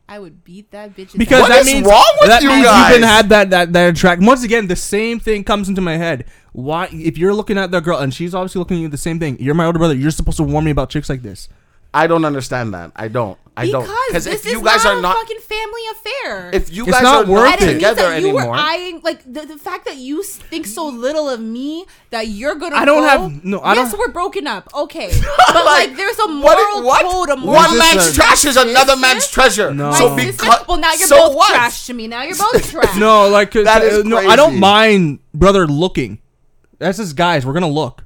[SPEAKER 1] I would beat that bitch.
[SPEAKER 4] Because
[SPEAKER 2] What
[SPEAKER 4] that
[SPEAKER 2] is
[SPEAKER 4] means
[SPEAKER 2] wrong with
[SPEAKER 4] that
[SPEAKER 2] you
[SPEAKER 4] means
[SPEAKER 2] guys?
[SPEAKER 4] you've been had that that that attract. Once again, the same thing comes into my head. Why, if you're looking at that girl and she's obviously looking at you the same thing, you're my older brother. You're supposed to warn me about chicks like this.
[SPEAKER 2] I don't understand that. I don't. I
[SPEAKER 1] because
[SPEAKER 2] don't. Because
[SPEAKER 1] this
[SPEAKER 2] if you
[SPEAKER 1] is
[SPEAKER 2] guys
[SPEAKER 1] not
[SPEAKER 2] are
[SPEAKER 1] a
[SPEAKER 2] not,
[SPEAKER 1] fucking family affair.
[SPEAKER 2] if you
[SPEAKER 4] It's
[SPEAKER 2] guys
[SPEAKER 4] not
[SPEAKER 2] are
[SPEAKER 4] worth
[SPEAKER 1] and
[SPEAKER 2] not
[SPEAKER 4] it.
[SPEAKER 1] it means
[SPEAKER 2] together
[SPEAKER 1] that you
[SPEAKER 2] anymore,
[SPEAKER 1] were eyeing like the, the fact that you s- think so little of me that you're gonna.
[SPEAKER 4] I don't
[SPEAKER 1] go,
[SPEAKER 4] have- no, I
[SPEAKER 1] yes,
[SPEAKER 4] don't-
[SPEAKER 1] we're broken up. Okay, but like, there's a moral
[SPEAKER 2] what? what?
[SPEAKER 1] code. A moral
[SPEAKER 2] One
[SPEAKER 4] Is this
[SPEAKER 2] man's
[SPEAKER 4] a-
[SPEAKER 2] trash is another man's treasure.
[SPEAKER 4] No.
[SPEAKER 2] So
[SPEAKER 1] My
[SPEAKER 4] My
[SPEAKER 1] sister-
[SPEAKER 2] because
[SPEAKER 1] well, now you're
[SPEAKER 2] so
[SPEAKER 1] both
[SPEAKER 2] what?
[SPEAKER 1] trash to me. Now you're both trash.
[SPEAKER 4] No, like
[SPEAKER 2] That is
[SPEAKER 4] uh, no, I don't
[SPEAKER 2] crazy.
[SPEAKER 4] mind brother looking. That's just guys. We're gonna look.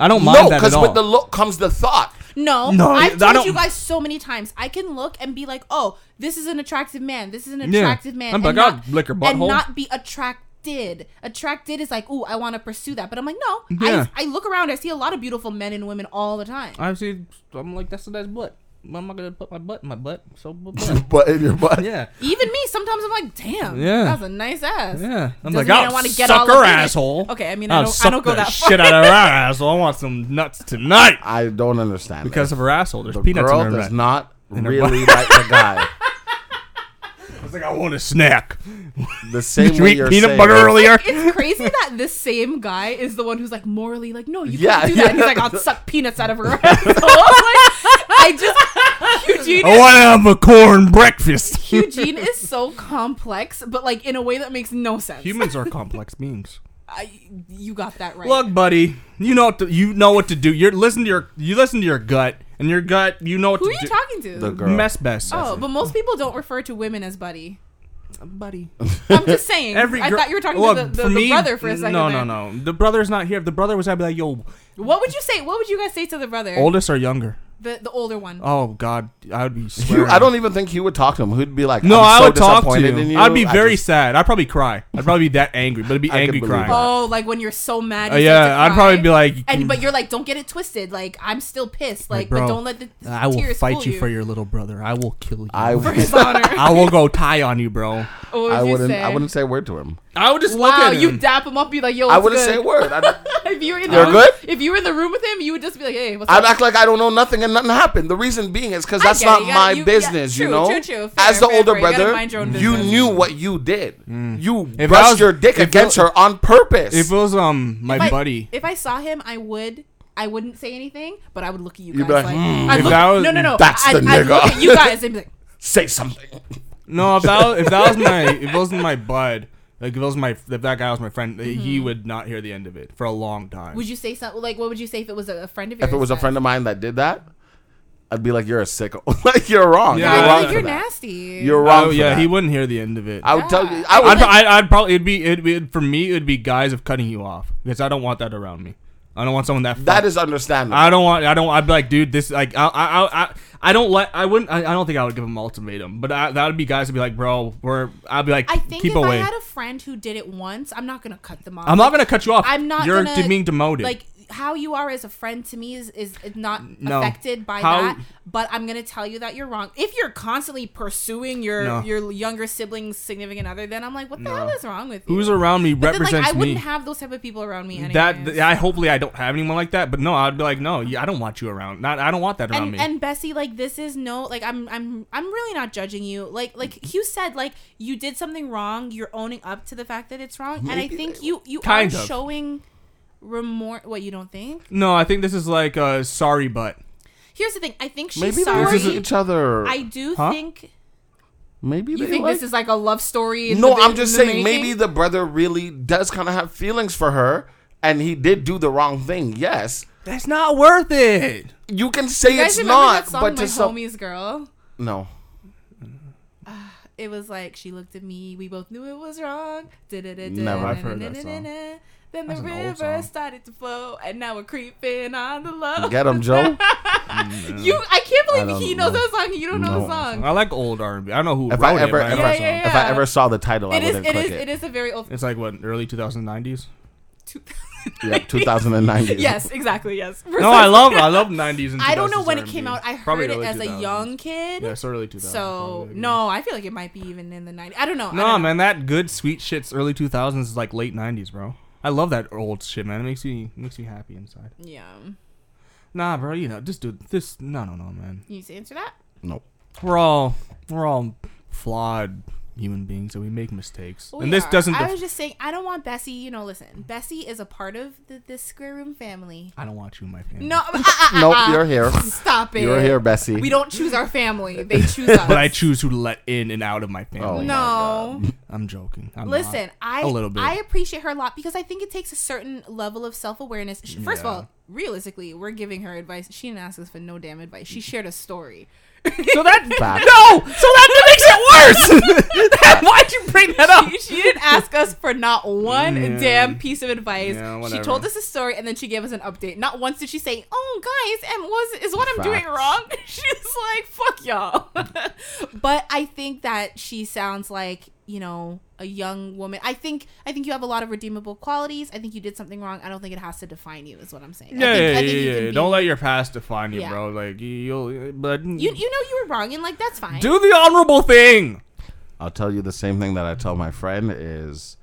[SPEAKER 4] I don't mind
[SPEAKER 2] No,
[SPEAKER 4] that at
[SPEAKER 2] because
[SPEAKER 4] all.
[SPEAKER 2] with the look comes the thought.
[SPEAKER 1] No,
[SPEAKER 4] No, I
[SPEAKER 1] I've
[SPEAKER 4] don't-
[SPEAKER 1] told you guys so many times. I can look and be like, "Oh, this is an attractive man. This is an
[SPEAKER 4] Yeah.
[SPEAKER 1] attractive man."
[SPEAKER 4] I'm
[SPEAKER 1] and
[SPEAKER 4] like, I'd lick her
[SPEAKER 1] and
[SPEAKER 4] butthole.
[SPEAKER 1] not be attracted. Attracted is like, "Ooh, I want to pursue that," but I'm like, "No."
[SPEAKER 4] Yeah.
[SPEAKER 1] I, I look around. I see a lot of beautiful men and women all the time.
[SPEAKER 4] I see. I'm like, that's a nice butt. I'm not gonna put my butt in my butt. So butt.
[SPEAKER 2] But in your butt.
[SPEAKER 4] yeah.
[SPEAKER 1] Even me, sometimes I'm like, "Damn,
[SPEAKER 4] Yeah.
[SPEAKER 1] that's a nice ass."
[SPEAKER 4] Yeah, I'm
[SPEAKER 1] Doesn't
[SPEAKER 4] like,
[SPEAKER 1] mean I
[SPEAKER 4] I'll
[SPEAKER 1] wanna get
[SPEAKER 4] suck
[SPEAKER 1] all
[SPEAKER 4] her
[SPEAKER 1] up in it.
[SPEAKER 4] asshole.
[SPEAKER 1] Okay, I mean, I
[SPEAKER 4] I'll
[SPEAKER 1] don't- I
[SPEAKER 4] suck
[SPEAKER 1] don't go
[SPEAKER 4] the
[SPEAKER 1] that far.
[SPEAKER 4] shit out of her asshole. I want some nuts tonight.
[SPEAKER 2] I don't understand.
[SPEAKER 4] Because of her asshole, there's
[SPEAKER 2] that. the
[SPEAKER 4] peanuts
[SPEAKER 2] girl
[SPEAKER 4] in her
[SPEAKER 2] does
[SPEAKER 4] nut.
[SPEAKER 2] not
[SPEAKER 4] her
[SPEAKER 2] really like the guy.
[SPEAKER 4] It's like I want a snack.
[SPEAKER 2] The same
[SPEAKER 4] Did you
[SPEAKER 2] way
[SPEAKER 4] eat
[SPEAKER 2] you're
[SPEAKER 4] peanut
[SPEAKER 2] saying
[SPEAKER 4] butter
[SPEAKER 2] it.
[SPEAKER 4] earlier?
[SPEAKER 1] It's crazy that this same guy is the one who's like morally like, no, you
[SPEAKER 2] Yeah,
[SPEAKER 1] can't do that. And he's
[SPEAKER 2] yeah.
[SPEAKER 1] like, I'll suck peanuts out of her. ass." So I was like, I just Eugene
[SPEAKER 4] I
[SPEAKER 1] is
[SPEAKER 4] want to have a corn breakfast.
[SPEAKER 1] Eugene is so complex, but like in a way that makes no sense.
[SPEAKER 4] Humans are complex beings.
[SPEAKER 1] I, you got that right.
[SPEAKER 4] Look, buddy, you know what to, you know what to do. You listen to your you listen to your gut, and your gut, you know what
[SPEAKER 1] who
[SPEAKER 4] to
[SPEAKER 1] are you
[SPEAKER 4] do.
[SPEAKER 1] talking to?
[SPEAKER 2] The girl.
[SPEAKER 4] Mess best.
[SPEAKER 1] oh, but most people don't refer to women as buddy.
[SPEAKER 4] buddy.
[SPEAKER 1] I'm just saying.
[SPEAKER 4] Every
[SPEAKER 1] I
[SPEAKER 4] gir-
[SPEAKER 1] thought you were talking
[SPEAKER 4] Look,
[SPEAKER 1] to the,
[SPEAKER 4] for
[SPEAKER 1] the, the
[SPEAKER 4] me,
[SPEAKER 1] brother for a second.
[SPEAKER 4] No,
[SPEAKER 1] there.
[SPEAKER 4] no, no. The brother's not here. If the brother was, I'd be like, yo,
[SPEAKER 1] What would you say? What would you guys say to the brother?
[SPEAKER 4] oldest or younger?
[SPEAKER 1] the the older one.
[SPEAKER 4] Oh God, I would be.
[SPEAKER 2] You,
[SPEAKER 4] Swearing.
[SPEAKER 2] I don't even think he would talk to him. He'd be like,
[SPEAKER 4] No,
[SPEAKER 2] I'm
[SPEAKER 4] i
[SPEAKER 2] so
[SPEAKER 4] would talk to
[SPEAKER 2] disappointed
[SPEAKER 4] you.
[SPEAKER 2] in you.
[SPEAKER 4] I'd be
[SPEAKER 2] I
[SPEAKER 4] very
[SPEAKER 2] just-
[SPEAKER 4] sad. I'd probably cry. I'd probably be that angry, but it'd be
[SPEAKER 2] I can
[SPEAKER 4] angry
[SPEAKER 2] believe
[SPEAKER 4] crying.
[SPEAKER 2] that.
[SPEAKER 1] Oh, like when you're so mad.
[SPEAKER 4] Uh,
[SPEAKER 1] you start
[SPEAKER 4] yeah,
[SPEAKER 1] to
[SPEAKER 4] I'd
[SPEAKER 1] cry.
[SPEAKER 4] probably be like, "Mm."
[SPEAKER 1] and but you're like, don't get it twisted. Like I'm still pissed. Like,
[SPEAKER 4] bro,
[SPEAKER 1] but don't let the the
[SPEAKER 4] I will
[SPEAKER 1] tears
[SPEAKER 4] fight
[SPEAKER 1] fool
[SPEAKER 4] you for your little brother. I will kill you.
[SPEAKER 2] I,
[SPEAKER 1] for his honor.
[SPEAKER 4] I will go tie on you, bro.
[SPEAKER 1] What would
[SPEAKER 2] I
[SPEAKER 1] you
[SPEAKER 2] wouldn't.
[SPEAKER 1] say?
[SPEAKER 2] I wouldn't say a word to him.
[SPEAKER 4] I would just
[SPEAKER 1] Wow, you dap him up. Be like, yo,
[SPEAKER 2] I
[SPEAKER 1] what's
[SPEAKER 2] wouldn't
[SPEAKER 1] good?
[SPEAKER 2] say a word. I'd,
[SPEAKER 1] if you were in the
[SPEAKER 2] You're
[SPEAKER 1] room,
[SPEAKER 2] good?
[SPEAKER 1] if you were in the room with him, you would just be like, "Hey, what's
[SPEAKER 2] I'd
[SPEAKER 1] up?"
[SPEAKER 2] act like I don't know nothing and nothing happened. The reason being is because
[SPEAKER 1] I
[SPEAKER 2] that's
[SPEAKER 1] get it.
[SPEAKER 2] not
[SPEAKER 1] You gotta-
[SPEAKER 2] my
[SPEAKER 1] you- yeah,
[SPEAKER 2] business, you
[SPEAKER 1] true,
[SPEAKER 2] know.
[SPEAKER 1] true, true. Fair,
[SPEAKER 2] As the
[SPEAKER 1] fair,
[SPEAKER 2] older
[SPEAKER 1] fair. You gotta
[SPEAKER 2] brother,
[SPEAKER 1] mind your own
[SPEAKER 2] you
[SPEAKER 1] business.
[SPEAKER 2] knew what you did. You
[SPEAKER 4] Mm. If I
[SPEAKER 2] brushed
[SPEAKER 4] was-
[SPEAKER 2] your dick
[SPEAKER 4] if it-
[SPEAKER 2] against her on purpose.
[SPEAKER 4] If it was um my
[SPEAKER 1] If I-
[SPEAKER 4] buddy,
[SPEAKER 1] If I saw him, I would. I wouldn't say anything, but I would look at you
[SPEAKER 2] You'd
[SPEAKER 1] guys
[SPEAKER 2] be
[SPEAKER 1] like,
[SPEAKER 2] like, "Hmm,
[SPEAKER 1] I'd
[SPEAKER 4] if
[SPEAKER 1] look,
[SPEAKER 4] that was-
[SPEAKER 1] no, no, no.
[SPEAKER 2] that's
[SPEAKER 1] I'd,
[SPEAKER 2] the
[SPEAKER 1] I'd look
[SPEAKER 2] nigga."
[SPEAKER 1] at you guys and be like,
[SPEAKER 2] Say something.
[SPEAKER 4] no, if that was, if that was my if it wasn't my bud, like if it was my if that guy was my friend, eh, he would not hear the end of it for a long time.
[SPEAKER 1] "Would you say something? Like, what would you say if it was a a friend of yours?"
[SPEAKER 2] If it was a
[SPEAKER 1] that-
[SPEAKER 2] friend of mine that did that, I'd be like, "You're a sicko. like you're wrong.
[SPEAKER 4] Yeah,
[SPEAKER 1] I'd
[SPEAKER 2] you're
[SPEAKER 1] be
[SPEAKER 2] wrong
[SPEAKER 1] like,
[SPEAKER 2] for
[SPEAKER 1] you're
[SPEAKER 2] that.
[SPEAKER 1] nasty.
[SPEAKER 2] You're wrong.
[SPEAKER 4] Oh
[SPEAKER 2] for
[SPEAKER 4] yeah,
[SPEAKER 2] that.
[SPEAKER 4] he wouldn't hear the end of it.
[SPEAKER 2] I would tell
[SPEAKER 1] Yeah.
[SPEAKER 2] you. I would.
[SPEAKER 4] I'd, pro- I'd, I'd probably it'd be it'd be for me it'd be guys of cutting you off because I don't want that around me. I don't want someone that
[SPEAKER 2] that is understandable.
[SPEAKER 4] I don't want. I don't. I'd be like, dude, this like I I I- I, I don't let. I wouldn't. I, I don't think I would give him an ultimatum. But I, that would be guys would be like, bro, we're. I'd be like,
[SPEAKER 1] I think
[SPEAKER 4] keep
[SPEAKER 1] if
[SPEAKER 4] away.
[SPEAKER 1] I had
[SPEAKER 4] i
[SPEAKER 1] a friend who did it once, I'm not gonna cut them off.
[SPEAKER 4] I'm not gonna cut you off.
[SPEAKER 1] I'm not.
[SPEAKER 4] You're
[SPEAKER 1] gonna,
[SPEAKER 4] being demoted.
[SPEAKER 1] Like how you are as a friend to me is is is not
[SPEAKER 4] No.
[SPEAKER 1] affected by
[SPEAKER 4] How-
[SPEAKER 1] that. But I'm gonna tell you that you're wrong. If you're constantly pursuing your
[SPEAKER 4] No.
[SPEAKER 1] your younger sibling's significant other, then I'm like, what the hell is wrong with you?
[SPEAKER 4] Who's around me
[SPEAKER 1] But then, like,
[SPEAKER 4] represents
[SPEAKER 1] I wouldn't
[SPEAKER 4] me.
[SPEAKER 1] have those type of people around me. Anyways.
[SPEAKER 4] that th- I hopefully I don't have anyone like that. But no, I'd be like, no, yeah, I don't want you around. Not I don't want that around
[SPEAKER 1] and,
[SPEAKER 4] me.
[SPEAKER 1] and Bessie, like this is no like I'm I'm I'm really not judging you. Like like Hugh said, like you did something wrong. You're owning up to the fact that it's wrong, and I think you you
[SPEAKER 4] Kind
[SPEAKER 1] are
[SPEAKER 4] of.
[SPEAKER 1] showing remorse. What you don't think?
[SPEAKER 4] no, I think this is like uh, sorry, but
[SPEAKER 1] Here's the thing. I think she's
[SPEAKER 2] Maybe they
[SPEAKER 1] sorry.
[SPEAKER 2] like each other.
[SPEAKER 1] I do
[SPEAKER 4] Huh?
[SPEAKER 1] think
[SPEAKER 2] maybe
[SPEAKER 1] you
[SPEAKER 2] they
[SPEAKER 1] think
[SPEAKER 2] like
[SPEAKER 1] this is like a love story. in
[SPEAKER 2] No,
[SPEAKER 1] the-
[SPEAKER 2] I'm
[SPEAKER 1] in
[SPEAKER 2] just
[SPEAKER 1] the
[SPEAKER 2] saying maybe
[SPEAKER 1] making?
[SPEAKER 2] the brother really does kind of have feelings for her, and he did do the wrong thing. Yes,
[SPEAKER 4] that's not worth it.
[SPEAKER 2] you can say
[SPEAKER 1] you guys
[SPEAKER 2] it's
[SPEAKER 1] remember
[SPEAKER 2] not,
[SPEAKER 1] that song,
[SPEAKER 2] but
[SPEAKER 1] my
[SPEAKER 2] to some
[SPEAKER 1] homies girl.
[SPEAKER 2] no,
[SPEAKER 1] It was like she looked at me. We both knew it was wrong. Da-da-da-da,
[SPEAKER 2] Never. I've
[SPEAKER 4] heard that song.
[SPEAKER 1] da-da-da-da-da. Then the
[SPEAKER 4] That's an old
[SPEAKER 1] river
[SPEAKER 4] song.
[SPEAKER 1] started to flow, and now we're creeping on the low.
[SPEAKER 2] get him, Joe.
[SPEAKER 1] You, I can't
[SPEAKER 2] I
[SPEAKER 1] believe
[SPEAKER 2] don't
[SPEAKER 1] he knows
[SPEAKER 2] know.
[SPEAKER 1] that song. and You don't know
[SPEAKER 2] No.
[SPEAKER 1] the song.
[SPEAKER 4] I like old R&B. I don't know who
[SPEAKER 2] If
[SPEAKER 4] wrote
[SPEAKER 2] I ever,
[SPEAKER 4] it. but
[SPEAKER 2] if,
[SPEAKER 1] Yeah,
[SPEAKER 4] I
[SPEAKER 2] I,
[SPEAKER 4] like that
[SPEAKER 1] yeah,
[SPEAKER 4] song.
[SPEAKER 2] if
[SPEAKER 1] yeah.
[SPEAKER 2] I ever saw the title,
[SPEAKER 1] It
[SPEAKER 2] I
[SPEAKER 1] is,
[SPEAKER 2] wouldn't
[SPEAKER 1] it
[SPEAKER 2] click
[SPEAKER 1] is,
[SPEAKER 2] it.
[SPEAKER 1] it is a very old.
[SPEAKER 4] It's like what early 2090s.
[SPEAKER 2] Yeah, 2009.
[SPEAKER 1] yes, exactly. Yes.
[SPEAKER 4] No, I love I love 90s and
[SPEAKER 1] I don't know
[SPEAKER 4] 2000s
[SPEAKER 1] when it
[SPEAKER 4] R&B.
[SPEAKER 1] came out. I heard
[SPEAKER 4] Probably
[SPEAKER 1] it
[SPEAKER 4] early
[SPEAKER 1] as a
[SPEAKER 4] 2000s.
[SPEAKER 1] young kid.
[SPEAKER 4] Yeah, it's early 2000s.
[SPEAKER 1] so
[SPEAKER 4] probably.
[SPEAKER 1] no, I feel like it might be even in the 90s. I don't know. I
[SPEAKER 4] No,
[SPEAKER 1] don't know.
[SPEAKER 4] man, that good sweet shit's early 2000s is like late 90s, bro. I love that old shit, man. It makes me makes me happy inside.
[SPEAKER 1] Yeah.
[SPEAKER 4] Nah, bro, you know, just do this. No, no, no, man.
[SPEAKER 1] You need to answer that.
[SPEAKER 2] No.
[SPEAKER 4] We're all we're all flawed human beings, and we make mistakes.
[SPEAKER 1] Oh,
[SPEAKER 4] and
[SPEAKER 1] yeah.
[SPEAKER 4] this doesn't.
[SPEAKER 1] I
[SPEAKER 4] Def-
[SPEAKER 1] was just saying, I don't want Bessie. You know, listen, Bessie is a part of the, this square room family.
[SPEAKER 4] I don't want you in my family.
[SPEAKER 1] No, uh, uh, uh,
[SPEAKER 2] Nope,
[SPEAKER 1] uh,
[SPEAKER 2] you're here.
[SPEAKER 1] Stop it.
[SPEAKER 2] You're here, Bessie.
[SPEAKER 1] We don't choose our family; they choose us.
[SPEAKER 4] But I choose who to let in and out of my family.
[SPEAKER 1] No.
[SPEAKER 4] I'm joking. I'm not.
[SPEAKER 1] Listen, I
[SPEAKER 4] A little bit.
[SPEAKER 1] I appreciate her a lot because I think it takes a certain level of self awareness. First of
[SPEAKER 4] Yeah.
[SPEAKER 1] all, realistically, we're giving her advice. She didn't ask us for no damn advice. She shared a story.
[SPEAKER 4] So that
[SPEAKER 2] Fact.
[SPEAKER 4] no, so that makes it worse. That- Why'd you bring that up?
[SPEAKER 1] She, she didn't ask us for not one
[SPEAKER 4] Yeah.
[SPEAKER 1] damn piece of advice.
[SPEAKER 4] Yeah,
[SPEAKER 1] she
[SPEAKER 4] whatever.
[SPEAKER 1] told us a story and then she gave us an update. Not once did she say, "Oh, guys, and was is what I'm doing
[SPEAKER 2] Facts.
[SPEAKER 1] wrong?" She's like, "Fuck y'all." but I think that she sounds like you know a young woman. I think I think you have a lot of redeemable qualities. I think you did something wrong. I don't think it has to define you. Is what I'm saying.
[SPEAKER 4] Yeah,
[SPEAKER 1] I think,
[SPEAKER 4] yeah,
[SPEAKER 1] I
[SPEAKER 4] yeah,
[SPEAKER 1] think you
[SPEAKER 4] yeah,
[SPEAKER 1] can
[SPEAKER 4] yeah.
[SPEAKER 1] be-
[SPEAKER 4] Don't let your past define you,
[SPEAKER 1] Yeah.
[SPEAKER 4] bro. Like you- you'll, but
[SPEAKER 1] you you know you were wrong and like that's fine.
[SPEAKER 4] do the honorable thing.
[SPEAKER 2] I'll tell you the same thing that I tell my friend is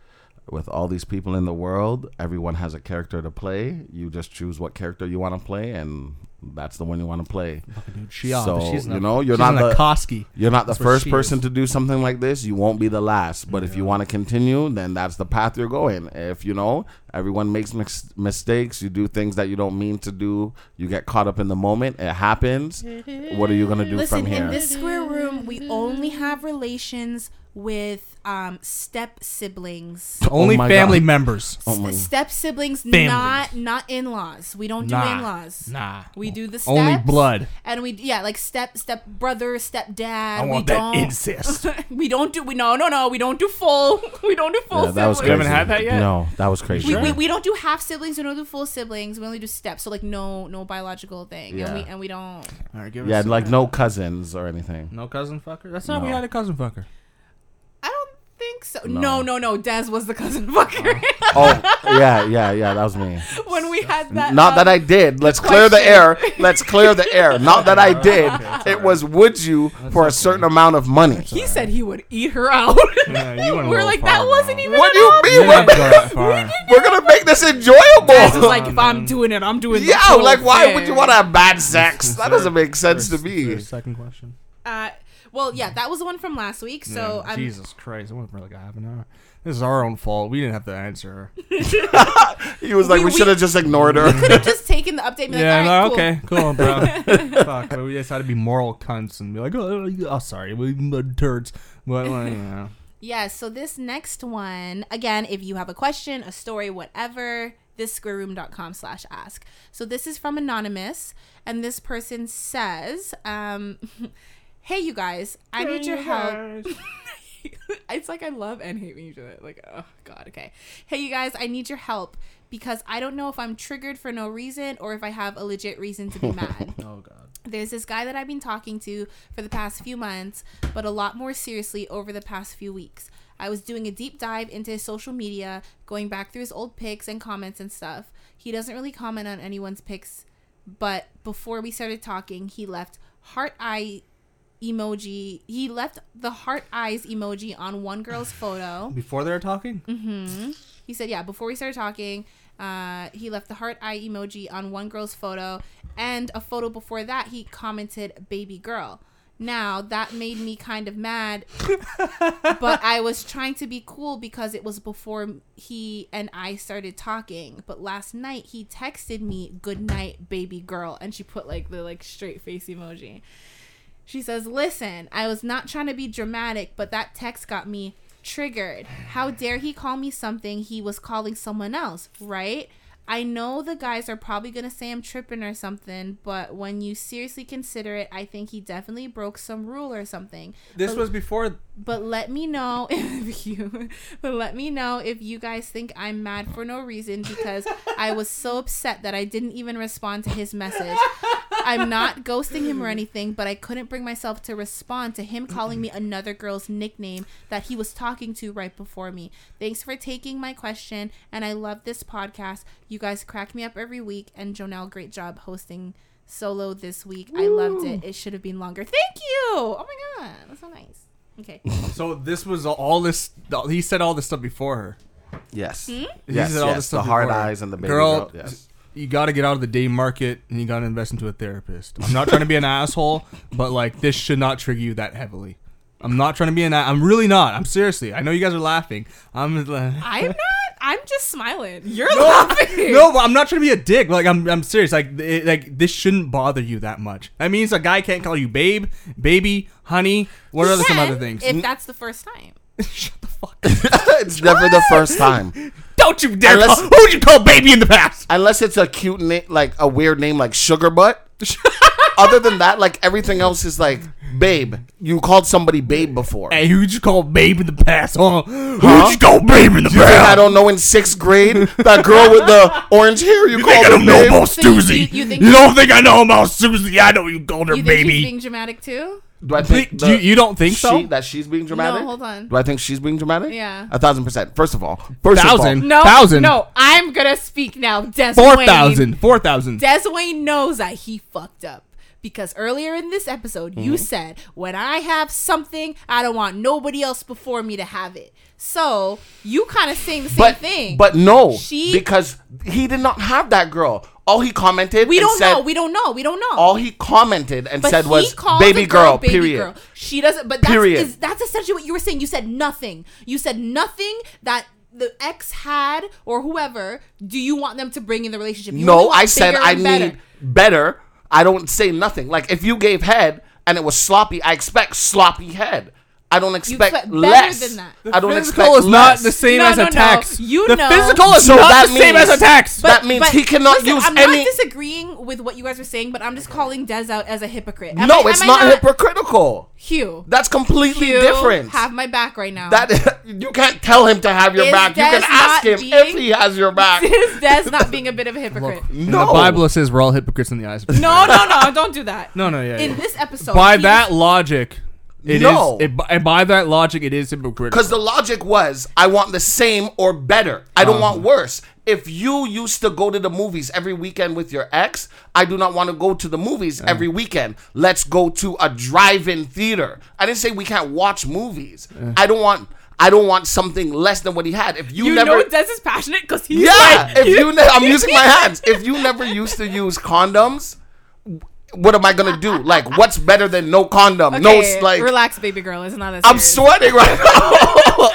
[SPEAKER 2] with all these people in the world, everyone has a character to play. You just choose what character you want to play and that's the one you want to play. so, you know, you're not the
[SPEAKER 4] Koski.
[SPEAKER 2] you're not the
[SPEAKER 4] That's where
[SPEAKER 2] first
[SPEAKER 4] she
[SPEAKER 2] person
[SPEAKER 4] is.
[SPEAKER 2] to do something like this. You won't be the last. But if you want to continue, then that's the path you're going. If you know everyone makes mix mistakes, you do things that you don't mean to do. You get caught up in the moment. It happens. What are you gonna do
[SPEAKER 1] Listen,
[SPEAKER 2] from here?
[SPEAKER 1] in this square room, we only have relations with um, step siblings.
[SPEAKER 4] Only
[SPEAKER 2] Oh my
[SPEAKER 4] family
[SPEAKER 2] God.
[SPEAKER 4] members.
[SPEAKER 2] Oh my-
[SPEAKER 1] Step siblings, not not in laws. We don't do
[SPEAKER 4] Nah.
[SPEAKER 1] in laws.
[SPEAKER 4] Nah.
[SPEAKER 1] We do the steps,
[SPEAKER 4] Only blood.
[SPEAKER 1] and we yeah like step step brother step dad.
[SPEAKER 3] I want
[SPEAKER 1] we
[SPEAKER 3] that
[SPEAKER 1] don't,
[SPEAKER 3] incest.
[SPEAKER 1] we don't do we no no no we don't do full we don't do full
[SPEAKER 2] yeah, that
[SPEAKER 1] siblings.
[SPEAKER 2] was crazy.
[SPEAKER 3] You haven't had that yet?
[SPEAKER 2] No, that was crazy.
[SPEAKER 1] We, we, we don't do half siblings. We don't do full siblings. We only do steps. So like no no biological thing.
[SPEAKER 2] Yeah.
[SPEAKER 1] And we and we don't.
[SPEAKER 4] All right, give
[SPEAKER 2] yeah,
[SPEAKER 4] us-
[SPEAKER 2] like no cousins or anything.
[SPEAKER 4] no cousin fucker. That's not. We
[SPEAKER 2] No.
[SPEAKER 4] had a cousin fucker.
[SPEAKER 1] I don't think so. No
[SPEAKER 2] No.
[SPEAKER 1] no no. Des was the cousin fucker.
[SPEAKER 2] Oh, yeah, yeah, yeah. That was me.
[SPEAKER 1] when we had that.
[SPEAKER 2] Not
[SPEAKER 1] um,
[SPEAKER 2] that I did. Let's clear the
[SPEAKER 1] question.
[SPEAKER 2] air. Let's clear the air. Not that I did. It was would you for a certain amount of money.
[SPEAKER 1] He said he would eat her out.
[SPEAKER 4] Yeah, you went a
[SPEAKER 1] We're
[SPEAKER 4] little
[SPEAKER 1] like,
[SPEAKER 4] far,
[SPEAKER 1] that
[SPEAKER 4] bro.
[SPEAKER 1] wasn't even.
[SPEAKER 2] What
[SPEAKER 1] an
[SPEAKER 2] do you
[SPEAKER 1] option.
[SPEAKER 2] mean? We're, we're gonna make this
[SPEAKER 1] Guys was
[SPEAKER 2] enjoyable.
[SPEAKER 1] like, if I'm doing it, I'm doing. the
[SPEAKER 2] Yeah,
[SPEAKER 1] whole
[SPEAKER 2] like why would
[SPEAKER 1] thing."
[SPEAKER 2] you want to have bad sex? That
[SPEAKER 4] Sorry.
[SPEAKER 2] doesn't make sense to
[SPEAKER 4] First-
[SPEAKER 2] me.
[SPEAKER 4] first- Second question.
[SPEAKER 1] Uh, well, yeah, that was the one from last week. So
[SPEAKER 4] Yeah,
[SPEAKER 1] I'm.
[SPEAKER 4] Jesus Christ, it went for like a half an hour. This is our own fault. We didn't have to answer her.
[SPEAKER 2] He was like,
[SPEAKER 1] We-
[SPEAKER 2] we,
[SPEAKER 1] we-
[SPEAKER 2] should have just ignored her.
[SPEAKER 1] Could have just taken the update. And be like,
[SPEAKER 4] yeah,
[SPEAKER 1] All right,
[SPEAKER 4] no,
[SPEAKER 1] cool.
[SPEAKER 4] okay, cool, bro. Fuck, but we just had to be moral cunts and be like, oh, oh, oh, sorry, we the turds. But like, yeah.
[SPEAKER 1] Yeah. So this next one, again, if you have a question, a story, whatever, thissquareroom.com slash ask. So this is from Anonymous, and this person says, um, Hey, you guys, I need your help. it's like I love and hate when you do that. Like, oh god, okay. Hey you guys, I need your help because I don't know if I'm triggered for no reason or if I have a legit reason to be mad.
[SPEAKER 4] Oh god.
[SPEAKER 1] There's this guy that I've been talking to for the past few months, but a lot more seriously over the past few weeks. I was doing a deep dive into his social media, going back through his old pics and comments and stuff. He doesn't really comment on anyone's pics, but before we started talking, he left heart eye emoji. He left the heart eyes emoji on one girl's photo.
[SPEAKER 4] Before they were talking,
[SPEAKER 1] Mm-hmm. He said, yeah, before we started talking, uh, he left the heart eye emoji on one girl's photo, and a photo before that, he commented, baby girl. Now, that made me kind of mad, but I was trying to be cool because it was before he and I started talking. But last night, he texted me, good night, baby girl, and she put like the like straight face emoji. She says, Listen, I was not trying to be dramatic, but that text got me triggered. How dare he call me something he was calling someone else, right? I know the guys are probably going to say I'm tripping or something, but when you seriously consider it, I think he definitely broke some rule or something.
[SPEAKER 4] this
[SPEAKER 1] But-
[SPEAKER 4] was before.
[SPEAKER 1] but let me know if you but let me know if you guys think I'm mad for no reason because I was so upset that I didn't even respond to his message. I'm not ghosting him or anything, but I couldn't bring myself to respond to him calling me another girl's nickname that he was talking to right before me. Thanks for taking my question and I love this podcast. You guys crack me up every week and Jonelle, great job hosting solo this week. I loved it. It should have been longer. Thank you. Oh my god. That's so nice. Okay.
[SPEAKER 4] So this was all this. He said all this stuff before her.
[SPEAKER 2] Yes.
[SPEAKER 1] Hmm?
[SPEAKER 4] He
[SPEAKER 2] Yes,
[SPEAKER 4] said all
[SPEAKER 2] yes,
[SPEAKER 4] this
[SPEAKER 2] the
[SPEAKER 4] stuff
[SPEAKER 2] hard
[SPEAKER 4] before her.
[SPEAKER 2] eyes and the baby
[SPEAKER 4] girl.
[SPEAKER 2] girl. Yes.
[SPEAKER 4] You got to get out of the day market and you got to invest into a therapist. I'm not trying to be an asshole, but like this should not trigger you that heavily. I'm not trying to be an. a- I'm really not. I'm seriously. I know you guys are laughing. I'm. like
[SPEAKER 1] I'm not. I'm just smiling. You're laughing.
[SPEAKER 4] No, but I'm not trying to be a dick. Like I'm, I'm serious. Like, it, like this shouldn't bother you that much. That means a guy can't call you babe, baby, honey. What are some other things?
[SPEAKER 1] If that's the first time.
[SPEAKER 4] Shut the fuck. up.
[SPEAKER 2] it's never the first time.
[SPEAKER 5] Don't you dare!
[SPEAKER 2] Unless-
[SPEAKER 5] Call, who'd you call baby in the past?
[SPEAKER 2] Unless it's a cute name, like a weird name like Sugar Butt. Other than that, like everything else is like, babe, you called somebody babe before.
[SPEAKER 5] Hey.
[SPEAKER 4] Hey, who'd you call babe in the past? Huh?
[SPEAKER 5] Who'd you call baby in the
[SPEAKER 2] And I
[SPEAKER 5] past?
[SPEAKER 2] don't know in sixth grade, that girl with the orange hair you,
[SPEAKER 5] think I
[SPEAKER 2] called her
[SPEAKER 5] don't know
[SPEAKER 2] babe.
[SPEAKER 5] about
[SPEAKER 1] So you-
[SPEAKER 5] Susie.
[SPEAKER 1] you- you
[SPEAKER 5] You,
[SPEAKER 1] think-
[SPEAKER 5] don't think I know about Susie? I know you called her
[SPEAKER 1] You think he's
[SPEAKER 5] baby.
[SPEAKER 1] being dramatic too?
[SPEAKER 2] Do I
[SPEAKER 4] Ple-
[SPEAKER 2] think
[SPEAKER 4] you, you don't think
[SPEAKER 2] she,
[SPEAKER 4] so?
[SPEAKER 2] that she's being dramatic?
[SPEAKER 1] No, hold on.
[SPEAKER 2] Do I think she's being dramatic?
[SPEAKER 1] Yeah.
[SPEAKER 2] A thousand percent. First of all, first
[SPEAKER 4] Thousand.
[SPEAKER 2] of
[SPEAKER 1] No.
[SPEAKER 4] Thousand.
[SPEAKER 1] No, I'm gonna speak now. Des
[SPEAKER 4] Four
[SPEAKER 1] Wayne.
[SPEAKER 4] thousand. Four thousand.
[SPEAKER 1] Des Wayne knows that he fucked up. Because earlier in this episode, you
[SPEAKER 4] Mm-hmm.
[SPEAKER 1] said, when I have something, I don't want nobody else before me to have it. So you kind of saying the same
[SPEAKER 2] all, but
[SPEAKER 1] thing.
[SPEAKER 2] but no,
[SPEAKER 1] She-
[SPEAKER 2] because he did not have that girl. All he commented,
[SPEAKER 1] we
[SPEAKER 2] and
[SPEAKER 1] don't
[SPEAKER 2] said-
[SPEAKER 1] know. We don't know. We don't know.
[SPEAKER 2] all he commented and said
[SPEAKER 1] he
[SPEAKER 2] was
[SPEAKER 1] calls
[SPEAKER 2] baby
[SPEAKER 1] a
[SPEAKER 2] girl, period
[SPEAKER 1] She doesn't. But that's,
[SPEAKER 2] Period.
[SPEAKER 1] Is, that's essentially what you were saying. You said nothing. You said nothing that the ex had or whoever. Do you want them to bring in the relationship? You only
[SPEAKER 2] no
[SPEAKER 1] want
[SPEAKER 2] i said
[SPEAKER 1] bigger
[SPEAKER 2] i
[SPEAKER 1] and better.
[SPEAKER 2] need better i don't say nothing like if you gave head and it was sloppy i expect sloppy head i don't expect,
[SPEAKER 1] expect better
[SPEAKER 2] less
[SPEAKER 1] than that.
[SPEAKER 2] i don't
[SPEAKER 4] physical
[SPEAKER 2] expect
[SPEAKER 4] is not
[SPEAKER 2] less.
[SPEAKER 4] the same
[SPEAKER 1] No,
[SPEAKER 4] as
[SPEAKER 1] no,
[SPEAKER 4] a
[SPEAKER 1] no.
[SPEAKER 4] tax.
[SPEAKER 1] You
[SPEAKER 4] the
[SPEAKER 1] know.
[SPEAKER 4] physical is
[SPEAKER 2] So
[SPEAKER 4] not
[SPEAKER 2] that
[SPEAKER 4] the same as
[SPEAKER 2] means-
[SPEAKER 4] a tax.
[SPEAKER 2] That means he cannot use
[SPEAKER 1] I'm not
[SPEAKER 2] any-
[SPEAKER 1] disagreeing with what you guys were saying, but I'm just calling Dez out as a hypocrite. Am
[SPEAKER 2] no
[SPEAKER 1] I-
[SPEAKER 2] it's
[SPEAKER 1] am I
[SPEAKER 2] not, hypocritical
[SPEAKER 1] Hugh.
[SPEAKER 2] that's completely
[SPEAKER 1] Hugh,
[SPEAKER 2] different
[SPEAKER 1] Have my back right now.
[SPEAKER 2] that you can't tell him to have your
[SPEAKER 1] Is
[SPEAKER 2] back you
[SPEAKER 1] Des
[SPEAKER 2] can
[SPEAKER 1] not
[SPEAKER 2] ask him
[SPEAKER 1] being-
[SPEAKER 2] if he has your back
[SPEAKER 1] is Dez not being a bit of a hypocrite?
[SPEAKER 4] And The
[SPEAKER 2] No.
[SPEAKER 4] Bible says we're all hypocrites in the eyes. of God.
[SPEAKER 1] No, no, no! Don't do that.
[SPEAKER 4] No, no, yeah. yeah.
[SPEAKER 1] In this episode,
[SPEAKER 4] by
[SPEAKER 1] he
[SPEAKER 4] that logic, it is.
[SPEAKER 2] No.
[SPEAKER 4] It, and by that logic, it is hypocritical.
[SPEAKER 2] Because the logic was, I want the same or better. I don't want worse. If you used to go to the movies every weekend with your ex, I do not want to go to the movies every weekend. Let's go to a drive-in theater. I didn't say we can't watch movies. I don't want. I don't want something less than what he had. If you,
[SPEAKER 1] you
[SPEAKER 2] never,
[SPEAKER 1] know Dez is passionate because he's
[SPEAKER 2] yeah.
[SPEAKER 1] like,
[SPEAKER 2] if you, ne- I'm using my hands. If you never used to use condoms, what am I gonna do? Like, what's better than no condom? no,
[SPEAKER 1] Okay,
[SPEAKER 2] s- like,
[SPEAKER 1] relax, baby girl. It's not that.
[SPEAKER 2] I'm
[SPEAKER 1] serious.
[SPEAKER 2] sweating right now.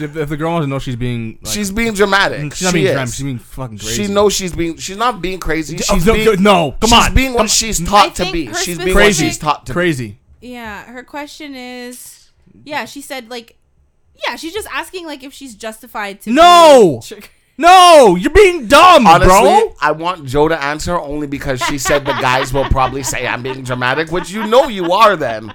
[SPEAKER 4] If, if the girl wants to know she's being, like,
[SPEAKER 2] She's being dramatic.
[SPEAKER 4] she's not
[SPEAKER 2] she
[SPEAKER 4] being
[SPEAKER 2] is.
[SPEAKER 4] dramatic. She's being fucking crazy.
[SPEAKER 2] She knows she's being. She's not being crazy. She's
[SPEAKER 4] Oh, no,
[SPEAKER 2] being,
[SPEAKER 4] no, no, come
[SPEAKER 2] she's
[SPEAKER 4] on,
[SPEAKER 2] being what she's taught to
[SPEAKER 1] think
[SPEAKER 2] be.
[SPEAKER 1] her
[SPEAKER 2] She's being what
[SPEAKER 4] crazy.
[SPEAKER 2] she's taught to be.
[SPEAKER 4] crazy.
[SPEAKER 1] Yeah, her question is, yeah, she said like, yeah, she's just asking like if she's justified to.
[SPEAKER 4] No!
[SPEAKER 1] be triggered.
[SPEAKER 4] No, you're being dumb,
[SPEAKER 2] Honestly,
[SPEAKER 4] bro.
[SPEAKER 2] I want Joe to answer only because she said the guys will probably say I'm being dramatic, which you know you are then.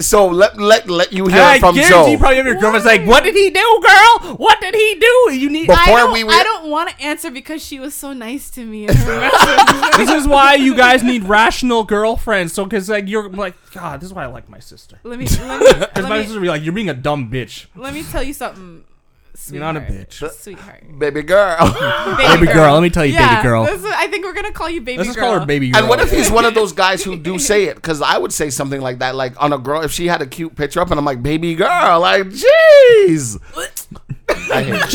[SPEAKER 2] So let let let you hear
[SPEAKER 4] I
[SPEAKER 2] it from
[SPEAKER 4] guarantee
[SPEAKER 2] Joe.
[SPEAKER 4] you probably have your girlfriend's like,
[SPEAKER 1] Why?
[SPEAKER 4] "What did he do, girl? What did he do?" You need.
[SPEAKER 1] I
[SPEAKER 2] Before
[SPEAKER 1] don't,
[SPEAKER 2] we, we
[SPEAKER 1] I don't want to answer because she was so nice to me. in her message.
[SPEAKER 4] this is why you guys need rational girlfriends. So, because like you're like, God, this is why I like my sister.
[SPEAKER 1] let me let me,
[SPEAKER 4] Because my
[SPEAKER 1] let
[SPEAKER 4] sister
[SPEAKER 1] me,
[SPEAKER 4] would be like, "You're being a dumb bitch.
[SPEAKER 1] let me tell you something.
[SPEAKER 4] You're not
[SPEAKER 1] Sweetheart.
[SPEAKER 4] a bitch."
[SPEAKER 1] Sweetheart.
[SPEAKER 2] baby girl.
[SPEAKER 4] Baby girl, let me tell you, baby girl.
[SPEAKER 1] this is- I think we're gonna call you baby
[SPEAKER 4] Let's just
[SPEAKER 1] girl.
[SPEAKER 4] call her baby girl.
[SPEAKER 2] and what if he's one of those guys who do say it? Because I would say something like that, like on a girl if she had a cute picture up, and I'm like, baby girl, like jeez. I hate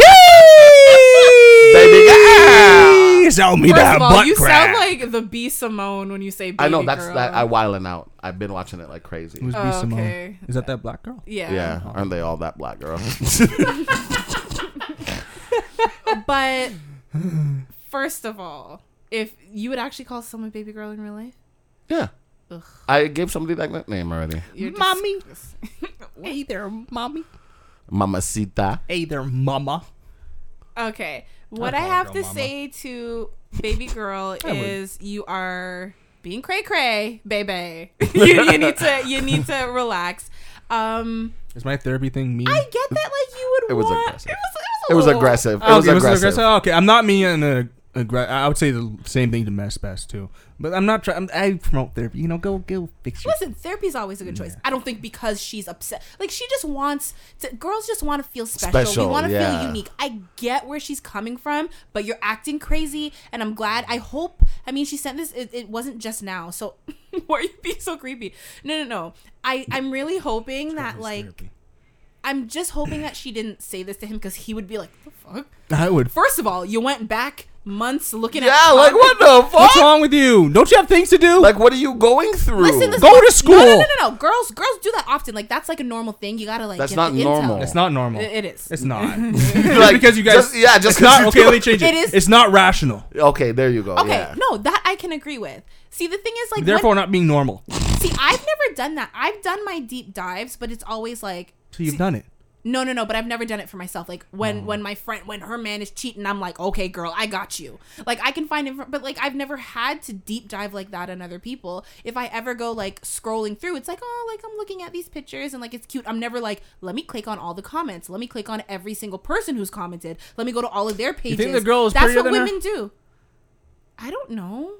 [SPEAKER 2] you. Baby girl.
[SPEAKER 3] Sell me
[SPEAKER 1] First
[SPEAKER 3] that
[SPEAKER 1] of all,
[SPEAKER 3] butt
[SPEAKER 1] you
[SPEAKER 3] crack.
[SPEAKER 1] sound like the B Simone when you say baby
[SPEAKER 2] I know that's
[SPEAKER 1] girl.
[SPEAKER 2] that. I wiling out. I've been watching it like crazy.
[SPEAKER 4] Who's
[SPEAKER 1] Oh, okay.
[SPEAKER 4] Is that that black girl?
[SPEAKER 1] yeah.
[SPEAKER 2] Yeah, aren't they all that black girl?
[SPEAKER 1] But first of all, if you would actually call someone baby girl in real life,
[SPEAKER 2] yeah.
[SPEAKER 1] Ugh.
[SPEAKER 2] I gave somebody that nickname already.
[SPEAKER 1] you're just-
[SPEAKER 4] Mommy. Hey there, mommy.
[SPEAKER 2] Mamacita.
[SPEAKER 4] Hey there, mama.
[SPEAKER 1] Okay. What I
[SPEAKER 4] call her
[SPEAKER 1] have
[SPEAKER 4] girl
[SPEAKER 1] to
[SPEAKER 4] mama.
[SPEAKER 1] say to baby girl is you are being cray cray, baby. you, you need to you need to relax. Um,
[SPEAKER 4] Is my therapy thing mean?
[SPEAKER 1] I get that like you would
[SPEAKER 2] It was
[SPEAKER 1] want
[SPEAKER 2] aggressive.
[SPEAKER 1] it was
[SPEAKER 2] It
[SPEAKER 1] Oh. it
[SPEAKER 2] was
[SPEAKER 1] was, a little-
[SPEAKER 2] aggressive. It
[SPEAKER 4] Okay,
[SPEAKER 2] was aggressive.
[SPEAKER 4] Okay, I'm not mean in a. Aggra- I would say the same thing to mess best too, but I'm not trying. I promote therapy. You know, go go fix your
[SPEAKER 1] Listen, therapy's always a good choice. I don't think because she's upset. Like she just wants to girls just want to feel special.
[SPEAKER 2] Special,
[SPEAKER 1] we want to
[SPEAKER 2] yeah.
[SPEAKER 1] feel unique. I get where she's coming from, but you're acting crazy and I'm glad. I hope I mean she sent this it, it wasn't just now. So why are you being so creepy? No, no, no. I I'm really hoping that like
[SPEAKER 4] therapy.
[SPEAKER 1] I'm just hoping that she didn't say this to him cuz he would be like, "The fuck?"
[SPEAKER 4] I would.
[SPEAKER 1] First of all, you went back months looking at
[SPEAKER 2] yeah, like what the
[SPEAKER 4] What's
[SPEAKER 2] fuck?
[SPEAKER 4] wrong with you? Don't you have things to do?
[SPEAKER 2] Like what are you going through?
[SPEAKER 1] Listen, listen,
[SPEAKER 4] Go to
[SPEAKER 1] No, no,
[SPEAKER 4] school.
[SPEAKER 1] no, no, no. Girls, girls do that often. Like that's like a normal thing. You gotta like.
[SPEAKER 2] That's
[SPEAKER 1] get
[SPEAKER 2] not
[SPEAKER 1] the intel.
[SPEAKER 2] normal.
[SPEAKER 4] it's not normal.
[SPEAKER 1] It- it is.
[SPEAKER 4] It's not.
[SPEAKER 2] Like,
[SPEAKER 4] like, because you guys.
[SPEAKER 2] just- yeah, just
[SPEAKER 4] it's
[SPEAKER 2] 'cause
[SPEAKER 4] not
[SPEAKER 2] you
[SPEAKER 4] okay.
[SPEAKER 2] do
[SPEAKER 4] Let me
[SPEAKER 2] it.
[SPEAKER 4] change it.
[SPEAKER 1] It is-
[SPEAKER 4] It's not rational.
[SPEAKER 2] okay, there you go.
[SPEAKER 1] Okay,
[SPEAKER 2] yeah.
[SPEAKER 1] no, that I can agree with. See, the thing is, like,
[SPEAKER 4] Therefore, not being normal.
[SPEAKER 1] when, see, I've never done that. I've done my deep dives, but it's always like,
[SPEAKER 4] So you've done it.
[SPEAKER 1] no, no, no. But I've never done it for myself. Like
[SPEAKER 4] Oh.
[SPEAKER 1] when when my friend, when her man is cheating, I'm like, okay, girl, I got you. Like I can find it, but like I've never had to deep dive like that on other people. If I ever go like scrolling through, it's like, oh, like I'm looking at these pictures and like it's cute. I'm never like, let me click on all the comments. Let me click on every single person who's commented. Let me go to all of their pages.
[SPEAKER 4] think the girl is
[SPEAKER 1] That's
[SPEAKER 4] prettier
[SPEAKER 1] what
[SPEAKER 4] than her?
[SPEAKER 1] women do. I don't know.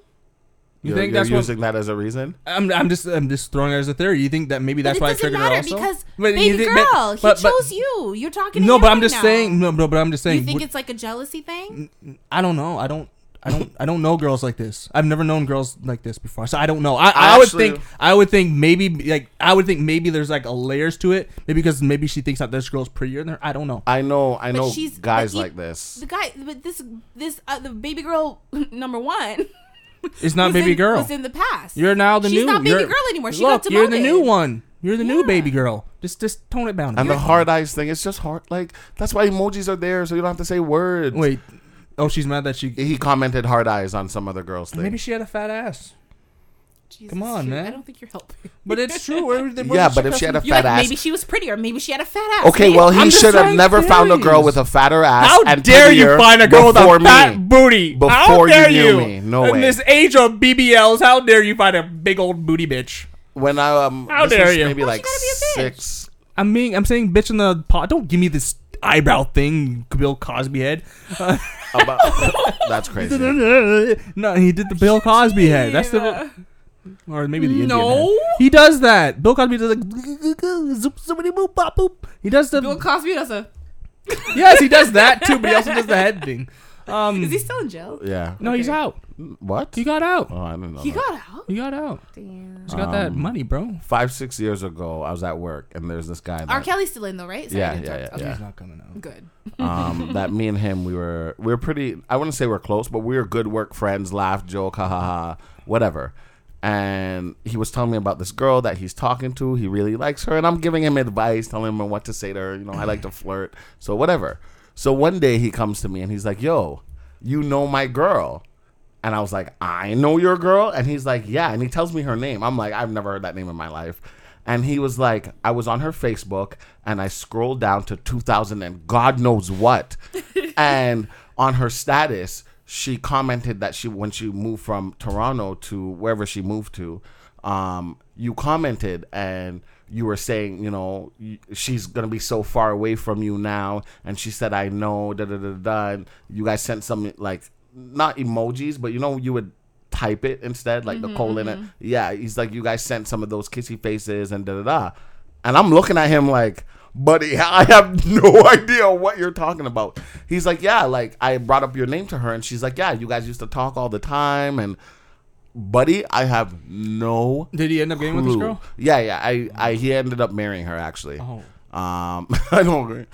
[SPEAKER 4] You
[SPEAKER 2] You're,
[SPEAKER 4] think
[SPEAKER 2] you're
[SPEAKER 4] that's what?
[SPEAKER 2] using that as a reason?
[SPEAKER 4] I'm, I'm just I'm just throwing it as a theory. You think that maybe that's
[SPEAKER 1] but it
[SPEAKER 4] why I
[SPEAKER 1] doesn't
[SPEAKER 4] triggered
[SPEAKER 1] matter
[SPEAKER 4] her also?
[SPEAKER 1] because
[SPEAKER 4] But you
[SPEAKER 1] baby
[SPEAKER 4] think- but-
[SPEAKER 1] girl,
[SPEAKER 4] but-
[SPEAKER 1] he
[SPEAKER 4] but-
[SPEAKER 1] chose you. You're talking. To
[SPEAKER 4] No,
[SPEAKER 1] him
[SPEAKER 4] but I'm
[SPEAKER 1] right
[SPEAKER 4] just
[SPEAKER 1] now.
[SPEAKER 4] saying. No, no, but I'm just saying.
[SPEAKER 1] You think
[SPEAKER 4] would-
[SPEAKER 1] it's like a jealousy thing?
[SPEAKER 4] I don't know. I don't. I don't. I don't know girls like this. I've never known girls like this before, so I don't know. I, I, would
[SPEAKER 2] actually-
[SPEAKER 4] think. I would think maybe like I would think maybe there's like a layers to it. Maybe because maybe she thinks that this girl's prettier than her. I don't know.
[SPEAKER 2] I know, I know
[SPEAKER 1] she's- but
[SPEAKER 2] guys
[SPEAKER 1] you-
[SPEAKER 2] like this.
[SPEAKER 1] The guy, but this, this, uh, the baby girl number one.
[SPEAKER 4] It's
[SPEAKER 1] was
[SPEAKER 4] not baby
[SPEAKER 1] in,
[SPEAKER 4] girl.
[SPEAKER 1] Was in the past.
[SPEAKER 4] you're now the
[SPEAKER 1] She's
[SPEAKER 4] new.
[SPEAKER 1] not baby
[SPEAKER 4] you're-
[SPEAKER 1] girl anymore. She
[SPEAKER 4] look,
[SPEAKER 1] got
[SPEAKER 4] you're
[SPEAKER 1] demoted.
[SPEAKER 4] the new one. You're the new
[SPEAKER 1] Yeah.
[SPEAKER 4] baby girl. Just just tone it down. a
[SPEAKER 2] And the
[SPEAKER 4] bit.
[SPEAKER 2] hard eyes thing, it's just hard. Like that's why emojis are there, so you don't have to say words.
[SPEAKER 4] Wait. Oh, she's mad that she.
[SPEAKER 2] he commented hard eyes on some other girl's thing.
[SPEAKER 4] Maybe she had a fat ass.
[SPEAKER 1] Jesus,
[SPEAKER 4] Come on,
[SPEAKER 1] shoot,
[SPEAKER 4] man.
[SPEAKER 1] I don't think you're helping.
[SPEAKER 4] But it's true. Where- where
[SPEAKER 2] Yeah,
[SPEAKER 4] did
[SPEAKER 2] but if she
[SPEAKER 4] come
[SPEAKER 2] had a
[SPEAKER 1] You're
[SPEAKER 2] fat
[SPEAKER 1] like,
[SPEAKER 2] ass,
[SPEAKER 1] maybe she was pretty, or maybe she had a fat ass.
[SPEAKER 2] okay, well he
[SPEAKER 4] I'm just
[SPEAKER 2] should have
[SPEAKER 4] trying
[SPEAKER 2] never found a girl
[SPEAKER 4] theories.
[SPEAKER 2] with a fatter ass.
[SPEAKER 3] How
[SPEAKER 2] and
[SPEAKER 3] dare you
[SPEAKER 2] prettier
[SPEAKER 3] find a girl with
[SPEAKER 2] before
[SPEAKER 3] a
[SPEAKER 2] me.
[SPEAKER 3] fat booty?
[SPEAKER 2] Before
[SPEAKER 3] how
[SPEAKER 2] you
[SPEAKER 3] dare
[SPEAKER 2] knew
[SPEAKER 3] you?
[SPEAKER 2] me. No
[SPEAKER 3] In
[SPEAKER 2] way.
[SPEAKER 3] this age of BBLs, how dare you find a big old booty bitch?
[SPEAKER 2] When I um,
[SPEAKER 3] How
[SPEAKER 2] this
[SPEAKER 3] dare
[SPEAKER 2] was
[SPEAKER 3] you?
[SPEAKER 2] Maybe
[SPEAKER 1] Why'd
[SPEAKER 2] like
[SPEAKER 1] you gotta be a bitch?
[SPEAKER 2] six,
[SPEAKER 4] I'm being, I'm saying bitch in the pot. Don't give me this eyebrow thing, Bill Cosby head. Uh,
[SPEAKER 2] about that's crazy.
[SPEAKER 4] no, he did the Bill Cosby head. That's the, or maybe the Indian
[SPEAKER 1] No.
[SPEAKER 4] head. he does that. Bill Cosby does like zoop zoopity boop bop boop. He does the
[SPEAKER 1] Bill Cosby does a.
[SPEAKER 4] yes, he does that too, but he also does the head thing. Um,
[SPEAKER 1] Is he still in jail?
[SPEAKER 2] Yeah.
[SPEAKER 4] no, he's
[SPEAKER 1] Okay.
[SPEAKER 4] out.
[SPEAKER 2] What?
[SPEAKER 4] He got out.
[SPEAKER 2] Oh, I don't know.
[SPEAKER 1] He
[SPEAKER 2] that.
[SPEAKER 1] got out.
[SPEAKER 4] He got out.
[SPEAKER 1] Damn.
[SPEAKER 4] He's got that
[SPEAKER 2] Um,
[SPEAKER 4] money, bro.
[SPEAKER 2] Five six years ago, I was at work and there's this guy.
[SPEAKER 1] R.
[SPEAKER 2] That,
[SPEAKER 1] Kelly's still in though, right? Sorry, I
[SPEAKER 2] Yeah,
[SPEAKER 1] didn't
[SPEAKER 2] yeah,
[SPEAKER 1] talk-
[SPEAKER 2] yeah,
[SPEAKER 1] okay.
[SPEAKER 2] yeah.
[SPEAKER 4] He's not coming out.
[SPEAKER 1] Good.
[SPEAKER 2] um, that me and him, we were we were pretty. I wouldn't say we're close, but we were good work friends. Laugh, joke, ha ha ha, whatever. And he was telling me about this girl that he's talking to. He really likes her, and I'm giving him advice, telling him what to say to her. You know, I like to flirt, so whatever. So one day he comes to me and he's like, "Yo, you know my girl." And I was like, I know your girl. And he's like, yeah. And he tells me her name. I'm like, I've never heard that name in my life. And he was like, I was on her Facebook and I scrolled down to 2000 and God knows what. and on her status, she commented that she when she moved from Toronto to wherever she moved to, um, you commented and you were saying, you know, y- she's gonna be so far away from you now, and she said, "I know." Da da da da. And you guys sent some like not emojis, but you know, you would type it instead, like the colon. And, yeah, he's like, you guys sent some of those kissy faces and da da da. And I'm looking at him like, buddy, I have no idea what you're talking about. He's like, yeah, like I brought up your name to her, and she's like, yeah, you guys used to talk all the time, and buddy, I have no
[SPEAKER 4] Did he end up getting with this
[SPEAKER 2] clue.
[SPEAKER 4] girl?
[SPEAKER 2] Yeah, yeah. I, I he ended up marrying her actually.
[SPEAKER 4] Oh.
[SPEAKER 2] Um, I don't agree.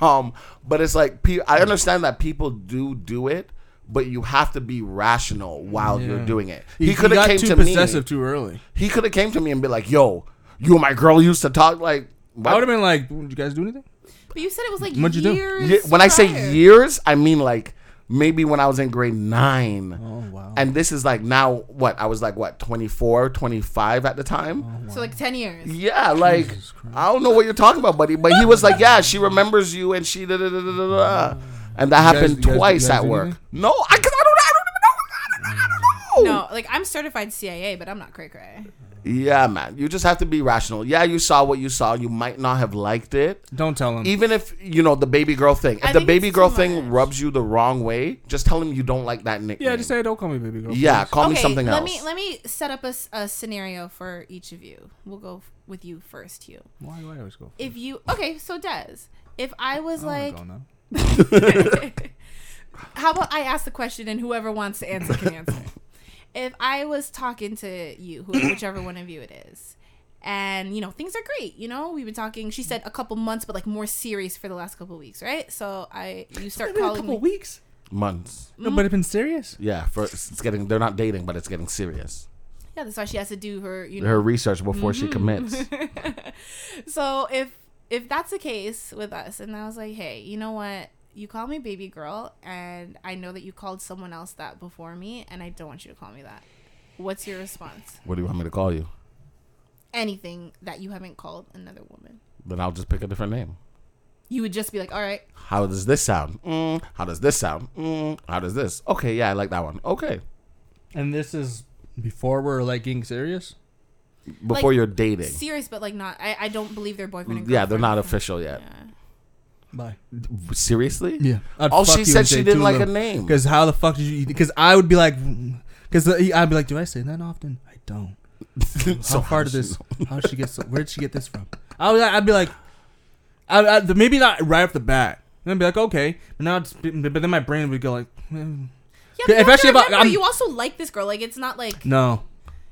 [SPEAKER 2] um, but it's like pe- I understand that people do do it, but you have to be rational while you're
[SPEAKER 4] Yeah.
[SPEAKER 2] doing it.
[SPEAKER 4] He,
[SPEAKER 2] He, could have
[SPEAKER 4] got
[SPEAKER 2] came
[SPEAKER 4] too
[SPEAKER 2] to
[SPEAKER 4] possessive
[SPEAKER 2] me.
[SPEAKER 4] too early.
[SPEAKER 2] He could have came to me and be like, "Yo, you and my girl used to talk like." what?"
[SPEAKER 4] I would have been like, "Did you guys do anything?"
[SPEAKER 1] But you said it was like
[SPEAKER 4] What'd you do?
[SPEAKER 1] years.
[SPEAKER 2] Ye- when I
[SPEAKER 1] prior.
[SPEAKER 2] say years, I mean like maybe when I was in grade nine.
[SPEAKER 4] Oh wow.
[SPEAKER 2] And this is like now what? I was like what, 24, 25 at the
[SPEAKER 4] Oh,
[SPEAKER 2] time?
[SPEAKER 1] so like ten years.
[SPEAKER 2] Yeah, like I don't know what you're talking about, buddy. But he was like, "Yeah, she remembers you," and she da da da da da. da. And that
[SPEAKER 4] guys-
[SPEAKER 2] happened
[SPEAKER 4] Oh. you guys- you
[SPEAKER 2] twice
[SPEAKER 4] guys
[SPEAKER 2] at
[SPEAKER 4] do
[SPEAKER 2] work.
[SPEAKER 4] anything?
[SPEAKER 2] No, I because I don't, I don't even know. I don't, I don't know.
[SPEAKER 1] No, like I'm certified CIA, but I'm not cray cray.
[SPEAKER 2] Yeah, man, you just have to be rational. Yeah, you saw what you saw. You might not have liked it,
[SPEAKER 4] Don't tell him.
[SPEAKER 2] even if you know the baby girl thing. If
[SPEAKER 1] I
[SPEAKER 2] the
[SPEAKER 1] think
[SPEAKER 2] baby
[SPEAKER 1] it's
[SPEAKER 2] girl
[SPEAKER 1] too
[SPEAKER 2] thing
[SPEAKER 1] much.
[SPEAKER 2] rubs you the wrong way, just tell him you don't like that nickname.
[SPEAKER 4] yeah, just say, "Don't call me baby girl."
[SPEAKER 2] yeah, call me something
[SPEAKER 1] let
[SPEAKER 2] else.
[SPEAKER 1] me let me set up a, s- a scenario for each of you. We'll go f- with you first, Hugh.
[SPEAKER 4] Why do I always go?
[SPEAKER 1] If you okay, so Des, if I was
[SPEAKER 4] Oh
[SPEAKER 1] like, how about I ask the question and whoever wants to answer can answer. if I was talking to you, who, whichever one of you it is, and you know things are great, you know we've been talking. She said a couple months, but like more serious for the last couple weeks, right? So I you start
[SPEAKER 4] been a
[SPEAKER 1] calling
[SPEAKER 4] couple
[SPEAKER 1] me. Mm-hmm.
[SPEAKER 4] weeks.
[SPEAKER 2] Months.
[SPEAKER 4] No, but it's been serious.
[SPEAKER 2] Yeah, for it's getting. They're not dating, but it's getting serious.
[SPEAKER 1] Yeah, that's why she has to do her you Mm. know
[SPEAKER 2] Her research before she commits.
[SPEAKER 1] so if if that's the case with us and i was like hey you know what you call me baby girl and i know that you called someone else that before me and i don't want you to call me that what's your response
[SPEAKER 2] What do you want me to call you?
[SPEAKER 1] anything that you haven't called another woman
[SPEAKER 2] Then I'll just pick a different name.
[SPEAKER 1] you would just be like all right
[SPEAKER 2] How does this sound? Mm, how does this sound? Mm, how does this? Okay, yeah, I like that one. Okay,
[SPEAKER 4] And this is before we're like getting serious.
[SPEAKER 2] before
[SPEAKER 1] Like,
[SPEAKER 2] you're dating.
[SPEAKER 1] serious but like not i, I don't believe they're boyfriend and
[SPEAKER 2] Yeah, they're
[SPEAKER 1] girlfriend.
[SPEAKER 2] not official yet.
[SPEAKER 1] Yeah.
[SPEAKER 4] Bye.
[SPEAKER 2] Seriously?
[SPEAKER 4] Yeah. I'd
[SPEAKER 2] All
[SPEAKER 4] fuck
[SPEAKER 2] she
[SPEAKER 4] you
[SPEAKER 2] said
[SPEAKER 4] and
[SPEAKER 2] she
[SPEAKER 4] say
[SPEAKER 2] didn't like
[SPEAKER 4] Tula.
[SPEAKER 2] a name.
[SPEAKER 4] Because how the fuck did you? Because I would be like, because I'd be like, do I say that often? I don't. How far did this? How did she get? So, where did she get this from? I would, I'd be like, I, I, maybe not right off the bat. And I'd be like, okay, but now, it's, but then my brain would go like, hmm,
[SPEAKER 1] yeah but
[SPEAKER 4] If
[SPEAKER 1] you
[SPEAKER 4] actually
[SPEAKER 1] actually
[SPEAKER 4] about-
[SPEAKER 1] remember,
[SPEAKER 4] I'm-
[SPEAKER 1] you also like this girl like it's not like
[SPEAKER 4] no.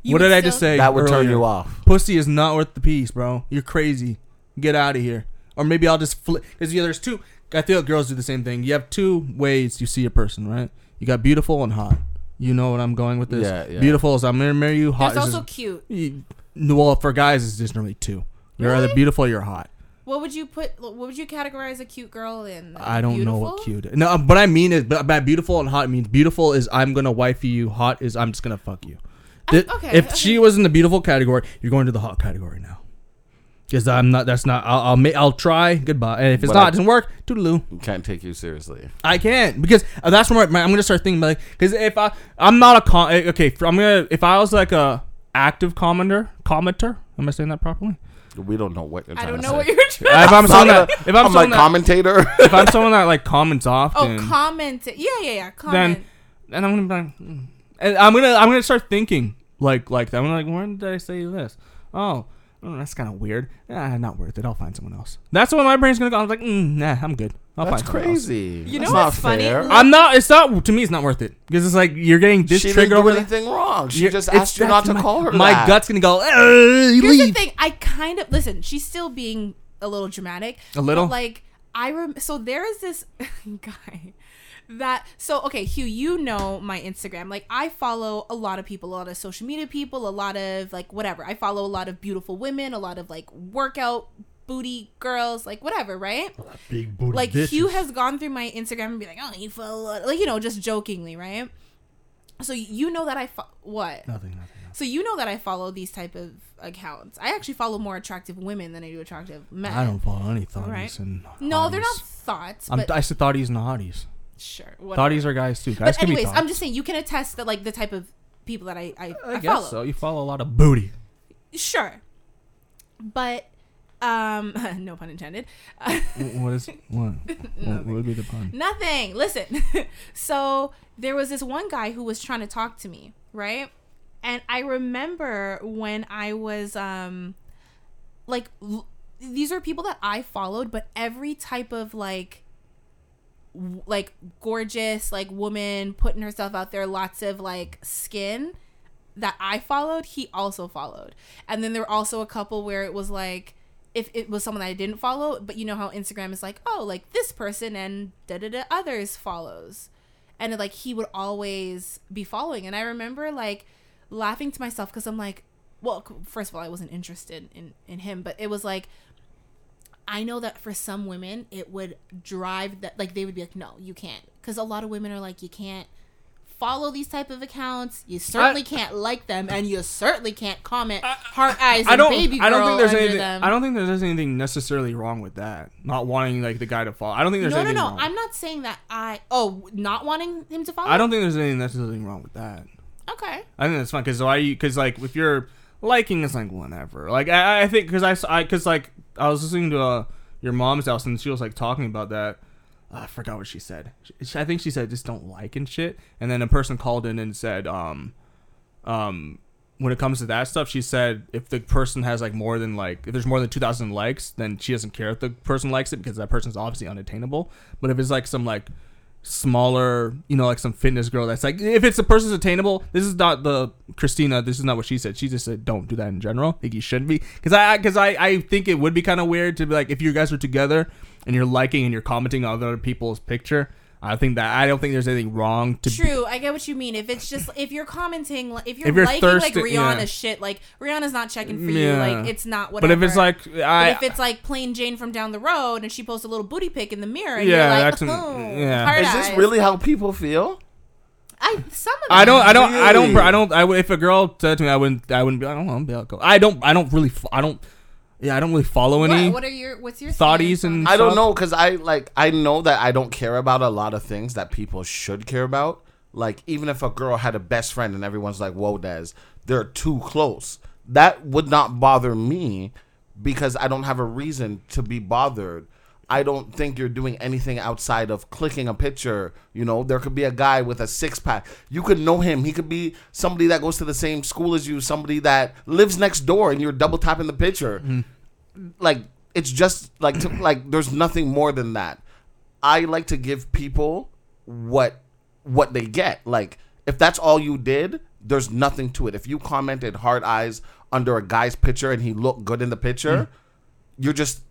[SPEAKER 1] You
[SPEAKER 4] what
[SPEAKER 1] would
[SPEAKER 4] did I
[SPEAKER 1] still-
[SPEAKER 4] just say?
[SPEAKER 2] That would turn
[SPEAKER 4] earlier?
[SPEAKER 2] you off.
[SPEAKER 4] Pussy is not worth the piece, bro. You're crazy. Get out of here. Or maybe I'll just flip. Because yeah, there's two. I feel like girls do the same thing. You have two ways you see a person, right? You got beautiful and hot. You know what I'm going with this.
[SPEAKER 2] Yeah, yeah.
[SPEAKER 4] Beautiful is I'm gonna marry you. Hot
[SPEAKER 1] there's
[SPEAKER 4] is
[SPEAKER 1] also
[SPEAKER 4] just-
[SPEAKER 1] cute
[SPEAKER 4] you- no, well for guys it's just normally two. You're either
[SPEAKER 1] Really?
[SPEAKER 4] beautiful or you're hot.
[SPEAKER 1] what would you put what would you categorize a cute girl in like,
[SPEAKER 4] I don't know what
[SPEAKER 1] beautiful?
[SPEAKER 4] cute. Is. No, but I mean is but by beautiful and hot means beautiful is I'm gonna wifey you. Hot is I'm just gonna fuck you. Th-
[SPEAKER 1] okay,
[SPEAKER 4] if
[SPEAKER 1] okay.
[SPEAKER 4] she was in the beautiful category, you're going to the hot category now. Because I'm not. That's not. I'll. I'll, ma- I'll try. Goodbye. And if it's
[SPEAKER 2] But
[SPEAKER 4] not,
[SPEAKER 2] I-
[SPEAKER 4] it doesn't work. Toodaloo.
[SPEAKER 2] Can't take you seriously.
[SPEAKER 4] I can't because uh, that's where my, I'm gonna start thinking about like because if I I'm not a con eh, okay for, I'm gonna if I was like a active commenter commenter am I saying that properly
[SPEAKER 2] We don't know what you're
[SPEAKER 1] i
[SPEAKER 2] trying
[SPEAKER 1] don't
[SPEAKER 2] to
[SPEAKER 1] know
[SPEAKER 2] say.
[SPEAKER 1] what you're trying
[SPEAKER 4] if I'm someone
[SPEAKER 2] not
[SPEAKER 4] that
[SPEAKER 2] a-
[SPEAKER 4] if I'm,
[SPEAKER 2] I'm like
[SPEAKER 4] someone that,
[SPEAKER 2] commentator.
[SPEAKER 4] if I'm someone that like comments
[SPEAKER 1] Oh,
[SPEAKER 4] often
[SPEAKER 1] comment. Yeah, yeah, yeah. Comment.
[SPEAKER 4] then and I'm gonna be like, mm. and I'm gonna I'm gonna start thinking like like that. I'm like, when did I say this? Oh, mm, that's kind of weird. Ah, not worth it. I'll find someone else. That's what my brain's gonna go. I'm like, mm, nah, I'm good. I'll
[SPEAKER 2] That's
[SPEAKER 4] find someone else.
[SPEAKER 2] crazy.
[SPEAKER 1] You
[SPEAKER 2] That's
[SPEAKER 1] know
[SPEAKER 2] not
[SPEAKER 1] what's funny?
[SPEAKER 2] fair.
[SPEAKER 1] Look,
[SPEAKER 4] I'm not. It's not to me. It's not worth it because it's like you're getting this
[SPEAKER 2] she didn't
[SPEAKER 4] trigger
[SPEAKER 2] do
[SPEAKER 4] over the-
[SPEAKER 2] anything wrong. She
[SPEAKER 4] you're-
[SPEAKER 2] just
[SPEAKER 4] it's-
[SPEAKER 2] asked you not
[SPEAKER 4] that's
[SPEAKER 2] to
[SPEAKER 4] my-
[SPEAKER 2] call her
[SPEAKER 4] My
[SPEAKER 2] that.
[SPEAKER 4] gut's gonna go. "Ugh,
[SPEAKER 1] Here's
[SPEAKER 4] leave.
[SPEAKER 1] the thing. I kind of listen. She's still being a little dramatic.
[SPEAKER 4] A little?
[SPEAKER 1] but, like I rem. So there is this guy that. So okay, Hugh, you know my Instagram. Like I follow a lot of people, a lot of social media people, a lot of like whatever. I follow a lot of beautiful women, a lot of like workout booty girls, like whatever, right?
[SPEAKER 4] Big booty
[SPEAKER 1] like Hugh has gone through my Instagram and be like, oh, you follow, a lot-" like you know, just jokingly, right? So you know that I fo- what?
[SPEAKER 4] nothing. nothing.
[SPEAKER 1] So you know that I follow these type of accounts. I actually follow more attractive women than I do attractive men.
[SPEAKER 4] I don't follow any thoughts
[SPEAKER 1] Right.
[SPEAKER 4] and
[SPEAKER 1] No, they're not
[SPEAKER 4] hotties.
[SPEAKER 1] thoughts,
[SPEAKER 4] I'm,
[SPEAKER 1] but
[SPEAKER 4] I said thoughties and hotties.
[SPEAKER 1] sure. Whatever.
[SPEAKER 4] Thoughties are guys too. Guys
[SPEAKER 1] But
[SPEAKER 4] can be
[SPEAKER 1] anyways,
[SPEAKER 4] thoughts.
[SPEAKER 1] I'm just saying you can attest that like the type of people that I I,
[SPEAKER 4] I
[SPEAKER 1] I
[SPEAKER 4] guess
[SPEAKER 1] follow.
[SPEAKER 4] so. You follow a lot of booty.
[SPEAKER 1] Sure, but um, no pun intended.
[SPEAKER 4] What is what? What would be the pun?
[SPEAKER 1] Nothing. Listen. so there was this one guy who was trying to talk to me, right? And I remember when I was um like l- these are people that I followed, but every type of like w- like gorgeous like woman putting herself out there, lots of like skin that I followed, he also followed. And then there were also a couple where it was like, if it was someone that I didn't follow, but you know how Instagram is like, oh, like this person and da da da others follows. And like he would always be following. And I remember like laughing to myself because I'm like, well, c- first of all, I wasn't interested in, in him, but it was like, I know that for some women, it would drive that, like, they would be like, no, you can't. Because a lot of women are like, you can't follow these type of accounts. You certainly can't like them, and you certainly can't comment heart eyes
[SPEAKER 4] I
[SPEAKER 1] and
[SPEAKER 4] don't.
[SPEAKER 1] baby girl
[SPEAKER 4] I don't think there's
[SPEAKER 1] under
[SPEAKER 4] anything.
[SPEAKER 1] them.
[SPEAKER 4] I don't think there's anything necessarily wrong with that. Not wanting like the guy to follow. I don't think there's
[SPEAKER 1] no, no,
[SPEAKER 4] anything
[SPEAKER 1] no.
[SPEAKER 4] wrong.
[SPEAKER 1] I'm not saying that I. Oh, not wanting him to follow.
[SPEAKER 4] I don't think there's anything necessarily wrong with that.
[SPEAKER 1] Okay.
[SPEAKER 4] I think that's fine because why? Because like if you're liking, it's like whatever. Like I, I think because I, I because like I was listening to uh, your mom's house and she was like talking about that. I forgot what she said. She, I think she said just don't like and shit. And then a person called in and said, um, um, when it comes to that stuff, she said if the person has like more than like if there's more than two thousand likes, then she doesn't care if the person likes it because that person's obviously unattainable. But if it's like some like smaller, you know, like some fitness girl that's like if it's a person's attainable, this is not the Christina. This is not what she said. She just said don't do that in general. Like you shouldn't be because I because I I think it would be kind of weird to be like if you guys are together and you're liking and you're commenting on other people's picture. I think that I don't think there's anything wrong to
[SPEAKER 1] True, I get what you mean. If it's just if you're commenting, like if you're,
[SPEAKER 4] If you're
[SPEAKER 1] liking like
[SPEAKER 4] thirsty- yeah.
[SPEAKER 1] Rihanna's shit, like Rihanna's not checking for
[SPEAKER 4] Yeah.
[SPEAKER 1] you, like it's not
[SPEAKER 4] But
[SPEAKER 1] whatever.
[SPEAKER 4] if it's like I
[SPEAKER 1] But if it's like plain Jane from down the road, and she posts a little booty pic in the mirror, and
[SPEAKER 4] Yeah,
[SPEAKER 1] you're like,
[SPEAKER 4] that's an-
[SPEAKER 1] oh,
[SPEAKER 4] yeah.
[SPEAKER 1] hard
[SPEAKER 2] Is this
[SPEAKER 1] eyes."
[SPEAKER 2] really how people feel?
[SPEAKER 1] I some of them.
[SPEAKER 4] I don't, I don't, I don't,
[SPEAKER 2] Really?
[SPEAKER 4] I don't. I would, if a girl said to me, I wouldn't, I wouldn't be. I don't know. Be like, oh." I don't, I don't really, fo- I don't. Yeah, I don't really follow any.
[SPEAKER 1] What, what are your what's your
[SPEAKER 4] Thoughties
[SPEAKER 1] stance on
[SPEAKER 4] and-
[SPEAKER 1] that?
[SPEAKER 2] I don't
[SPEAKER 4] Fuck.
[SPEAKER 2] know because I like I know that I don't care about a lot of things that people should care about. Like even if a girl had a best friend and everyone's like, "Whoa, Des, they're too close," that would not bother me because I don't have a reason to be bothered. I don't think you're doing anything outside of clicking a picture. You know, there could be a guy with a six pack. You could know him. He could be somebody that goes to the same school as you, somebody that lives next door, and you're double tapping the picture like it's just like to, like there's nothing more than that. I like to give people what what they get. Like if that's all you did, there's nothing to it. If you commented hard eyes under a guy's picture and he looked good in the picture, you're just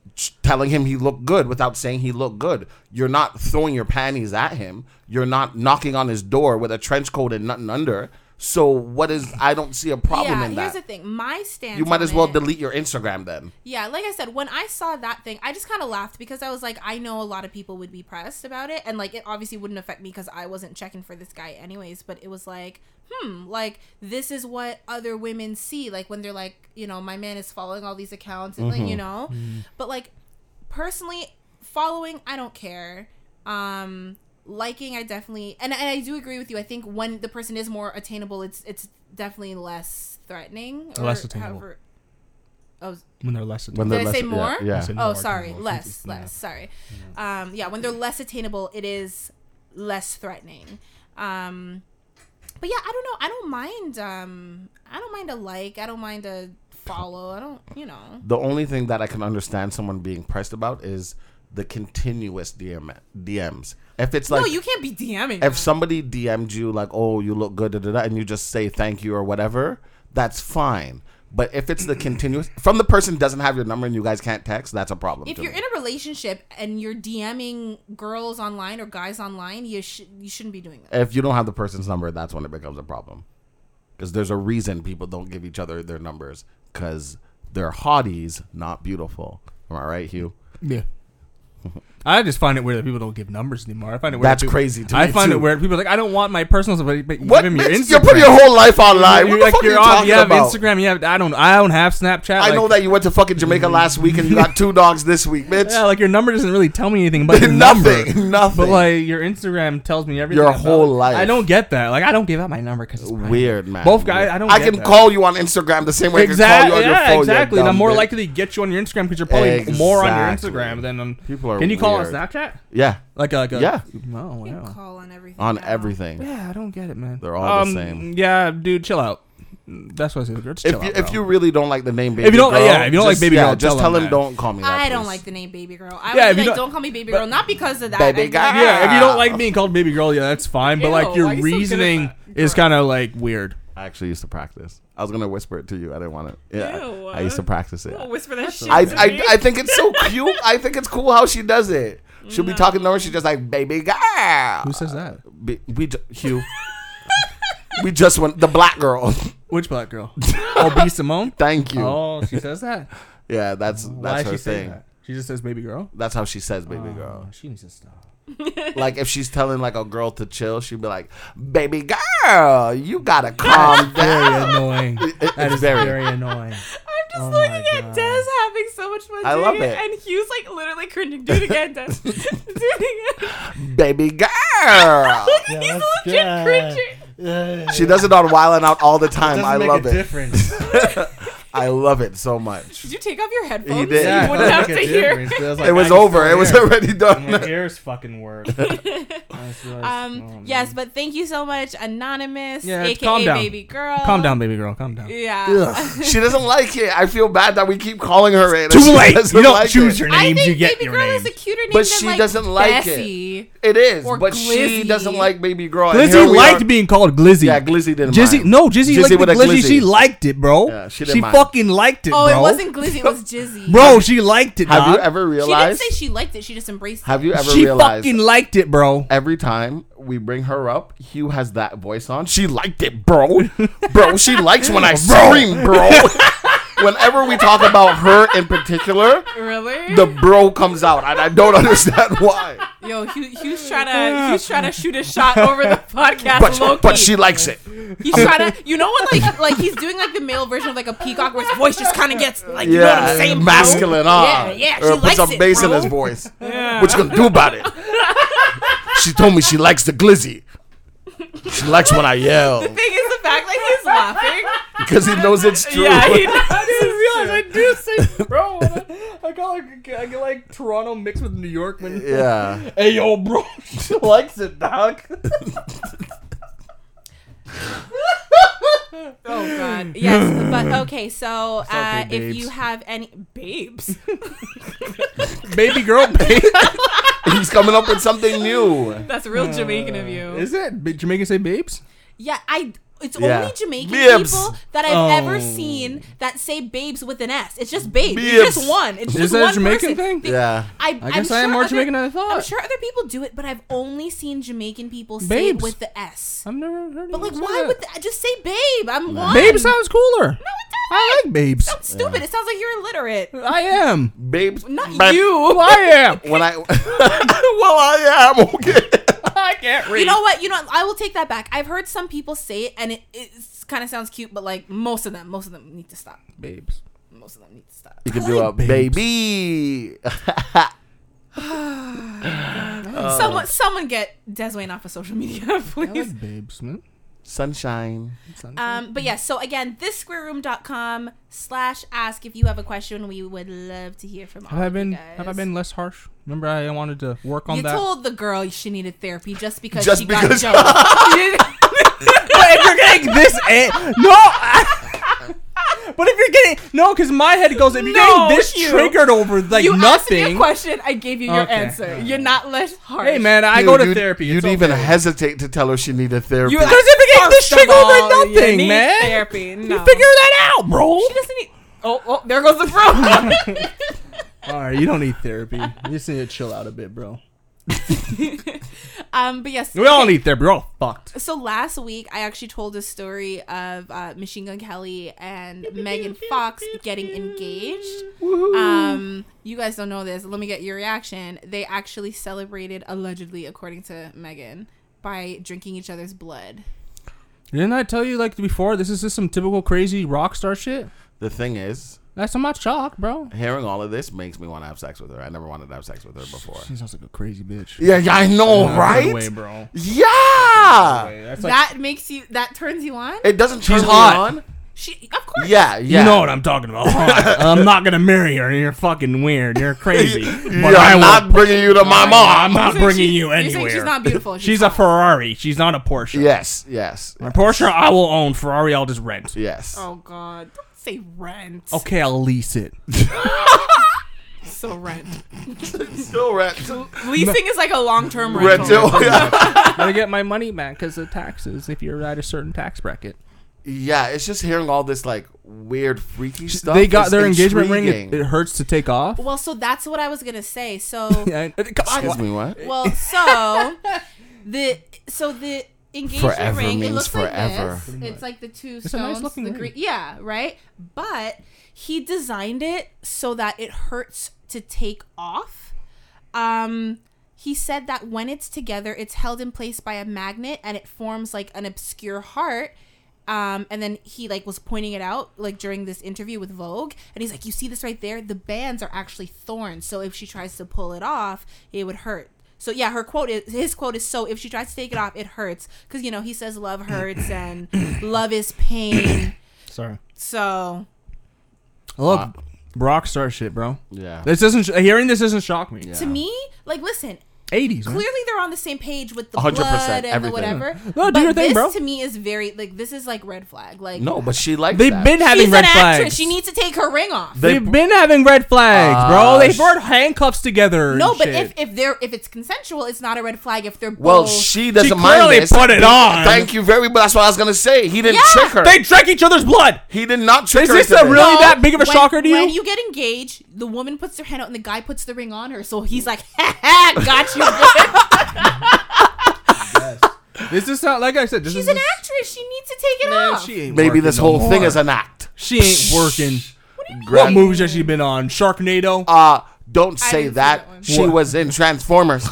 [SPEAKER 2] telling him he looked good without saying he looked good. You're not throwing your panties at him. You're not knocking on his door with a trench coat and nothing under. So what is? I don't see a problem
[SPEAKER 1] yeah,
[SPEAKER 2] in
[SPEAKER 1] here's the
[SPEAKER 2] that.
[SPEAKER 1] thing. My stance.
[SPEAKER 2] You might
[SPEAKER 1] on
[SPEAKER 2] as well
[SPEAKER 1] it-
[SPEAKER 2] delete your Instagram then.
[SPEAKER 1] Yeah, like I said, when I saw that thing, I just kind of laughed because I was like, I know a lot of people would be pressed about it, and like it obviously wouldn't affect me because I wasn't checking for this guy anyways. But it was like, hmm, like this is what other women see, like when they're like, you know, my man is following all these accounts, and
[SPEAKER 4] Mm-hmm.
[SPEAKER 1] like, you know, but like personally, following, I don't care. Um, liking, I definitely, and, and I do agree with you. I think when the person is more attainable, it's it's definitely less threatening. Or
[SPEAKER 4] Less attainable.
[SPEAKER 1] Oh,
[SPEAKER 4] when they're less.
[SPEAKER 2] When
[SPEAKER 1] Did
[SPEAKER 2] they're
[SPEAKER 1] I say
[SPEAKER 2] less-
[SPEAKER 1] more?
[SPEAKER 2] yeah, yeah. I
[SPEAKER 4] said
[SPEAKER 1] Oh,
[SPEAKER 4] more,
[SPEAKER 1] sorry.
[SPEAKER 4] more.
[SPEAKER 1] Less,
[SPEAKER 4] Yeah.
[SPEAKER 1] less. Sorry. Um, yeah, when they're less attainable, it is less threatening. Um, but yeah, I don't know. I don't mind. Um, I don't mind a like. I don't mind a follow. I don't. You know.
[SPEAKER 2] the only thing that I can understand someone being pressed about is the continuous DM DMs. If it's like
[SPEAKER 1] no, you can't be DMing.
[SPEAKER 2] if
[SPEAKER 1] that.
[SPEAKER 2] somebody DM'd you like, oh, you look good, da, da, da, and you just say thank you or whatever, that's fine. But if it's the continuous from the person doesn't have your number and you guys can't text, that's a problem.
[SPEAKER 1] if
[SPEAKER 2] to
[SPEAKER 1] you're
[SPEAKER 2] me.
[SPEAKER 1] in a relationship and you're DMing girls online or guys online, you sh- you shouldn't be doing that.
[SPEAKER 2] if you don't have the person's number, that's when it becomes a problem. Because there's a reason people don't give each other their numbers because they're hotties, not beautiful. Am I right, Hugh?
[SPEAKER 4] Yeah. I just find it weird that people don't give numbers anymore. I find it weird.
[SPEAKER 2] That's
[SPEAKER 4] that people-
[SPEAKER 2] crazy to
[SPEAKER 4] I
[SPEAKER 2] me,
[SPEAKER 4] find
[SPEAKER 2] too.
[SPEAKER 4] it weird. People are like, I don't want my personal stuff, but but you
[SPEAKER 2] What?
[SPEAKER 4] give him your
[SPEAKER 2] bitch?
[SPEAKER 4] Instagram.
[SPEAKER 2] You're putting your whole life online. What the
[SPEAKER 4] like,
[SPEAKER 2] fuck are you
[SPEAKER 4] you're on,
[SPEAKER 2] talking
[SPEAKER 4] you have
[SPEAKER 2] about?
[SPEAKER 4] Instagram. You have I don't. I don't have Snapchat.
[SPEAKER 2] I
[SPEAKER 4] like-
[SPEAKER 2] know that you went to fucking Jamaica last week and you got two dogs this week, bitch.
[SPEAKER 4] Yeah, like your number doesn't really tell me anything about your
[SPEAKER 2] Nothing,
[SPEAKER 4] number.
[SPEAKER 2] nothing.
[SPEAKER 4] But like your Instagram tells me everything.
[SPEAKER 2] Your
[SPEAKER 4] about
[SPEAKER 2] whole
[SPEAKER 4] it.
[SPEAKER 2] life.
[SPEAKER 4] I don't get that. Like I don't give out my number because it's private.
[SPEAKER 2] Weird, man.
[SPEAKER 4] Both guys, I don't
[SPEAKER 2] I
[SPEAKER 4] get
[SPEAKER 2] can
[SPEAKER 4] that.
[SPEAKER 2] call you on Instagram the same way I can
[SPEAKER 4] Exactly.
[SPEAKER 2] call you on your phone.
[SPEAKER 4] Yeah,
[SPEAKER 2] you
[SPEAKER 4] exactly. And
[SPEAKER 2] dumb
[SPEAKER 4] I'm more
[SPEAKER 2] bitch.
[SPEAKER 4] likely to get you on your Instagram because you're probably more on your
[SPEAKER 2] Exactly.
[SPEAKER 4] Instagram than on.
[SPEAKER 2] People are
[SPEAKER 4] Can you call
[SPEAKER 2] weird.
[SPEAKER 4] on Snapchat?
[SPEAKER 2] Yeah,
[SPEAKER 4] Like, like a,
[SPEAKER 2] Yeah.
[SPEAKER 4] Oh
[SPEAKER 1] You can
[SPEAKER 4] wow.
[SPEAKER 1] call on everything.
[SPEAKER 2] on
[SPEAKER 1] now.
[SPEAKER 2] everything.
[SPEAKER 4] Yeah, I don't get it, man.
[SPEAKER 2] They're all the
[SPEAKER 4] Um,
[SPEAKER 2] same.
[SPEAKER 4] Yeah, dude, chill out. That's what I say. Just
[SPEAKER 2] If
[SPEAKER 4] chill
[SPEAKER 2] you,
[SPEAKER 4] out,
[SPEAKER 2] if
[SPEAKER 4] bro.
[SPEAKER 2] you really don't like the name baby,
[SPEAKER 4] you don't-
[SPEAKER 2] girl,
[SPEAKER 4] yeah, if you don't like
[SPEAKER 2] just-
[SPEAKER 4] Baby
[SPEAKER 2] yeah,
[SPEAKER 4] Girl,
[SPEAKER 2] just
[SPEAKER 4] tell
[SPEAKER 2] tell
[SPEAKER 4] them
[SPEAKER 2] him
[SPEAKER 4] that.
[SPEAKER 2] don't call me. That,
[SPEAKER 1] I don't
[SPEAKER 2] please.
[SPEAKER 1] like the name baby girl. I
[SPEAKER 4] Yeah,
[SPEAKER 1] yeah, would
[SPEAKER 4] if you
[SPEAKER 1] be like,
[SPEAKER 4] don't-
[SPEAKER 1] don't, call me baby
[SPEAKER 4] but-
[SPEAKER 1] girl, not because of that.
[SPEAKER 2] Baby
[SPEAKER 1] I just-
[SPEAKER 2] girl.
[SPEAKER 4] Yeah, if you don't like
[SPEAKER 2] Ah.
[SPEAKER 4] being called baby girl, yeah, that's fine. But
[SPEAKER 1] Ew,
[SPEAKER 4] like your
[SPEAKER 1] why are you so good at
[SPEAKER 4] reasoning
[SPEAKER 1] that?
[SPEAKER 4] is kind of like weird.
[SPEAKER 2] I actually used to practice. I was gonna whisper it to you. I didn't want it. Yeah,
[SPEAKER 1] Ew,
[SPEAKER 2] I used to practice it.
[SPEAKER 1] Don't whisper that shit.
[SPEAKER 2] I,
[SPEAKER 1] to
[SPEAKER 2] I,
[SPEAKER 1] me.
[SPEAKER 2] I think it's so cute. I think it's cool how she does it. She'll be talking to her. She's just like, baby girl.
[SPEAKER 4] Who says that?
[SPEAKER 2] Be- we ju- Hugh. we just went the black girl.
[SPEAKER 4] Which black girl? oh, B Simone.
[SPEAKER 2] Thank you.
[SPEAKER 4] Oh, she says that.
[SPEAKER 2] Yeah, that's that's her
[SPEAKER 4] say
[SPEAKER 2] thing.
[SPEAKER 4] that? Oh. She just says baby girl.
[SPEAKER 2] That's how she says baby girl.
[SPEAKER 4] she needs to stop.
[SPEAKER 2] Like if she's telling like a girl to chill, she'd be like, "Baby girl, you gotta calm
[SPEAKER 4] Very
[SPEAKER 2] down."
[SPEAKER 4] annoying.
[SPEAKER 2] It-
[SPEAKER 4] That
[SPEAKER 2] it's
[SPEAKER 4] is
[SPEAKER 2] very-
[SPEAKER 4] very,
[SPEAKER 1] I'm
[SPEAKER 4] annoying.
[SPEAKER 1] just
[SPEAKER 4] Oh my
[SPEAKER 1] looking at
[SPEAKER 4] God.
[SPEAKER 1] Des having so much fun
[SPEAKER 2] I
[SPEAKER 1] doing
[SPEAKER 2] love
[SPEAKER 1] it,
[SPEAKER 2] it.
[SPEAKER 1] and Hugh's like literally cringing. Do it again, Des. Do it again.
[SPEAKER 2] Baby girl.
[SPEAKER 1] He's
[SPEAKER 4] that's
[SPEAKER 1] legit
[SPEAKER 4] good.
[SPEAKER 1] cringing.
[SPEAKER 2] She does it on Wild and Out all the time. I love it.
[SPEAKER 4] Difference.
[SPEAKER 2] I love it so much.
[SPEAKER 1] Did you take off your headphones?
[SPEAKER 2] He did.
[SPEAKER 1] so
[SPEAKER 2] Yeah,
[SPEAKER 1] you wouldn't have to hear.
[SPEAKER 2] It was over. It was already
[SPEAKER 4] Oh My
[SPEAKER 2] done.
[SPEAKER 4] ears fucking work.
[SPEAKER 1] Um, yes, but thank you so much, Anonymous,
[SPEAKER 4] Yeah,
[SPEAKER 1] aka
[SPEAKER 4] calm down.
[SPEAKER 1] Baby Girl.
[SPEAKER 4] Calm down, baby girl. Calm down.
[SPEAKER 1] Yeah.
[SPEAKER 2] She doesn't like it. I feel bad that we keep calling her it.
[SPEAKER 3] Too
[SPEAKER 2] She
[SPEAKER 3] late.
[SPEAKER 2] doesn't
[SPEAKER 3] You don't
[SPEAKER 2] like
[SPEAKER 3] choose
[SPEAKER 2] it.
[SPEAKER 3] your
[SPEAKER 1] I
[SPEAKER 3] names.
[SPEAKER 1] think
[SPEAKER 3] you get
[SPEAKER 1] Baby
[SPEAKER 3] your
[SPEAKER 1] Girl
[SPEAKER 3] names.
[SPEAKER 1] is a cuter name
[SPEAKER 2] But
[SPEAKER 1] than
[SPEAKER 2] she
[SPEAKER 1] like
[SPEAKER 2] doesn't like it.
[SPEAKER 1] Bessie.
[SPEAKER 2] It is,
[SPEAKER 1] Or
[SPEAKER 2] but she
[SPEAKER 1] Glizzy.
[SPEAKER 2] doesn't like Baby Girl. and here
[SPEAKER 4] Glizzy
[SPEAKER 2] we
[SPEAKER 4] liked
[SPEAKER 2] are-
[SPEAKER 4] being called Glizzy.
[SPEAKER 2] Yeah, Glizzy didn't
[SPEAKER 4] Glizzy,
[SPEAKER 2] mind.
[SPEAKER 4] no, Glizzy
[SPEAKER 2] Jizzy
[SPEAKER 4] liked the
[SPEAKER 2] with a
[SPEAKER 4] Glizzy.
[SPEAKER 2] Glizzy.
[SPEAKER 4] She liked it, bro.
[SPEAKER 2] Yeah, she
[SPEAKER 4] she
[SPEAKER 2] didn't mind.
[SPEAKER 4] fucking liked it,
[SPEAKER 1] Oh,
[SPEAKER 4] bro.
[SPEAKER 1] it wasn't Glizzy. It was Jizzy.
[SPEAKER 4] Bro, she liked it.
[SPEAKER 2] Have you
[SPEAKER 4] dog.
[SPEAKER 2] ever
[SPEAKER 1] she didn't
[SPEAKER 2] realized?
[SPEAKER 1] say she liked it. She just embraced
[SPEAKER 2] have
[SPEAKER 1] it.
[SPEAKER 2] you ever
[SPEAKER 4] She
[SPEAKER 2] realized?
[SPEAKER 4] fucking liked it, bro.
[SPEAKER 2] every time we bring her up, Hugh has that voice on. She liked it, bro. Bro, she likes when I scream, bro. Whenever we talk about her in particular,
[SPEAKER 1] Really?
[SPEAKER 2] the bro comes out, and I don't understand why.
[SPEAKER 1] Yo, Hugh, Hugh's trying to Hugh's trying to shoot a shot over the podcast. low
[SPEAKER 2] But,
[SPEAKER 1] key.
[SPEAKER 2] but she likes it.
[SPEAKER 1] he's trying to. You know what? Like like he's doing like the male version of like a peacock, where his voice just kind of gets like you know what I'm saying, bro?
[SPEAKER 2] masculine. Ah,
[SPEAKER 1] Yeah, yeah. She
[SPEAKER 2] Or put
[SPEAKER 1] likes
[SPEAKER 2] some
[SPEAKER 1] it,
[SPEAKER 2] bass
[SPEAKER 1] bro.
[SPEAKER 2] in his voice. What you gonna do about it? she told me she likes the glizzy. She likes when I yell
[SPEAKER 1] Thing is the fact like he's laughing.
[SPEAKER 2] because he knows it's true.
[SPEAKER 1] Yeah, he knows.
[SPEAKER 4] I do say, bro. I got like I got like Toronto mixed with New York. When
[SPEAKER 2] Yeah.
[SPEAKER 4] hey yo, bro, she likes it, dog.
[SPEAKER 1] Oh God. Yes, but okay. So uh,
[SPEAKER 4] okay,
[SPEAKER 1] if
[SPEAKER 4] babes.
[SPEAKER 1] you have any babes,
[SPEAKER 4] Baby girl, babe.
[SPEAKER 2] He's coming up with something new.
[SPEAKER 1] that's real Jamaican of you.
[SPEAKER 4] is it Ba- Jamaican say babes?
[SPEAKER 1] Yeah, I. It's
[SPEAKER 2] Yeah.
[SPEAKER 1] only Jamaican
[SPEAKER 2] Bibs.
[SPEAKER 1] people that I've ever
[SPEAKER 4] Oh.
[SPEAKER 1] seen that say babes with an S. It's just babes.
[SPEAKER 2] Bibs.
[SPEAKER 1] It's just one. It's just
[SPEAKER 4] that a
[SPEAKER 1] one
[SPEAKER 4] Jamaican
[SPEAKER 1] person.
[SPEAKER 4] thing?
[SPEAKER 1] They-
[SPEAKER 2] Yeah.
[SPEAKER 1] I,
[SPEAKER 4] I guess
[SPEAKER 1] am
[SPEAKER 4] I am
[SPEAKER 1] sure
[SPEAKER 4] more
[SPEAKER 1] other-
[SPEAKER 4] Jamaican than I thought.
[SPEAKER 1] I'm sure other people do it, but I've only seen Jamaican people say it
[SPEAKER 4] Babes.
[SPEAKER 1] with the S.
[SPEAKER 4] I've never heard.
[SPEAKER 1] But like,
[SPEAKER 4] anyone say
[SPEAKER 1] why
[SPEAKER 4] that.
[SPEAKER 1] would the, just say babe? I'm one.
[SPEAKER 4] babe sounds cooler?
[SPEAKER 1] No, it doesn't.
[SPEAKER 4] I like babes.
[SPEAKER 1] Sounds stupid. It sounds like you're illiterate.
[SPEAKER 4] I am.
[SPEAKER 2] Babes.
[SPEAKER 1] Not
[SPEAKER 2] Babe-
[SPEAKER 1] you.
[SPEAKER 4] I am.
[SPEAKER 2] When I. well, I am okay.
[SPEAKER 4] I can't read.
[SPEAKER 1] You know what? You know, I will take that back. I've heard some people say it, and it, it kind of sounds cute, but like most of them, most of them need to stop.
[SPEAKER 4] babes.
[SPEAKER 1] Most of them need to stop.
[SPEAKER 2] You can do a
[SPEAKER 4] Babes.
[SPEAKER 2] baby.
[SPEAKER 1] Someone, someone get Deswayne off of social media,
[SPEAKER 4] I
[SPEAKER 1] please.
[SPEAKER 4] like babes, man.
[SPEAKER 2] Sunshine.
[SPEAKER 1] Um, but yes, so again, thissquareroom.com slash ask if you have a question. We would love to hear from all
[SPEAKER 4] Have I
[SPEAKER 1] of
[SPEAKER 4] been
[SPEAKER 1] you guys.
[SPEAKER 4] have I been less harsh? Remember, I wanted to work on
[SPEAKER 1] You
[SPEAKER 4] that.
[SPEAKER 1] told the girl she needed therapy just because
[SPEAKER 2] Just
[SPEAKER 1] she got
[SPEAKER 2] because-
[SPEAKER 1] jumped.
[SPEAKER 4] but if you're getting this, eh, no. I- but if you're getting no, because my head goes. If you're
[SPEAKER 1] No,
[SPEAKER 4] getting this
[SPEAKER 1] you-
[SPEAKER 4] triggered over like
[SPEAKER 1] you asked me a
[SPEAKER 4] nothing.
[SPEAKER 1] question. I gave you your
[SPEAKER 4] Okay.
[SPEAKER 1] answer. You're not less harsh.
[SPEAKER 4] Hey man, I
[SPEAKER 2] Dude,
[SPEAKER 4] go to
[SPEAKER 2] you'd-
[SPEAKER 4] therapy.
[SPEAKER 2] You'd
[SPEAKER 4] it's
[SPEAKER 2] even
[SPEAKER 4] okay.
[SPEAKER 2] hesitate to tell her she needed therapy.
[SPEAKER 4] Because if you're getting this
[SPEAKER 1] First of
[SPEAKER 4] triggered over
[SPEAKER 1] all, you
[SPEAKER 4] nothing,
[SPEAKER 1] need
[SPEAKER 4] man,
[SPEAKER 1] Therapy. No.
[SPEAKER 4] you figure that out, bro.
[SPEAKER 1] She doesn't need. Oh, oh, there goes the bro.
[SPEAKER 4] All right, you don't need therapy. You just need to chill out a bit, bro.
[SPEAKER 1] um, but yes,
[SPEAKER 4] We all need therapy. We're all fucked.
[SPEAKER 1] so last week I actually told a story of uh, Machine Gun Kelly and Megan Fox getting engaged. Um, you guys don't know this. Let me get your reaction. They actually celebrated allegedly, according to Megan, by drinking each other's blood.
[SPEAKER 4] Didn't I tell you like before? This is just some typical crazy rock star shit.
[SPEAKER 2] The thing is,
[SPEAKER 4] That's I'm not shocked, bro.
[SPEAKER 2] hearing all of this makes me want to have sex with her. I never wanted to have sex with her before.
[SPEAKER 4] She sounds like a crazy bitch.
[SPEAKER 2] Yeah, yeah, I know,
[SPEAKER 4] Nah,
[SPEAKER 2] right?
[SPEAKER 4] Good way, bro.
[SPEAKER 2] Yeah,
[SPEAKER 4] That's like,
[SPEAKER 1] that makes you. That turns you on.
[SPEAKER 2] it doesn't turn me
[SPEAKER 4] hot.
[SPEAKER 2] on.
[SPEAKER 1] She, of course.
[SPEAKER 2] Yeah, yeah.
[SPEAKER 4] You know what I'm talking about. I'm not gonna marry her. You're fucking weird. You're crazy. But
[SPEAKER 2] But
[SPEAKER 4] I
[SPEAKER 2] I'm
[SPEAKER 4] will.
[SPEAKER 2] not bringing you to my
[SPEAKER 4] I'm
[SPEAKER 2] mom.
[SPEAKER 4] not
[SPEAKER 1] You're saying
[SPEAKER 4] bringing
[SPEAKER 1] she-
[SPEAKER 4] you
[SPEAKER 1] you're saying
[SPEAKER 4] anywhere.
[SPEAKER 1] she's not beautiful. She's,
[SPEAKER 4] She's a Ferrari. She's not a Porsche.
[SPEAKER 2] Yes, yes,
[SPEAKER 4] A Porsche I will own. Ferrari I'll just rent.
[SPEAKER 2] yes.
[SPEAKER 1] Oh God! Don't say rent.
[SPEAKER 4] Okay, I'll lease it.
[SPEAKER 1] So rent.
[SPEAKER 2] Still rat too.
[SPEAKER 1] Leasing is like a long-term
[SPEAKER 2] Rat
[SPEAKER 1] rental.
[SPEAKER 2] too. Yeah.
[SPEAKER 4] Gotta get my money back because of taxes. If you're at a certain tax bracket,
[SPEAKER 2] yeah, it's just hearing all this like weird, freaky stuff.
[SPEAKER 4] they got
[SPEAKER 2] is
[SPEAKER 4] their engagement
[SPEAKER 2] intriguing.
[SPEAKER 4] ring. It, it hurts to take off.
[SPEAKER 1] Well, so that's what I was gonna say. So.
[SPEAKER 4] And- come on,
[SPEAKER 2] Excuse me, what?
[SPEAKER 1] Well, so the so the engagement
[SPEAKER 2] Forever
[SPEAKER 1] ring it
[SPEAKER 2] means
[SPEAKER 1] looks
[SPEAKER 2] forever.
[SPEAKER 1] like this. It's like the two
[SPEAKER 4] a nice
[SPEAKER 1] stones,
[SPEAKER 4] looking
[SPEAKER 1] the
[SPEAKER 4] ring.
[SPEAKER 1] green, yeah, right. But he designed it so that it hurts to take off. Um, he said that when it's together, it's held in place by a magnet and it forms like an obscure heart. Um, and then he like was pointing it out like during this interview with Vogue, and he's like, "You see this right there? The bands are actually thorns. So if she tries to pull it off, it would hurt." So yeah, her quote is his quote is so if she tries to take it off, it hurts because you know he says love hurts and love is pain.
[SPEAKER 4] Sorry.
[SPEAKER 1] So
[SPEAKER 4] I love rock star shit, bro.
[SPEAKER 2] Yeah.
[SPEAKER 4] This doesn't. sh- Hearing this doesn't shock me.
[SPEAKER 1] to me, like listen,
[SPEAKER 4] 80s. man.
[SPEAKER 1] clearly they're on the same page with the
[SPEAKER 2] 100%
[SPEAKER 1] blood and
[SPEAKER 2] everything.
[SPEAKER 1] the whatever.
[SPEAKER 4] Mm-hmm. No, do
[SPEAKER 1] but
[SPEAKER 4] your thing,
[SPEAKER 1] this
[SPEAKER 4] bro.
[SPEAKER 1] to me is very like this is like red flag. Like
[SPEAKER 2] No, but she likes.
[SPEAKER 4] They've
[SPEAKER 2] that.
[SPEAKER 4] been
[SPEAKER 1] she's
[SPEAKER 4] having
[SPEAKER 1] an
[SPEAKER 4] red
[SPEAKER 1] actress.
[SPEAKER 4] flags.
[SPEAKER 1] She needs to take her ring off.
[SPEAKER 2] They-
[SPEAKER 4] They've been having red flags, bro.
[SPEAKER 2] Ah,
[SPEAKER 4] They
[SPEAKER 2] sh-
[SPEAKER 4] brought handcuffs together. and
[SPEAKER 1] no, but
[SPEAKER 4] shit.
[SPEAKER 1] if if they're if it's consensual, it's not a red flag. If they're
[SPEAKER 2] Well,
[SPEAKER 1] both,
[SPEAKER 2] she doesn't
[SPEAKER 4] Oh. She
[SPEAKER 2] mind
[SPEAKER 4] clearly
[SPEAKER 2] this.
[SPEAKER 4] put it on.
[SPEAKER 2] Thank you very much. That's what I was gonna say. He didn't
[SPEAKER 1] Yeah.
[SPEAKER 2] trick her.
[SPEAKER 4] they drank each other's blood.
[SPEAKER 2] he did not trick
[SPEAKER 4] Is
[SPEAKER 2] her.
[SPEAKER 4] this
[SPEAKER 2] into
[SPEAKER 4] a real- really that big of a
[SPEAKER 1] when,
[SPEAKER 4] shocker to you?
[SPEAKER 1] When you get engaged, the woman puts her hand out and the guy puts the ring on her. So he's like, ha ha, got you. bitch."
[SPEAKER 4] This is not like I said. This
[SPEAKER 1] She's
[SPEAKER 4] is
[SPEAKER 1] an actress. She needs to take it
[SPEAKER 4] Man,
[SPEAKER 1] off.
[SPEAKER 4] she ain't
[SPEAKER 2] Maybe
[SPEAKER 4] working
[SPEAKER 2] this
[SPEAKER 4] no
[SPEAKER 2] whole
[SPEAKER 4] more.
[SPEAKER 2] thing is an act.
[SPEAKER 4] She ain't working. What
[SPEAKER 2] Grab-
[SPEAKER 4] movies has she been on? Sharknado.
[SPEAKER 2] Uh, don't say
[SPEAKER 1] Ah, didn't see
[SPEAKER 2] that.
[SPEAKER 1] that one.
[SPEAKER 2] she
[SPEAKER 4] What?
[SPEAKER 2] was in Transformers.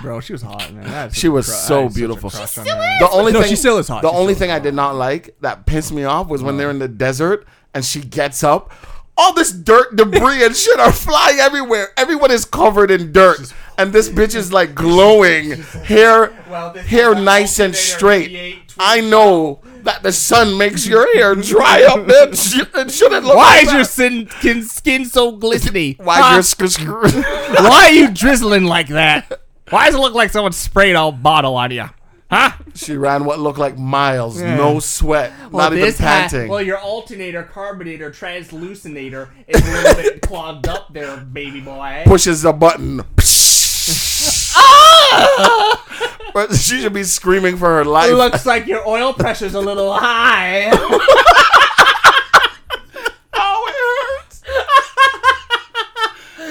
[SPEAKER 4] Bro, she was hot, man. I had
[SPEAKER 2] She
[SPEAKER 4] such a
[SPEAKER 2] was
[SPEAKER 4] cru- I
[SPEAKER 2] so
[SPEAKER 4] had such a
[SPEAKER 2] beautiful.
[SPEAKER 4] crush
[SPEAKER 1] She
[SPEAKER 4] on
[SPEAKER 1] still
[SPEAKER 4] her.
[SPEAKER 1] is.
[SPEAKER 2] The only
[SPEAKER 4] No,
[SPEAKER 2] thing
[SPEAKER 4] she still is hot.
[SPEAKER 2] The
[SPEAKER 4] She
[SPEAKER 2] only
[SPEAKER 4] still
[SPEAKER 2] thing I did not like that pissed me off was when they're in the desert and she gets up. All this dirt, debris, and shit are flying everywhere. Everyone is covered in dirt, and this bitch is like glowing, hair, hair nice and straight. I know that the sun makes your hair dry up. It, sh- it shouldn't look.
[SPEAKER 3] Why
[SPEAKER 2] like
[SPEAKER 3] is your
[SPEAKER 2] that.
[SPEAKER 3] skin, skin, skin so glistening?
[SPEAKER 2] why
[SPEAKER 3] Huh?
[SPEAKER 2] your sc- sc-
[SPEAKER 3] Why are you drizzling like that? Why does it look like someone sprayed a bottle on you? Huh?
[SPEAKER 2] She ran what looked like miles, no sweat, not even panting.
[SPEAKER 5] your alternator, carbonator, translucinator is a little bit clogged up there, baby boy.
[SPEAKER 2] pushes a button. but she should be screaming for her life.
[SPEAKER 5] Looks like your oil pressure's a little high.
[SPEAKER 2] oh, it hurts.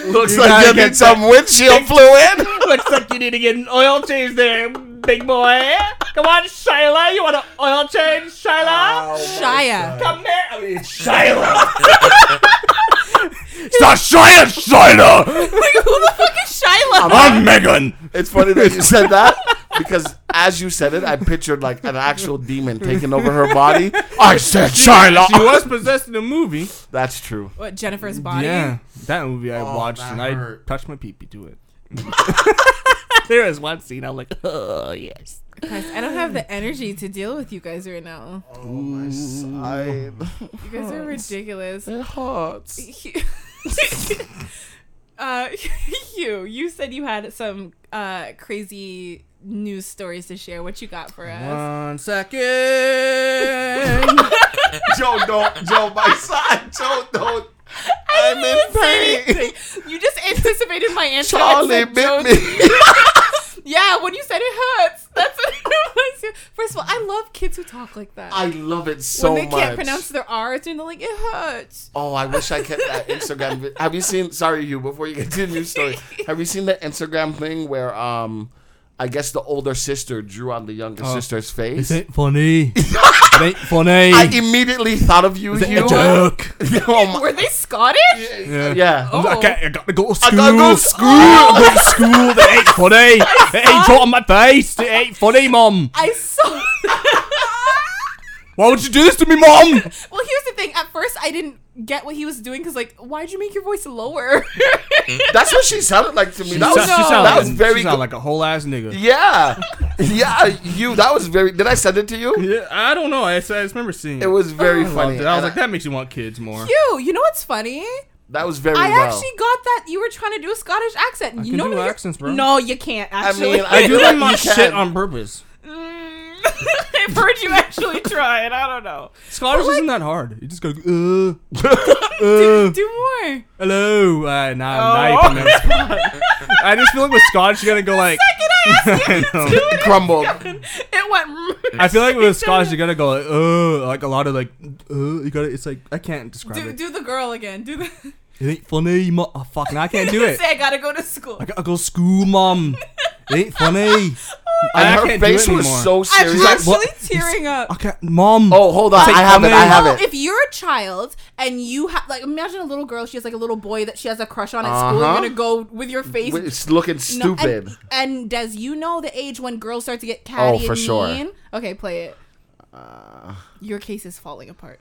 [SPEAKER 2] Looks
[SPEAKER 4] gotta
[SPEAKER 2] like you
[SPEAKER 4] get
[SPEAKER 2] need some windshield fluid.
[SPEAKER 5] Looks like you need to get an oil change there, big boy. Come on, Shyla, you want an oil change, Shyla?
[SPEAKER 1] Shia.
[SPEAKER 5] Come here. I mean,
[SPEAKER 3] Stop trying, Shiner!
[SPEAKER 1] Like, who the fuck is Shia?
[SPEAKER 3] I'm Megan!
[SPEAKER 2] It's funny that you said that because as you said it, I pictured like an actual demon taking over her body. I said, Shylock.
[SPEAKER 4] She was possessed in the movie.
[SPEAKER 2] That's true.
[SPEAKER 1] What, Jennifer's body?
[SPEAKER 4] Yeah, that movie I
[SPEAKER 2] Oh,
[SPEAKER 4] watched
[SPEAKER 2] that
[SPEAKER 4] and
[SPEAKER 2] hurt.
[SPEAKER 4] I touched my peepee to it.
[SPEAKER 5] there is one scene I'm like, oh, yes.
[SPEAKER 1] Guys, I don't have the energy to deal with you guys right now.
[SPEAKER 2] Oh my side.
[SPEAKER 1] You guys are ridiculous.
[SPEAKER 2] It hurts.
[SPEAKER 1] Hugh- uh, Hugh, you said you had some uh, crazy news stories to share. What you got for us?
[SPEAKER 4] One second.
[SPEAKER 2] Joe, don't. Joe, my side. Joe, don't. I'm in pain.
[SPEAKER 1] You just anticipated my answer. and
[SPEAKER 2] Charlie
[SPEAKER 1] said
[SPEAKER 2] bit
[SPEAKER 1] Joe-
[SPEAKER 2] me.
[SPEAKER 1] Yeah, when you said it hurts. That's what it was. First of all, I love kids who talk like that.
[SPEAKER 2] I love it so
[SPEAKER 1] when they
[SPEAKER 2] much.
[SPEAKER 1] can't pronounce their R's and they're like, it hurts.
[SPEAKER 2] Oh, I wish I kept that Instagram. vi- Have you seen? Sorry, you. Before you continue your story, have you seen the Instagram thing where um, I guess the older sister drew on the younger
[SPEAKER 4] Oh.
[SPEAKER 2] sister's face?
[SPEAKER 4] ain't funny. it ain't funny.
[SPEAKER 2] I immediately thought of you.
[SPEAKER 4] It's a
[SPEAKER 2] you.
[SPEAKER 4] joke.
[SPEAKER 2] Oh
[SPEAKER 1] Were they Scottish?
[SPEAKER 2] my-
[SPEAKER 4] Yeah.
[SPEAKER 2] yeah.
[SPEAKER 1] Oh.
[SPEAKER 4] I, can't- I gotta go to school.
[SPEAKER 2] gotta go to
[SPEAKER 4] school. I gotta go to school. That ain't funny. That ain't drawn on my face. That ain't funny, mom.
[SPEAKER 1] I saw.
[SPEAKER 4] Why would you do this to me, mom?
[SPEAKER 1] well, here's the thing. At first, I didn't get what he was doing because, like, why'd you make your voice lower?
[SPEAKER 2] That's what she sounded like to me.
[SPEAKER 4] She,
[SPEAKER 2] that
[SPEAKER 4] sou-
[SPEAKER 2] was,
[SPEAKER 4] she sounded
[SPEAKER 2] that
[SPEAKER 4] like,
[SPEAKER 2] was
[SPEAKER 4] a-
[SPEAKER 2] very
[SPEAKER 4] she sounded
[SPEAKER 2] good.
[SPEAKER 4] like a whole ass nigga.
[SPEAKER 2] yeah, yeah. You. That was very. Did I send it to you?
[SPEAKER 4] Yeah, I don't know. I, I just remember seeing
[SPEAKER 2] It was
[SPEAKER 1] Oh,
[SPEAKER 2] very
[SPEAKER 4] I
[SPEAKER 2] funny.
[SPEAKER 4] loved it. I
[SPEAKER 2] and
[SPEAKER 4] was like, that makes you want kids more.
[SPEAKER 1] you, you know what's funny?
[SPEAKER 2] that was very
[SPEAKER 1] I
[SPEAKER 2] well.
[SPEAKER 1] actually got that you were trying to do a Scottish accent. you
[SPEAKER 4] can
[SPEAKER 1] know
[SPEAKER 4] do
[SPEAKER 1] what
[SPEAKER 4] accents, bro.
[SPEAKER 1] No, you can't actually.
[SPEAKER 2] mean, I
[SPEAKER 4] I do
[SPEAKER 2] feel
[SPEAKER 4] that
[SPEAKER 2] like
[SPEAKER 4] my
[SPEAKER 2] you
[SPEAKER 4] shit
[SPEAKER 2] can.
[SPEAKER 4] on purpose.
[SPEAKER 1] Mm. I've heard you actually try it. I don't know.
[SPEAKER 4] Scholars isn't that hard. You just go, uh,
[SPEAKER 1] Do,
[SPEAKER 4] uh,
[SPEAKER 1] do more.
[SPEAKER 4] hello. Uh, now, now you can I just feel like with Scottish, you're gonna go like.
[SPEAKER 1] Second, I asked you
[SPEAKER 4] I
[SPEAKER 1] to do it.
[SPEAKER 2] crumbled.
[SPEAKER 1] It went.
[SPEAKER 4] I feel like with Scottish, you're gonna go like, uh, like a lot of like, uh, you gotta. It's like I can't describe
[SPEAKER 1] Do,
[SPEAKER 4] it.
[SPEAKER 1] do the girl again. Do the.
[SPEAKER 4] It ain't funny, you mu- oh, fuck. Now I can't do it.
[SPEAKER 1] Say I gotta go to school.
[SPEAKER 4] I gotta go to school, mom. It ain't
[SPEAKER 1] Oh.
[SPEAKER 4] funny.
[SPEAKER 2] And
[SPEAKER 4] I
[SPEAKER 2] her
[SPEAKER 4] can't do
[SPEAKER 2] face
[SPEAKER 4] it
[SPEAKER 2] was
[SPEAKER 4] anymore.
[SPEAKER 2] so
[SPEAKER 1] I'm
[SPEAKER 2] serious.
[SPEAKER 1] actually
[SPEAKER 4] what?
[SPEAKER 1] tearing up.
[SPEAKER 4] I can't, mom.
[SPEAKER 2] oh, hold on. I have it. I have
[SPEAKER 1] No,
[SPEAKER 2] it.
[SPEAKER 1] if you're a child and you have like imagine a little girl, she has like a little boy that she has a crush on at school. You're
[SPEAKER 2] Uh-huh.
[SPEAKER 1] gonna go with your face.
[SPEAKER 2] It's
[SPEAKER 1] No,
[SPEAKER 2] looking
[SPEAKER 1] and-
[SPEAKER 2] stupid. Oh,
[SPEAKER 1] and, does you know the age when girls start to get catty
[SPEAKER 2] for
[SPEAKER 1] and
[SPEAKER 2] sure.
[SPEAKER 1] mean? Okay, play it.
[SPEAKER 2] Uh,
[SPEAKER 1] your case is falling apart.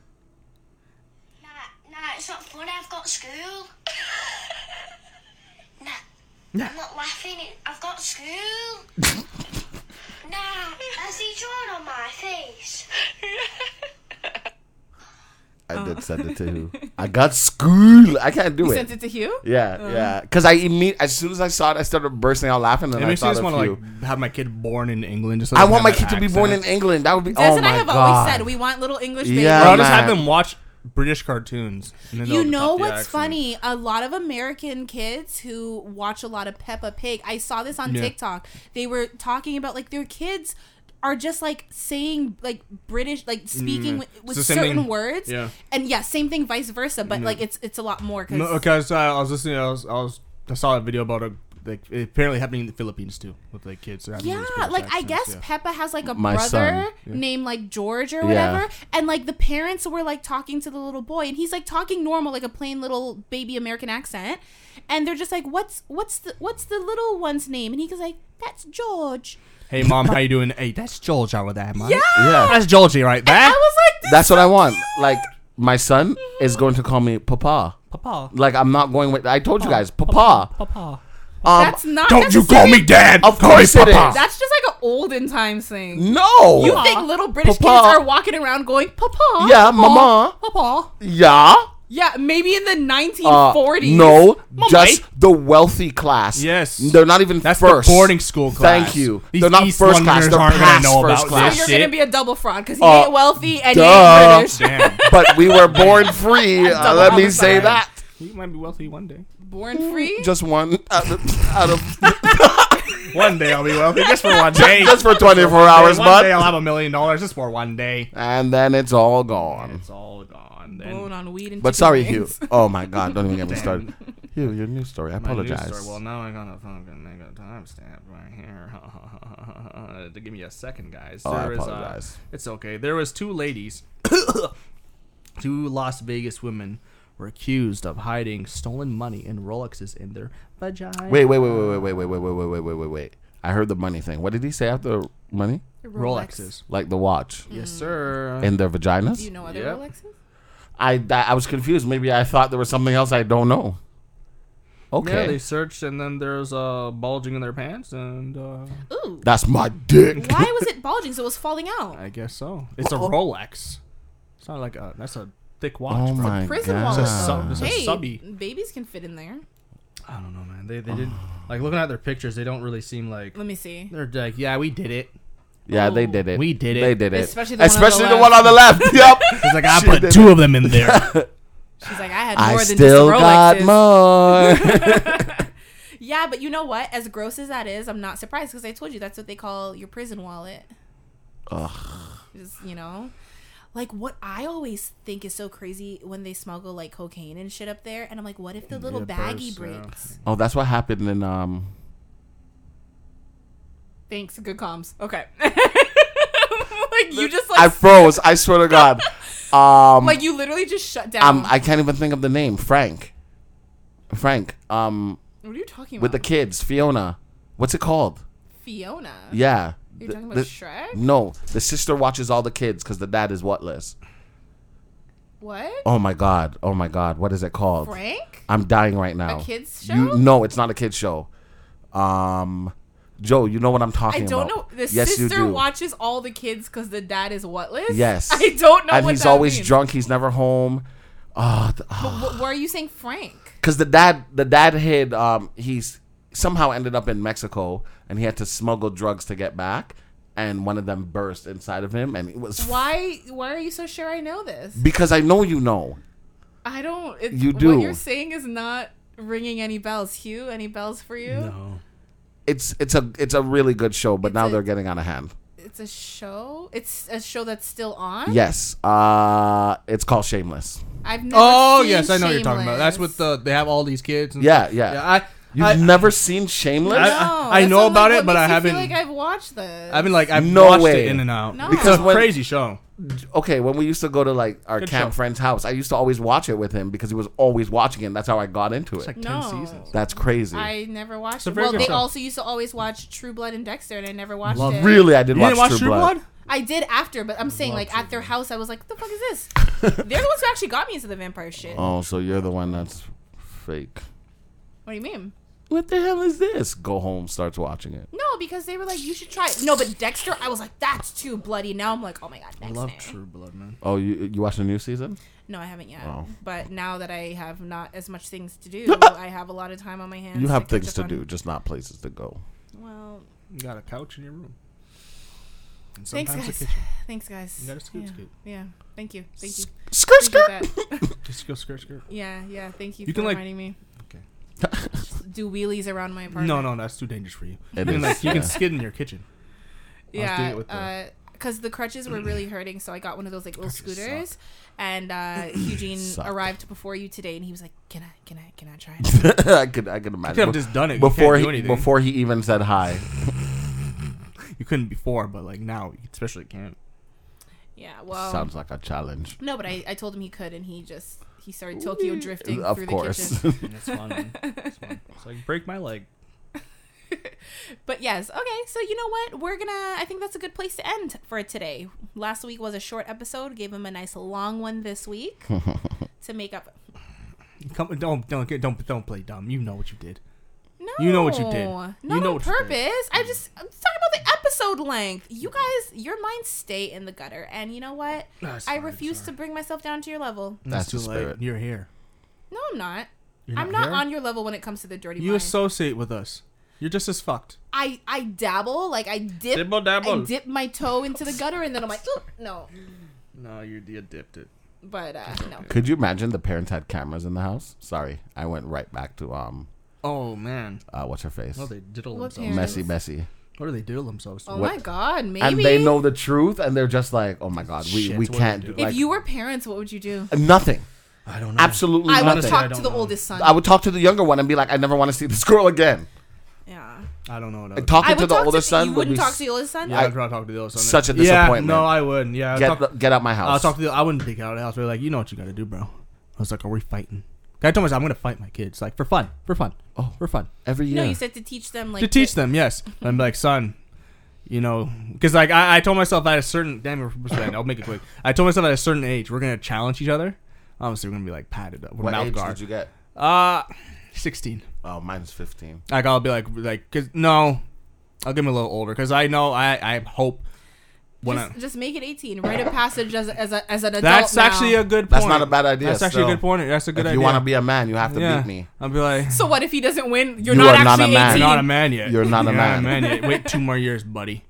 [SPEAKER 6] Nah, nah, it's not funny. I've got school. nah, I'm not laughing. it- I've got school. nah, has he drawn on my face?
[SPEAKER 2] I did send it to you. I got school. I can't do
[SPEAKER 1] Oh. You
[SPEAKER 2] it.
[SPEAKER 1] sent it to Oh. Hugh.
[SPEAKER 2] Yeah, yeah. Because I imme- as soon as I saw it, I started bursting out laughing. And
[SPEAKER 4] It
[SPEAKER 2] I
[SPEAKER 4] makes me
[SPEAKER 2] thought
[SPEAKER 4] just
[SPEAKER 2] of
[SPEAKER 4] want
[SPEAKER 2] you.
[SPEAKER 4] to like have my kid born in England. Just so
[SPEAKER 2] I
[SPEAKER 4] they can
[SPEAKER 2] want my
[SPEAKER 4] have
[SPEAKER 2] kid
[SPEAKER 4] that
[SPEAKER 2] to be born in
[SPEAKER 4] accent.
[SPEAKER 2] England. That would be.
[SPEAKER 1] Des
[SPEAKER 2] oh
[SPEAKER 1] and
[SPEAKER 2] my
[SPEAKER 1] I have
[SPEAKER 2] god.
[SPEAKER 1] always said we want little English babies.
[SPEAKER 2] Yeah,
[SPEAKER 4] Or I'll just
[SPEAKER 2] man.
[SPEAKER 4] have them watch British cartoons. And then they'll
[SPEAKER 1] You know
[SPEAKER 4] adopt the
[SPEAKER 1] what's
[SPEAKER 4] accent.
[SPEAKER 1] funny? A lot of American kids who watch a lot of Peppa Pig. I saw this on
[SPEAKER 4] Yeah.
[SPEAKER 1] TikTok. They were talking about like their kids are just like saying like British, like speaking with, with
[SPEAKER 4] Mm. the same
[SPEAKER 1] certain
[SPEAKER 4] thing-
[SPEAKER 1] words.
[SPEAKER 4] yeah.
[SPEAKER 1] And yeah, same thing, vice versa. But like it's it's a lot more because
[SPEAKER 4] No, okay, so I, I was listening. I was, I was, I saw a video about a like it apparently happening in the Philippines too with like kids. they're having
[SPEAKER 1] Yeah,
[SPEAKER 4] these British
[SPEAKER 1] like I
[SPEAKER 4] accents,
[SPEAKER 1] guess
[SPEAKER 4] yeah.
[SPEAKER 1] Peppa has like a
[SPEAKER 2] My
[SPEAKER 1] brother
[SPEAKER 2] son.
[SPEAKER 1] named like George or
[SPEAKER 2] Yeah.
[SPEAKER 1] whatever, and like the parents were like talking to the little boy, and he's like talking normal, like a plain little baby American accent, and they're just like, "What's what's the what's the little one's name?" And he goes like, "That's George."
[SPEAKER 4] Hey mom, how you doing? Hey, that's George over there, man.
[SPEAKER 1] Yeah,
[SPEAKER 2] Yeah,
[SPEAKER 4] that's Georgie right
[SPEAKER 1] I
[SPEAKER 4] there.
[SPEAKER 1] was like, this
[SPEAKER 2] that's what I want. Like my son is going to call me Papa.
[SPEAKER 4] Papa,
[SPEAKER 2] Like I'm not going with. I told you guys, Papa.
[SPEAKER 4] papa.
[SPEAKER 2] Um,
[SPEAKER 1] that's not.
[SPEAKER 3] Don't you call
[SPEAKER 1] necessarily-
[SPEAKER 3] me dad.
[SPEAKER 2] Of
[SPEAKER 3] Call me
[SPEAKER 2] course it
[SPEAKER 3] papa.
[SPEAKER 2] is.
[SPEAKER 1] That's just like an olden times thing.
[SPEAKER 2] no.
[SPEAKER 1] You think little British
[SPEAKER 2] Papa.
[SPEAKER 1] kids are walking around going, "Papa"?
[SPEAKER 2] Yeah,
[SPEAKER 1] Papa,
[SPEAKER 2] Mama.
[SPEAKER 1] Papa.
[SPEAKER 2] yeah.
[SPEAKER 1] Yeah, maybe in the
[SPEAKER 2] Uh,
[SPEAKER 1] 1940s.
[SPEAKER 2] no, just the wealthy class.
[SPEAKER 4] Yes.
[SPEAKER 2] they're not even
[SPEAKER 4] That's
[SPEAKER 2] first
[SPEAKER 4] the boarding school class.
[SPEAKER 2] Thank you.
[SPEAKER 4] These
[SPEAKER 2] they're not
[SPEAKER 4] East
[SPEAKER 2] first class.
[SPEAKER 4] Londoners
[SPEAKER 2] They're
[SPEAKER 4] aren't gonna
[SPEAKER 2] past
[SPEAKER 4] know
[SPEAKER 2] first
[SPEAKER 4] about
[SPEAKER 2] class.
[SPEAKER 1] So
[SPEAKER 4] this
[SPEAKER 1] you're
[SPEAKER 4] Ah, shit.
[SPEAKER 1] gonna be a double fraud because he
[SPEAKER 2] Uh,
[SPEAKER 1] ain't wealthy and
[SPEAKER 2] duh.
[SPEAKER 1] he ain't British.
[SPEAKER 4] Damn,
[SPEAKER 2] but we were born free. uh,
[SPEAKER 1] double
[SPEAKER 2] let me
[SPEAKER 1] homicide.
[SPEAKER 2] say that.
[SPEAKER 4] you might be wealthy one day.
[SPEAKER 1] Born free.
[SPEAKER 2] Just one out of, out of
[SPEAKER 4] One day I'll be wealthy, just for one day.
[SPEAKER 2] just for 24 hours,
[SPEAKER 4] one day I'll
[SPEAKER 2] bud.
[SPEAKER 4] have a million dollars just for one day.
[SPEAKER 2] And then it's all gone.
[SPEAKER 4] It's all gone. Then
[SPEAKER 1] Blown on weed and
[SPEAKER 2] But
[SPEAKER 1] chicken
[SPEAKER 2] sorry, Hugh.
[SPEAKER 1] wings.
[SPEAKER 2] Oh my God! Don't even get me started. Hugh, your news story. I
[SPEAKER 4] My news
[SPEAKER 2] apologize.
[SPEAKER 4] story- Well, now I got a fucking I got a timestamp right here. Give me a second, guys.
[SPEAKER 2] Oh, I
[SPEAKER 4] There is, uh,
[SPEAKER 2] apologize.
[SPEAKER 4] it's okay. There was two ladies, two Las Vegas women, were accused of hiding stolen money and Rolexes in their vagina.
[SPEAKER 2] Wait, wait, wait, wait, wait, wait, wait, wait, wait, wait, wait, wait, wait. I heard the money thing. What did he say after money?
[SPEAKER 4] Rolexes.
[SPEAKER 2] Like the watch
[SPEAKER 4] Yes, sir.
[SPEAKER 2] in their vaginas?
[SPEAKER 1] Do you know other
[SPEAKER 4] Yep.
[SPEAKER 1] Rolexes?
[SPEAKER 2] I that, I was confused. Maybe I thought there was something else I don't know.
[SPEAKER 4] Yeah,
[SPEAKER 2] Okay,
[SPEAKER 4] they searched and then there's uh bulging in their pants and uh,
[SPEAKER 1] Ooh.
[SPEAKER 2] that's my dick.
[SPEAKER 1] Why was it bulging? So it was falling out.
[SPEAKER 4] I guess so. It's a Rolex. It's not like a that's a thick watch.
[SPEAKER 2] Oh
[SPEAKER 4] bro.
[SPEAKER 2] my
[SPEAKER 1] Prison
[SPEAKER 2] god!
[SPEAKER 1] wallet.
[SPEAKER 4] It's a sub-
[SPEAKER 1] though.
[SPEAKER 4] it's a
[SPEAKER 1] hey,
[SPEAKER 4] subby.
[SPEAKER 1] babies can fit in there.
[SPEAKER 4] I don't know, man. They they didn't like looking at their pictures. They don't really seem like
[SPEAKER 1] Let me see.
[SPEAKER 4] they're like, yeah, we did it.
[SPEAKER 2] yeah, they did it.
[SPEAKER 4] We did it.
[SPEAKER 2] They did it.
[SPEAKER 1] Especially the one on the
[SPEAKER 2] Especially the
[SPEAKER 1] left.
[SPEAKER 2] one on the left. yep.
[SPEAKER 4] It's like I
[SPEAKER 2] She
[SPEAKER 4] put
[SPEAKER 2] did
[SPEAKER 4] two of them in there.
[SPEAKER 1] She's like, I had more
[SPEAKER 2] I
[SPEAKER 1] than
[SPEAKER 2] still
[SPEAKER 1] just
[SPEAKER 2] got
[SPEAKER 1] Rolexes.
[SPEAKER 2] more.
[SPEAKER 1] yeah, but you know what? As gross as that is, I'm not surprised because I told you that's what they call your prison wallet.
[SPEAKER 2] Ugh.
[SPEAKER 1] Just, you know? Like what I always think is so crazy when they smuggle like cocaine and shit up there, and I'm like, what if the little
[SPEAKER 4] Yeah,
[SPEAKER 1] baggie
[SPEAKER 4] purse, yeah.
[SPEAKER 1] breaks?
[SPEAKER 2] Oh, that's what happened in um.
[SPEAKER 1] Thanks, good comms. Okay, like you just like
[SPEAKER 2] I froze. I swear to God. Um,
[SPEAKER 1] like you literally just shut down.
[SPEAKER 2] um, I can't even think of the name. Frank. Frank. Um,
[SPEAKER 1] what are you talking
[SPEAKER 2] with
[SPEAKER 1] about?
[SPEAKER 2] the kids, Fiona. What's it called?
[SPEAKER 1] Fiona.
[SPEAKER 2] Yeah.
[SPEAKER 1] You're talking about
[SPEAKER 2] The-
[SPEAKER 1] Shrek?
[SPEAKER 2] No, the sister watches all the kids because the dad is whatless.
[SPEAKER 1] What?
[SPEAKER 2] Oh my god. Oh my god. What is it called?
[SPEAKER 1] Frank?
[SPEAKER 2] I'm dying right now.
[SPEAKER 1] kids show?
[SPEAKER 2] You, no, it's not a kids show. Um, Joe, you know what I'm
[SPEAKER 1] I
[SPEAKER 2] talking about.
[SPEAKER 1] don't know. The sister watches all the kids because the dad is whatless.
[SPEAKER 2] Yes.
[SPEAKER 1] I don't know.
[SPEAKER 2] And
[SPEAKER 1] what
[SPEAKER 2] he's
[SPEAKER 1] that
[SPEAKER 2] always
[SPEAKER 1] means.
[SPEAKER 2] drunk. He's never home. Ah,
[SPEAKER 1] But wh- why are you saying Frank?
[SPEAKER 2] because the dad, the dad hid. Um, he's somehow ended up in Mexico, and he had to smuggle drugs to get back. And one of them burst inside of him, and it was
[SPEAKER 1] Why? Why are you so sure I know this?
[SPEAKER 2] because I know you know.
[SPEAKER 1] I don't. It's,
[SPEAKER 2] You
[SPEAKER 1] What
[SPEAKER 2] do.
[SPEAKER 1] you're saying is not ringing any bells. Hugh, any bells for you?
[SPEAKER 4] No.
[SPEAKER 2] It's it's a it's a really good show, but
[SPEAKER 1] It's
[SPEAKER 2] now
[SPEAKER 1] a-
[SPEAKER 2] they're getting out of hand.
[SPEAKER 1] It's a show. It's a show that's still on.
[SPEAKER 2] Yes, uh, it's called Shameless.
[SPEAKER 1] I've never.
[SPEAKER 4] Oh
[SPEAKER 1] seen
[SPEAKER 4] yes, I know what you're talking about. That's
[SPEAKER 1] Shameless.
[SPEAKER 4] with the they have all these kids. And
[SPEAKER 2] Yeah, yeah.
[SPEAKER 4] I,
[SPEAKER 2] You've
[SPEAKER 4] I,
[SPEAKER 2] never seen Shameless?
[SPEAKER 4] I-
[SPEAKER 1] No,
[SPEAKER 4] I
[SPEAKER 1] that's
[SPEAKER 4] know
[SPEAKER 1] what I'm
[SPEAKER 4] about
[SPEAKER 1] like,
[SPEAKER 4] it,
[SPEAKER 1] what
[SPEAKER 4] but I
[SPEAKER 1] makes you
[SPEAKER 4] haven't-
[SPEAKER 1] Feel like I've watched this.
[SPEAKER 4] I've been like I've
[SPEAKER 2] No
[SPEAKER 4] watched
[SPEAKER 2] way.
[SPEAKER 4] it in and out.
[SPEAKER 1] No.
[SPEAKER 4] Because
[SPEAKER 1] Because
[SPEAKER 4] it's a
[SPEAKER 2] when-
[SPEAKER 4] crazy show.
[SPEAKER 2] okay, when we used to go to like our
[SPEAKER 4] Good
[SPEAKER 2] camp
[SPEAKER 4] show.
[SPEAKER 2] friend's house, I used to always watch it with him because he was always watching it. That's how I got into it.
[SPEAKER 4] It's like
[SPEAKER 1] No.
[SPEAKER 4] ten seasons.
[SPEAKER 2] That's crazy.
[SPEAKER 1] I never watched
[SPEAKER 4] a
[SPEAKER 1] it.
[SPEAKER 4] very
[SPEAKER 1] Well,
[SPEAKER 4] good
[SPEAKER 1] they
[SPEAKER 4] show.
[SPEAKER 1] also used to always watch True Blood and Dexter, and I never watched it.
[SPEAKER 2] really, I did
[SPEAKER 4] You
[SPEAKER 2] watch,
[SPEAKER 4] didn't watch
[SPEAKER 2] True, Blood.
[SPEAKER 1] I did after, but I'm saying like at their house, I was like, "The fuck is this?" They're the ones who actually got me into the vampire shit.
[SPEAKER 2] Oh, so you're the one that's fake.
[SPEAKER 1] What do you mean?
[SPEAKER 2] What the hell is this? Go home, starts watching it.
[SPEAKER 1] No, because they were like, "You should try." it. No, but Dexter, I was like, "That's too bloody." Now I'm like, "Oh my god, Dexter."
[SPEAKER 4] I love True Blood, man.
[SPEAKER 2] Oh, you you watch the new season?
[SPEAKER 1] No, I haven't yet.
[SPEAKER 2] Oh.
[SPEAKER 1] But now that I have not as much things to do, I have a lot of time on my hands.
[SPEAKER 2] You have
[SPEAKER 1] catch
[SPEAKER 2] things
[SPEAKER 1] up
[SPEAKER 2] to
[SPEAKER 1] on-
[SPEAKER 2] do, just not places to go.
[SPEAKER 1] Well,
[SPEAKER 4] You got a couch in your room. And
[SPEAKER 1] thanks
[SPEAKER 4] sometimes a
[SPEAKER 1] guys.
[SPEAKER 4] kitchen.
[SPEAKER 1] Thanks guys.
[SPEAKER 4] You gotta scoot,
[SPEAKER 1] yeah.
[SPEAKER 4] scoot.
[SPEAKER 1] yeah. Thank you. Thank you.
[SPEAKER 2] Skirt,
[SPEAKER 1] Appreciate
[SPEAKER 2] skirt.
[SPEAKER 1] that.
[SPEAKER 4] Just go skirt skirt.
[SPEAKER 1] yeah, yeah. Thank you,
[SPEAKER 4] You
[SPEAKER 1] for
[SPEAKER 4] can, like-
[SPEAKER 1] reminding me.
[SPEAKER 4] Okay.
[SPEAKER 1] Just Do wheelies around my apartment.
[SPEAKER 4] No, no, that's too dangerous for you.
[SPEAKER 2] It
[SPEAKER 4] You can,
[SPEAKER 2] is,
[SPEAKER 4] like, you
[SPEAKER 2] yeah.
[SPEAKER 4] can skid in your kitchen. was doing it with the-
[SPEAKER 1] yeah, because the crutches were really hurting, so I got one of those like little scooters. And uh, Eugene
[SPEAKER 2] Suck.
[SPEAKER 1] arrived before you today, and he was like, "Can I, can I, can I try it?"
[SPEAKER 2] I could I could imagine.
[SPEAKER 4] have just done it. You
[SPEAKER 2] before
[SPEAKER 4] can't do
[SPEAKER 2] he
[SPEAKER 4] anything.
[SPEAKER 2] before he even said hi.
[SPEAKER 4] You couldn't before, but like now, you especially can't.
[SPEAKER 1] yeah, well,
[SPEAKER 2] Sounds like a challenge.
[SPEAKER 1] no, but I, I told him he could, and he just he started Tokyo drifting
[SPEAKER 2] Of
[SPEAKER 1] through the
[SPEAKER 2] course.
[SPEAKER 1] kitchen.
[SPEAKER 4] That's fun. That's fun. It's like break my leg.
[SPEAKER 1] But yes, okay, so you know what? We're gonna. I think that's a good place to end for today. Last week was a short episode. Gave him a nice long one this week to make up.
[SPEAKER 4] Come, don't don't get- don't don't play dumb. You know what you did.
[SPEAKER 1] No,
[SPEAKER 4] You know what you did.
[SPEAKER 1] Not
[SPEAKER 4] You know
[SPEAKER 1] on
[SPEAKER 4] what you did.
[SPEAKER 1] purpose. I just I'm just talking about the episode length. You guys, your minds stay in the gutter, and you know what?
[SPEAKER 4] No, it's
[SPEAKER 1] I
[SPEAKER 4] fine, it's
[SPEAKER 1] refuse to
[SPEAKER 4] alright.
[SPEAKER 1] bring myself down to your level.
[SPEAKER 2] That's
[SPEAKER 4] It's
[SPEAKER 2] the
[SPEAKER 4] too late.
[SPEAKER 2] spirit.
[SPEAKER 4] You're here.
[SPEAKER 1] No, I'm not.
[SPEAKER 4] You're
[SPEAKER 1] I'm not
[SPEAKER 4] here?
[SPEAKER 1] on your level when it comes to the dirty.
[SPEAKER 4] You
[SPEAKER 1] mind.
[SPEAKER 4] associate with us. You're just as fucked.
[SPEAKER 1] I I dabble, like I dip,
[SPEAKER 4] Dibble dabble.
[SPEAKER 1] I dip my toe into the gutter, and then I'm like, oop, no.
[SPEAKER 4] No, you you dipped it.
[SPEAKER 1] But uh, no,
[SPEAKER 2] Could you imagine the parents had cameras in the house? Sorry, I went right back to um,
[SPEAKER 4] Oh man.
[SPEAKER 2] uh, what's her face?
[SPEAKER 4] Well, they diddle
[SPEAKER 1] What
[SPEAKER 4] themselves.
[SPEAKER 1] parents?
[SPEAKER 2] messy, messy,
[SPEAKER 4] What do they diddle themselves? To?
[SPEAKER 1] oh
[SPEAKER 2] What-
[SPEAKER 1] my god, maybe.
[SPEAKER 2] and they know the truth, and they're just like, "Oh my god, we,
[SPEAKER 4] Shit,
[SPEAKER 2] we
[SPEAKER 4] what do
[SPEAKER 2] can't
[SPEAKER 4] we
[SPEAKER 2] do."
[SPEAKER 4] do?
[SPEAKER 1] If
[SPEAKER 2] Like,
[SPEAKER 1] you were parents, what would you do?
[SPEAKER 2] nothing,
[SPEAKER 4] I don't know.
[SPEAKER 2] absolutely
[SPEAKER 1] I would
[SPEAKER 2] nothing.
[SPEAKER 1] talk
[SPEAKER 4] I
[SPEAKER 1] to
[SPEAKER 4] don't
[SPEAKER 1] the
[SPEAKER 4] know.
[SPEAKER 1] oldest son.
[SPEAKER 2] I would talk to the younger one and be like, "I never want to see this girl again."
[SPEAKER 1] yeah,
[SPEAKER 4] I don't know. What I
[SPEAKER 2] Like,
[SPEAKER 4] would
[SPEAKER 1] I
[SPEAKER 2] talking
[SPEAKER 1] would
[SPEAKER 2] to the
[SPEAKER 1] talk
[SPEAKER 2] older
[SPEAKER 1] to
[SPEAKER 2] son
[SPEAKER 1] You
[SPEAKER 2] would
[SPEAKER 1] wouldn't
[SPEAKER 2] be
[SPEAKER 1] talk
[SPEAKER 2] s-
[SPEAKER 1] to the oldest son.
[SPEAKER 4] Yeah, I'd probably talk to the other son.
[SPEAKER 2] such a disappointment.
[SPEAKER 4] Yeah, no, I wouldn't. Yeah, I'd
[SPEAKER 2] get
[SPEAKER 4] talk,
[SPEAKER 2] the- get out my
[SPEAKER 4] I'll
[SPEAKER 2] house.
[SPEAKER 4] talk to the. I wouldn't dig out of the house. They're like, you know what you got to do, bro. I was like, are we fighting? I told myself I'm gonna fight my kids, like for fun, for fun, oh, for fun,
[SPEAKER 2] every
[SPEAKER 1] No,
[SPEAKER 2] year.
[SPEAKER 1] you said to teach them like
[SPEAKER 4] to teach them. Yes, And I'm like, son, you know, because like I, I told myself at a certain damn, it, what's that? I'll make it quick. I told myself at a certain age we're gonna challenge each other. Obviously, we're gonna be like padded up with
[SPEAKER 2] what
[SPEAKER 4] mouth
[SPEAKER 2] age
[SPEAKER 4] guard.
[SPEAKER 2] did you get?
[SPEAKER 4] Uh, sixteen.
[SPEAKER 2] Oh, mine's fifteen.
[SPEAKER 4] Like I'll be like like cause no, I'll give him a little older because I know I I hope when
[SPEAKER 1] just,
[SPEAKER 4] I,
[SPEAKER 1] just make it 18. Write a passage as, as, a, as an adult.
[SPEAKER 4] that's
[SPEAKER 1] now.
[SPEAKER 4] actually a good. point.
[SPEAKER 2] That's not a bad idea,
[SPEAKER 4] That's actually
[SPEAKER 2] still.
[SPEAKER 4] a good point. That's a good
[SPEAKER 2] if
[SPEAKER 4] idea.
[SPEAKER 2] you want to be a man, you have to
[SPEAKER 4] yeah.
[SPEAKER 2] beat me.
[SPEAKER 4] I'll be like.
[SPEAKER 1] So what if he doesn't win? You're
[SPEAKER 2] You
[SPEAKER 1] not
[SPEAKER 2] are not
[SPEAKER 1] actually
[SPEAKER 2] a man.
[SPEAKER 4] You're
[SPEAKER 1] 18.
[SPEAKER 4] not a man yet.
[SPEAKER 2] You're not a man.
[SPEAKER 4] yet. Wait two more years, buddy.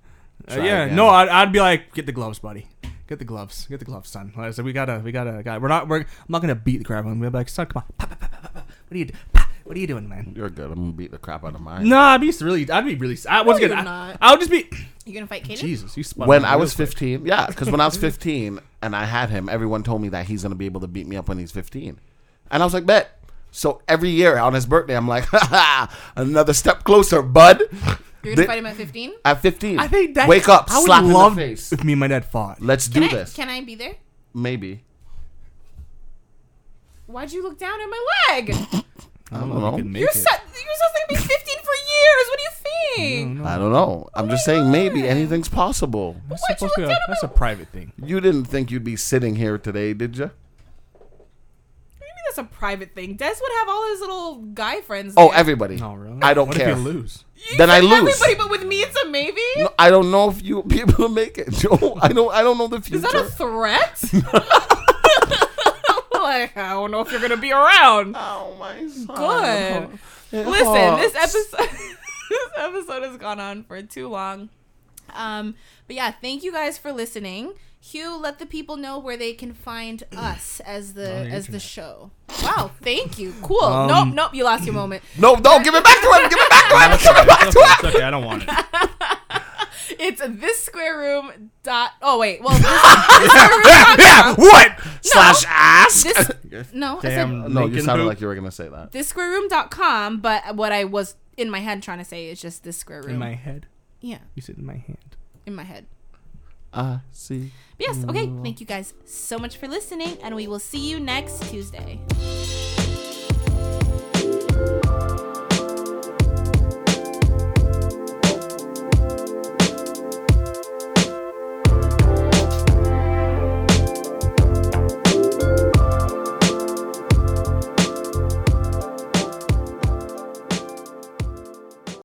[SPEAKER 4] Uh,
[SPEAKER 2] Try
[SPEAKER 4] yeah,
[SPEAKER 2] again.
[SPEAKER 4] no, I'd, I'd be like, get the gloves, buddy. Get the gloves. Get the gloves, son. Like I said, we gotta, we gotta, gotta we're not, we're, I'm not gonna beat the crap out of him. We'll be like, son, come on. Pa, pa, pa, pa, pa, pa. What are you, do- pa, what are you doing, man?
[SPEAKER 2] You're good. I'm gonna beat the crap out of mine.
[SPEAKER 4] No, I'd be really, I'd be really, I was
[SPEAKER 1] No,
[SPEAKER 4] gonna,
[SPEAKER 1] you're
[SPEAKER 4] I,
[SPEAKER 1] not.
[SPEAKER 4] I would just be,
[SPEAKER 1] You're gonna fight Kaden?
[SPEAKER 4] Jesus, you spun
[SPEAKER 2] when
[SPEAKER 4] me
[SPEAKER 2] I
[SPEAKER 4] real
[SPEAKER 2] was
[SPEAKER 4] quick.
[SPEAKER 2] 15, yeah, because when I was 15 and I had him, everyone told me that he's gonna be able to beat me up when he's 15, and I was like, bet. So every year on his birthday, I'm like, ha ha, another step closer, bud.
[SPEAKER 1] You're
[SPEAKER 2] Th-
[SPEAKER 1] gonna fight him at 15?
[SPEAKER 2] at 15.
[SPEAKER 4] I think that
[SPEAKER 2] wake up,
[SPEAKER 4] I would
[SPEAKER 2] slap in
[SPEAKER 4] love
[SPEAKER 2] the face.
[SPEAKER 4] if me and my dad fought.
[SPEAKER 2] Let's
[SPEAKER 1] Can
[SPEAKER 2] do
[SPEAKER 1] I,
[SPEAKER 2] this.
[SPEAKER 1] Can I be there?
[SPEAKER 2] Maybe.
[SPEAKER 1] Why'd you look down at my leg?
[SPEAKER 2] I don't,
[SPEAKER 4] We could
[SPEAKER 2] know.
[SPEAKER 4] make
[SPEAKER 1] you're,
[SPEAKER 4] it.
[SPEAKER 1] su- you're supposed to be 15 for years. What do you think?
[SPEAKER 2] I don't know. I'm just saying, maybe anything's possible.
[SPEAKER 4] That's
[SPEAKER 1] Why'd you
[SPEAKER 4] supposed to
[SPEAKER 1] look
[SPEAKER 4] be a-
[SPEAKER 1] down at
[SPEAKER 4] that's
[SPEAKER 1] my-
[SPEAKER 4] a private thing.
[SPEAKER 2] You didn't think you'd be sitting here today, did you?
[SPEAKER 1] What do you mean that's a private thing? Des would have all his little guy friends.
[SPEAKER 2] Oh,
[SPEAKER 1] there.
[SPEAKER 2] everybody.
[SPEAKER 4] No, really.
[SPEAKER 2] I don't
[SPEAKER 4] what
[SPEAKER 2] care.
[SPEAKER 4] If you lose,
[SPEAKER 1] You
[SPEAKER 2] then I
[SPEAKER 1] said
[SPEAKER 2] lose.
[SPEAKER 1] Everybody, but with me, it's a maybe.
[SPEAKER 2] No, I don't know if you'll be able to make it, Joe. I don't. I don't know the future.
[SPEAKER 1] Is that a threat? like, I don't know if you're gonna be around.
[SPEAKER 2] oh my son.
[SPEAKER 1] Good.
[SPEAKER 2] It
[SPEAKER 1] Listen, this
[SPEAKER 2] hurts.
[SPEAKER 1] episode this episode has gone on for too long. Um, but yeah, thank you guys for listening. Hugh, let the people know where they can find us as the
[SPEAKER 4] On the
[SPEAKER 1] as the
[SPEAKER 4] internet.
[SPEAKER 1] show. Wow, thank you. Cool.
[SPEAKER 4] Um,
[SPEAKER 1] nope, nope, you lost your moment.
[SPEAKER 2] No, no, give it back to him. Give it back to him. Give it back
[SPEAKER 4] It's okay,
[SPEAKER 2] to
[SPEAKER 4] it's okay, I don't want it.
[SPEAKER 1] It's this square room dot oh wait, well this, this square room dot
[SPEAKER 3] yeah, what?
[SPEAKER 2] Slash ass.
[SPEAKER 1] this, no, I said
[SPEAKER 4] Damn.
[SPEAKER 2] No, you
[SPEAKER 4] Lincoln
[SPEAKER 2] sounded
[SPEAKER 4] poop.
[SPEAKER 2] like you were gonna say that.
[SPEAKER 1] this square room dot com, but what I was in my head trying to say is just this square room.
[SPEAKER 4] In my head,
[SPEAKER 1] yeah,
[SPEAKER 4] you said in my hand.
[SPEAKER 1] in my head.
[SPEAKER 2] I see.
[SPEAKER 1] But yes, okay. Thank you guys so much for listening, and we will see you next Tuesday.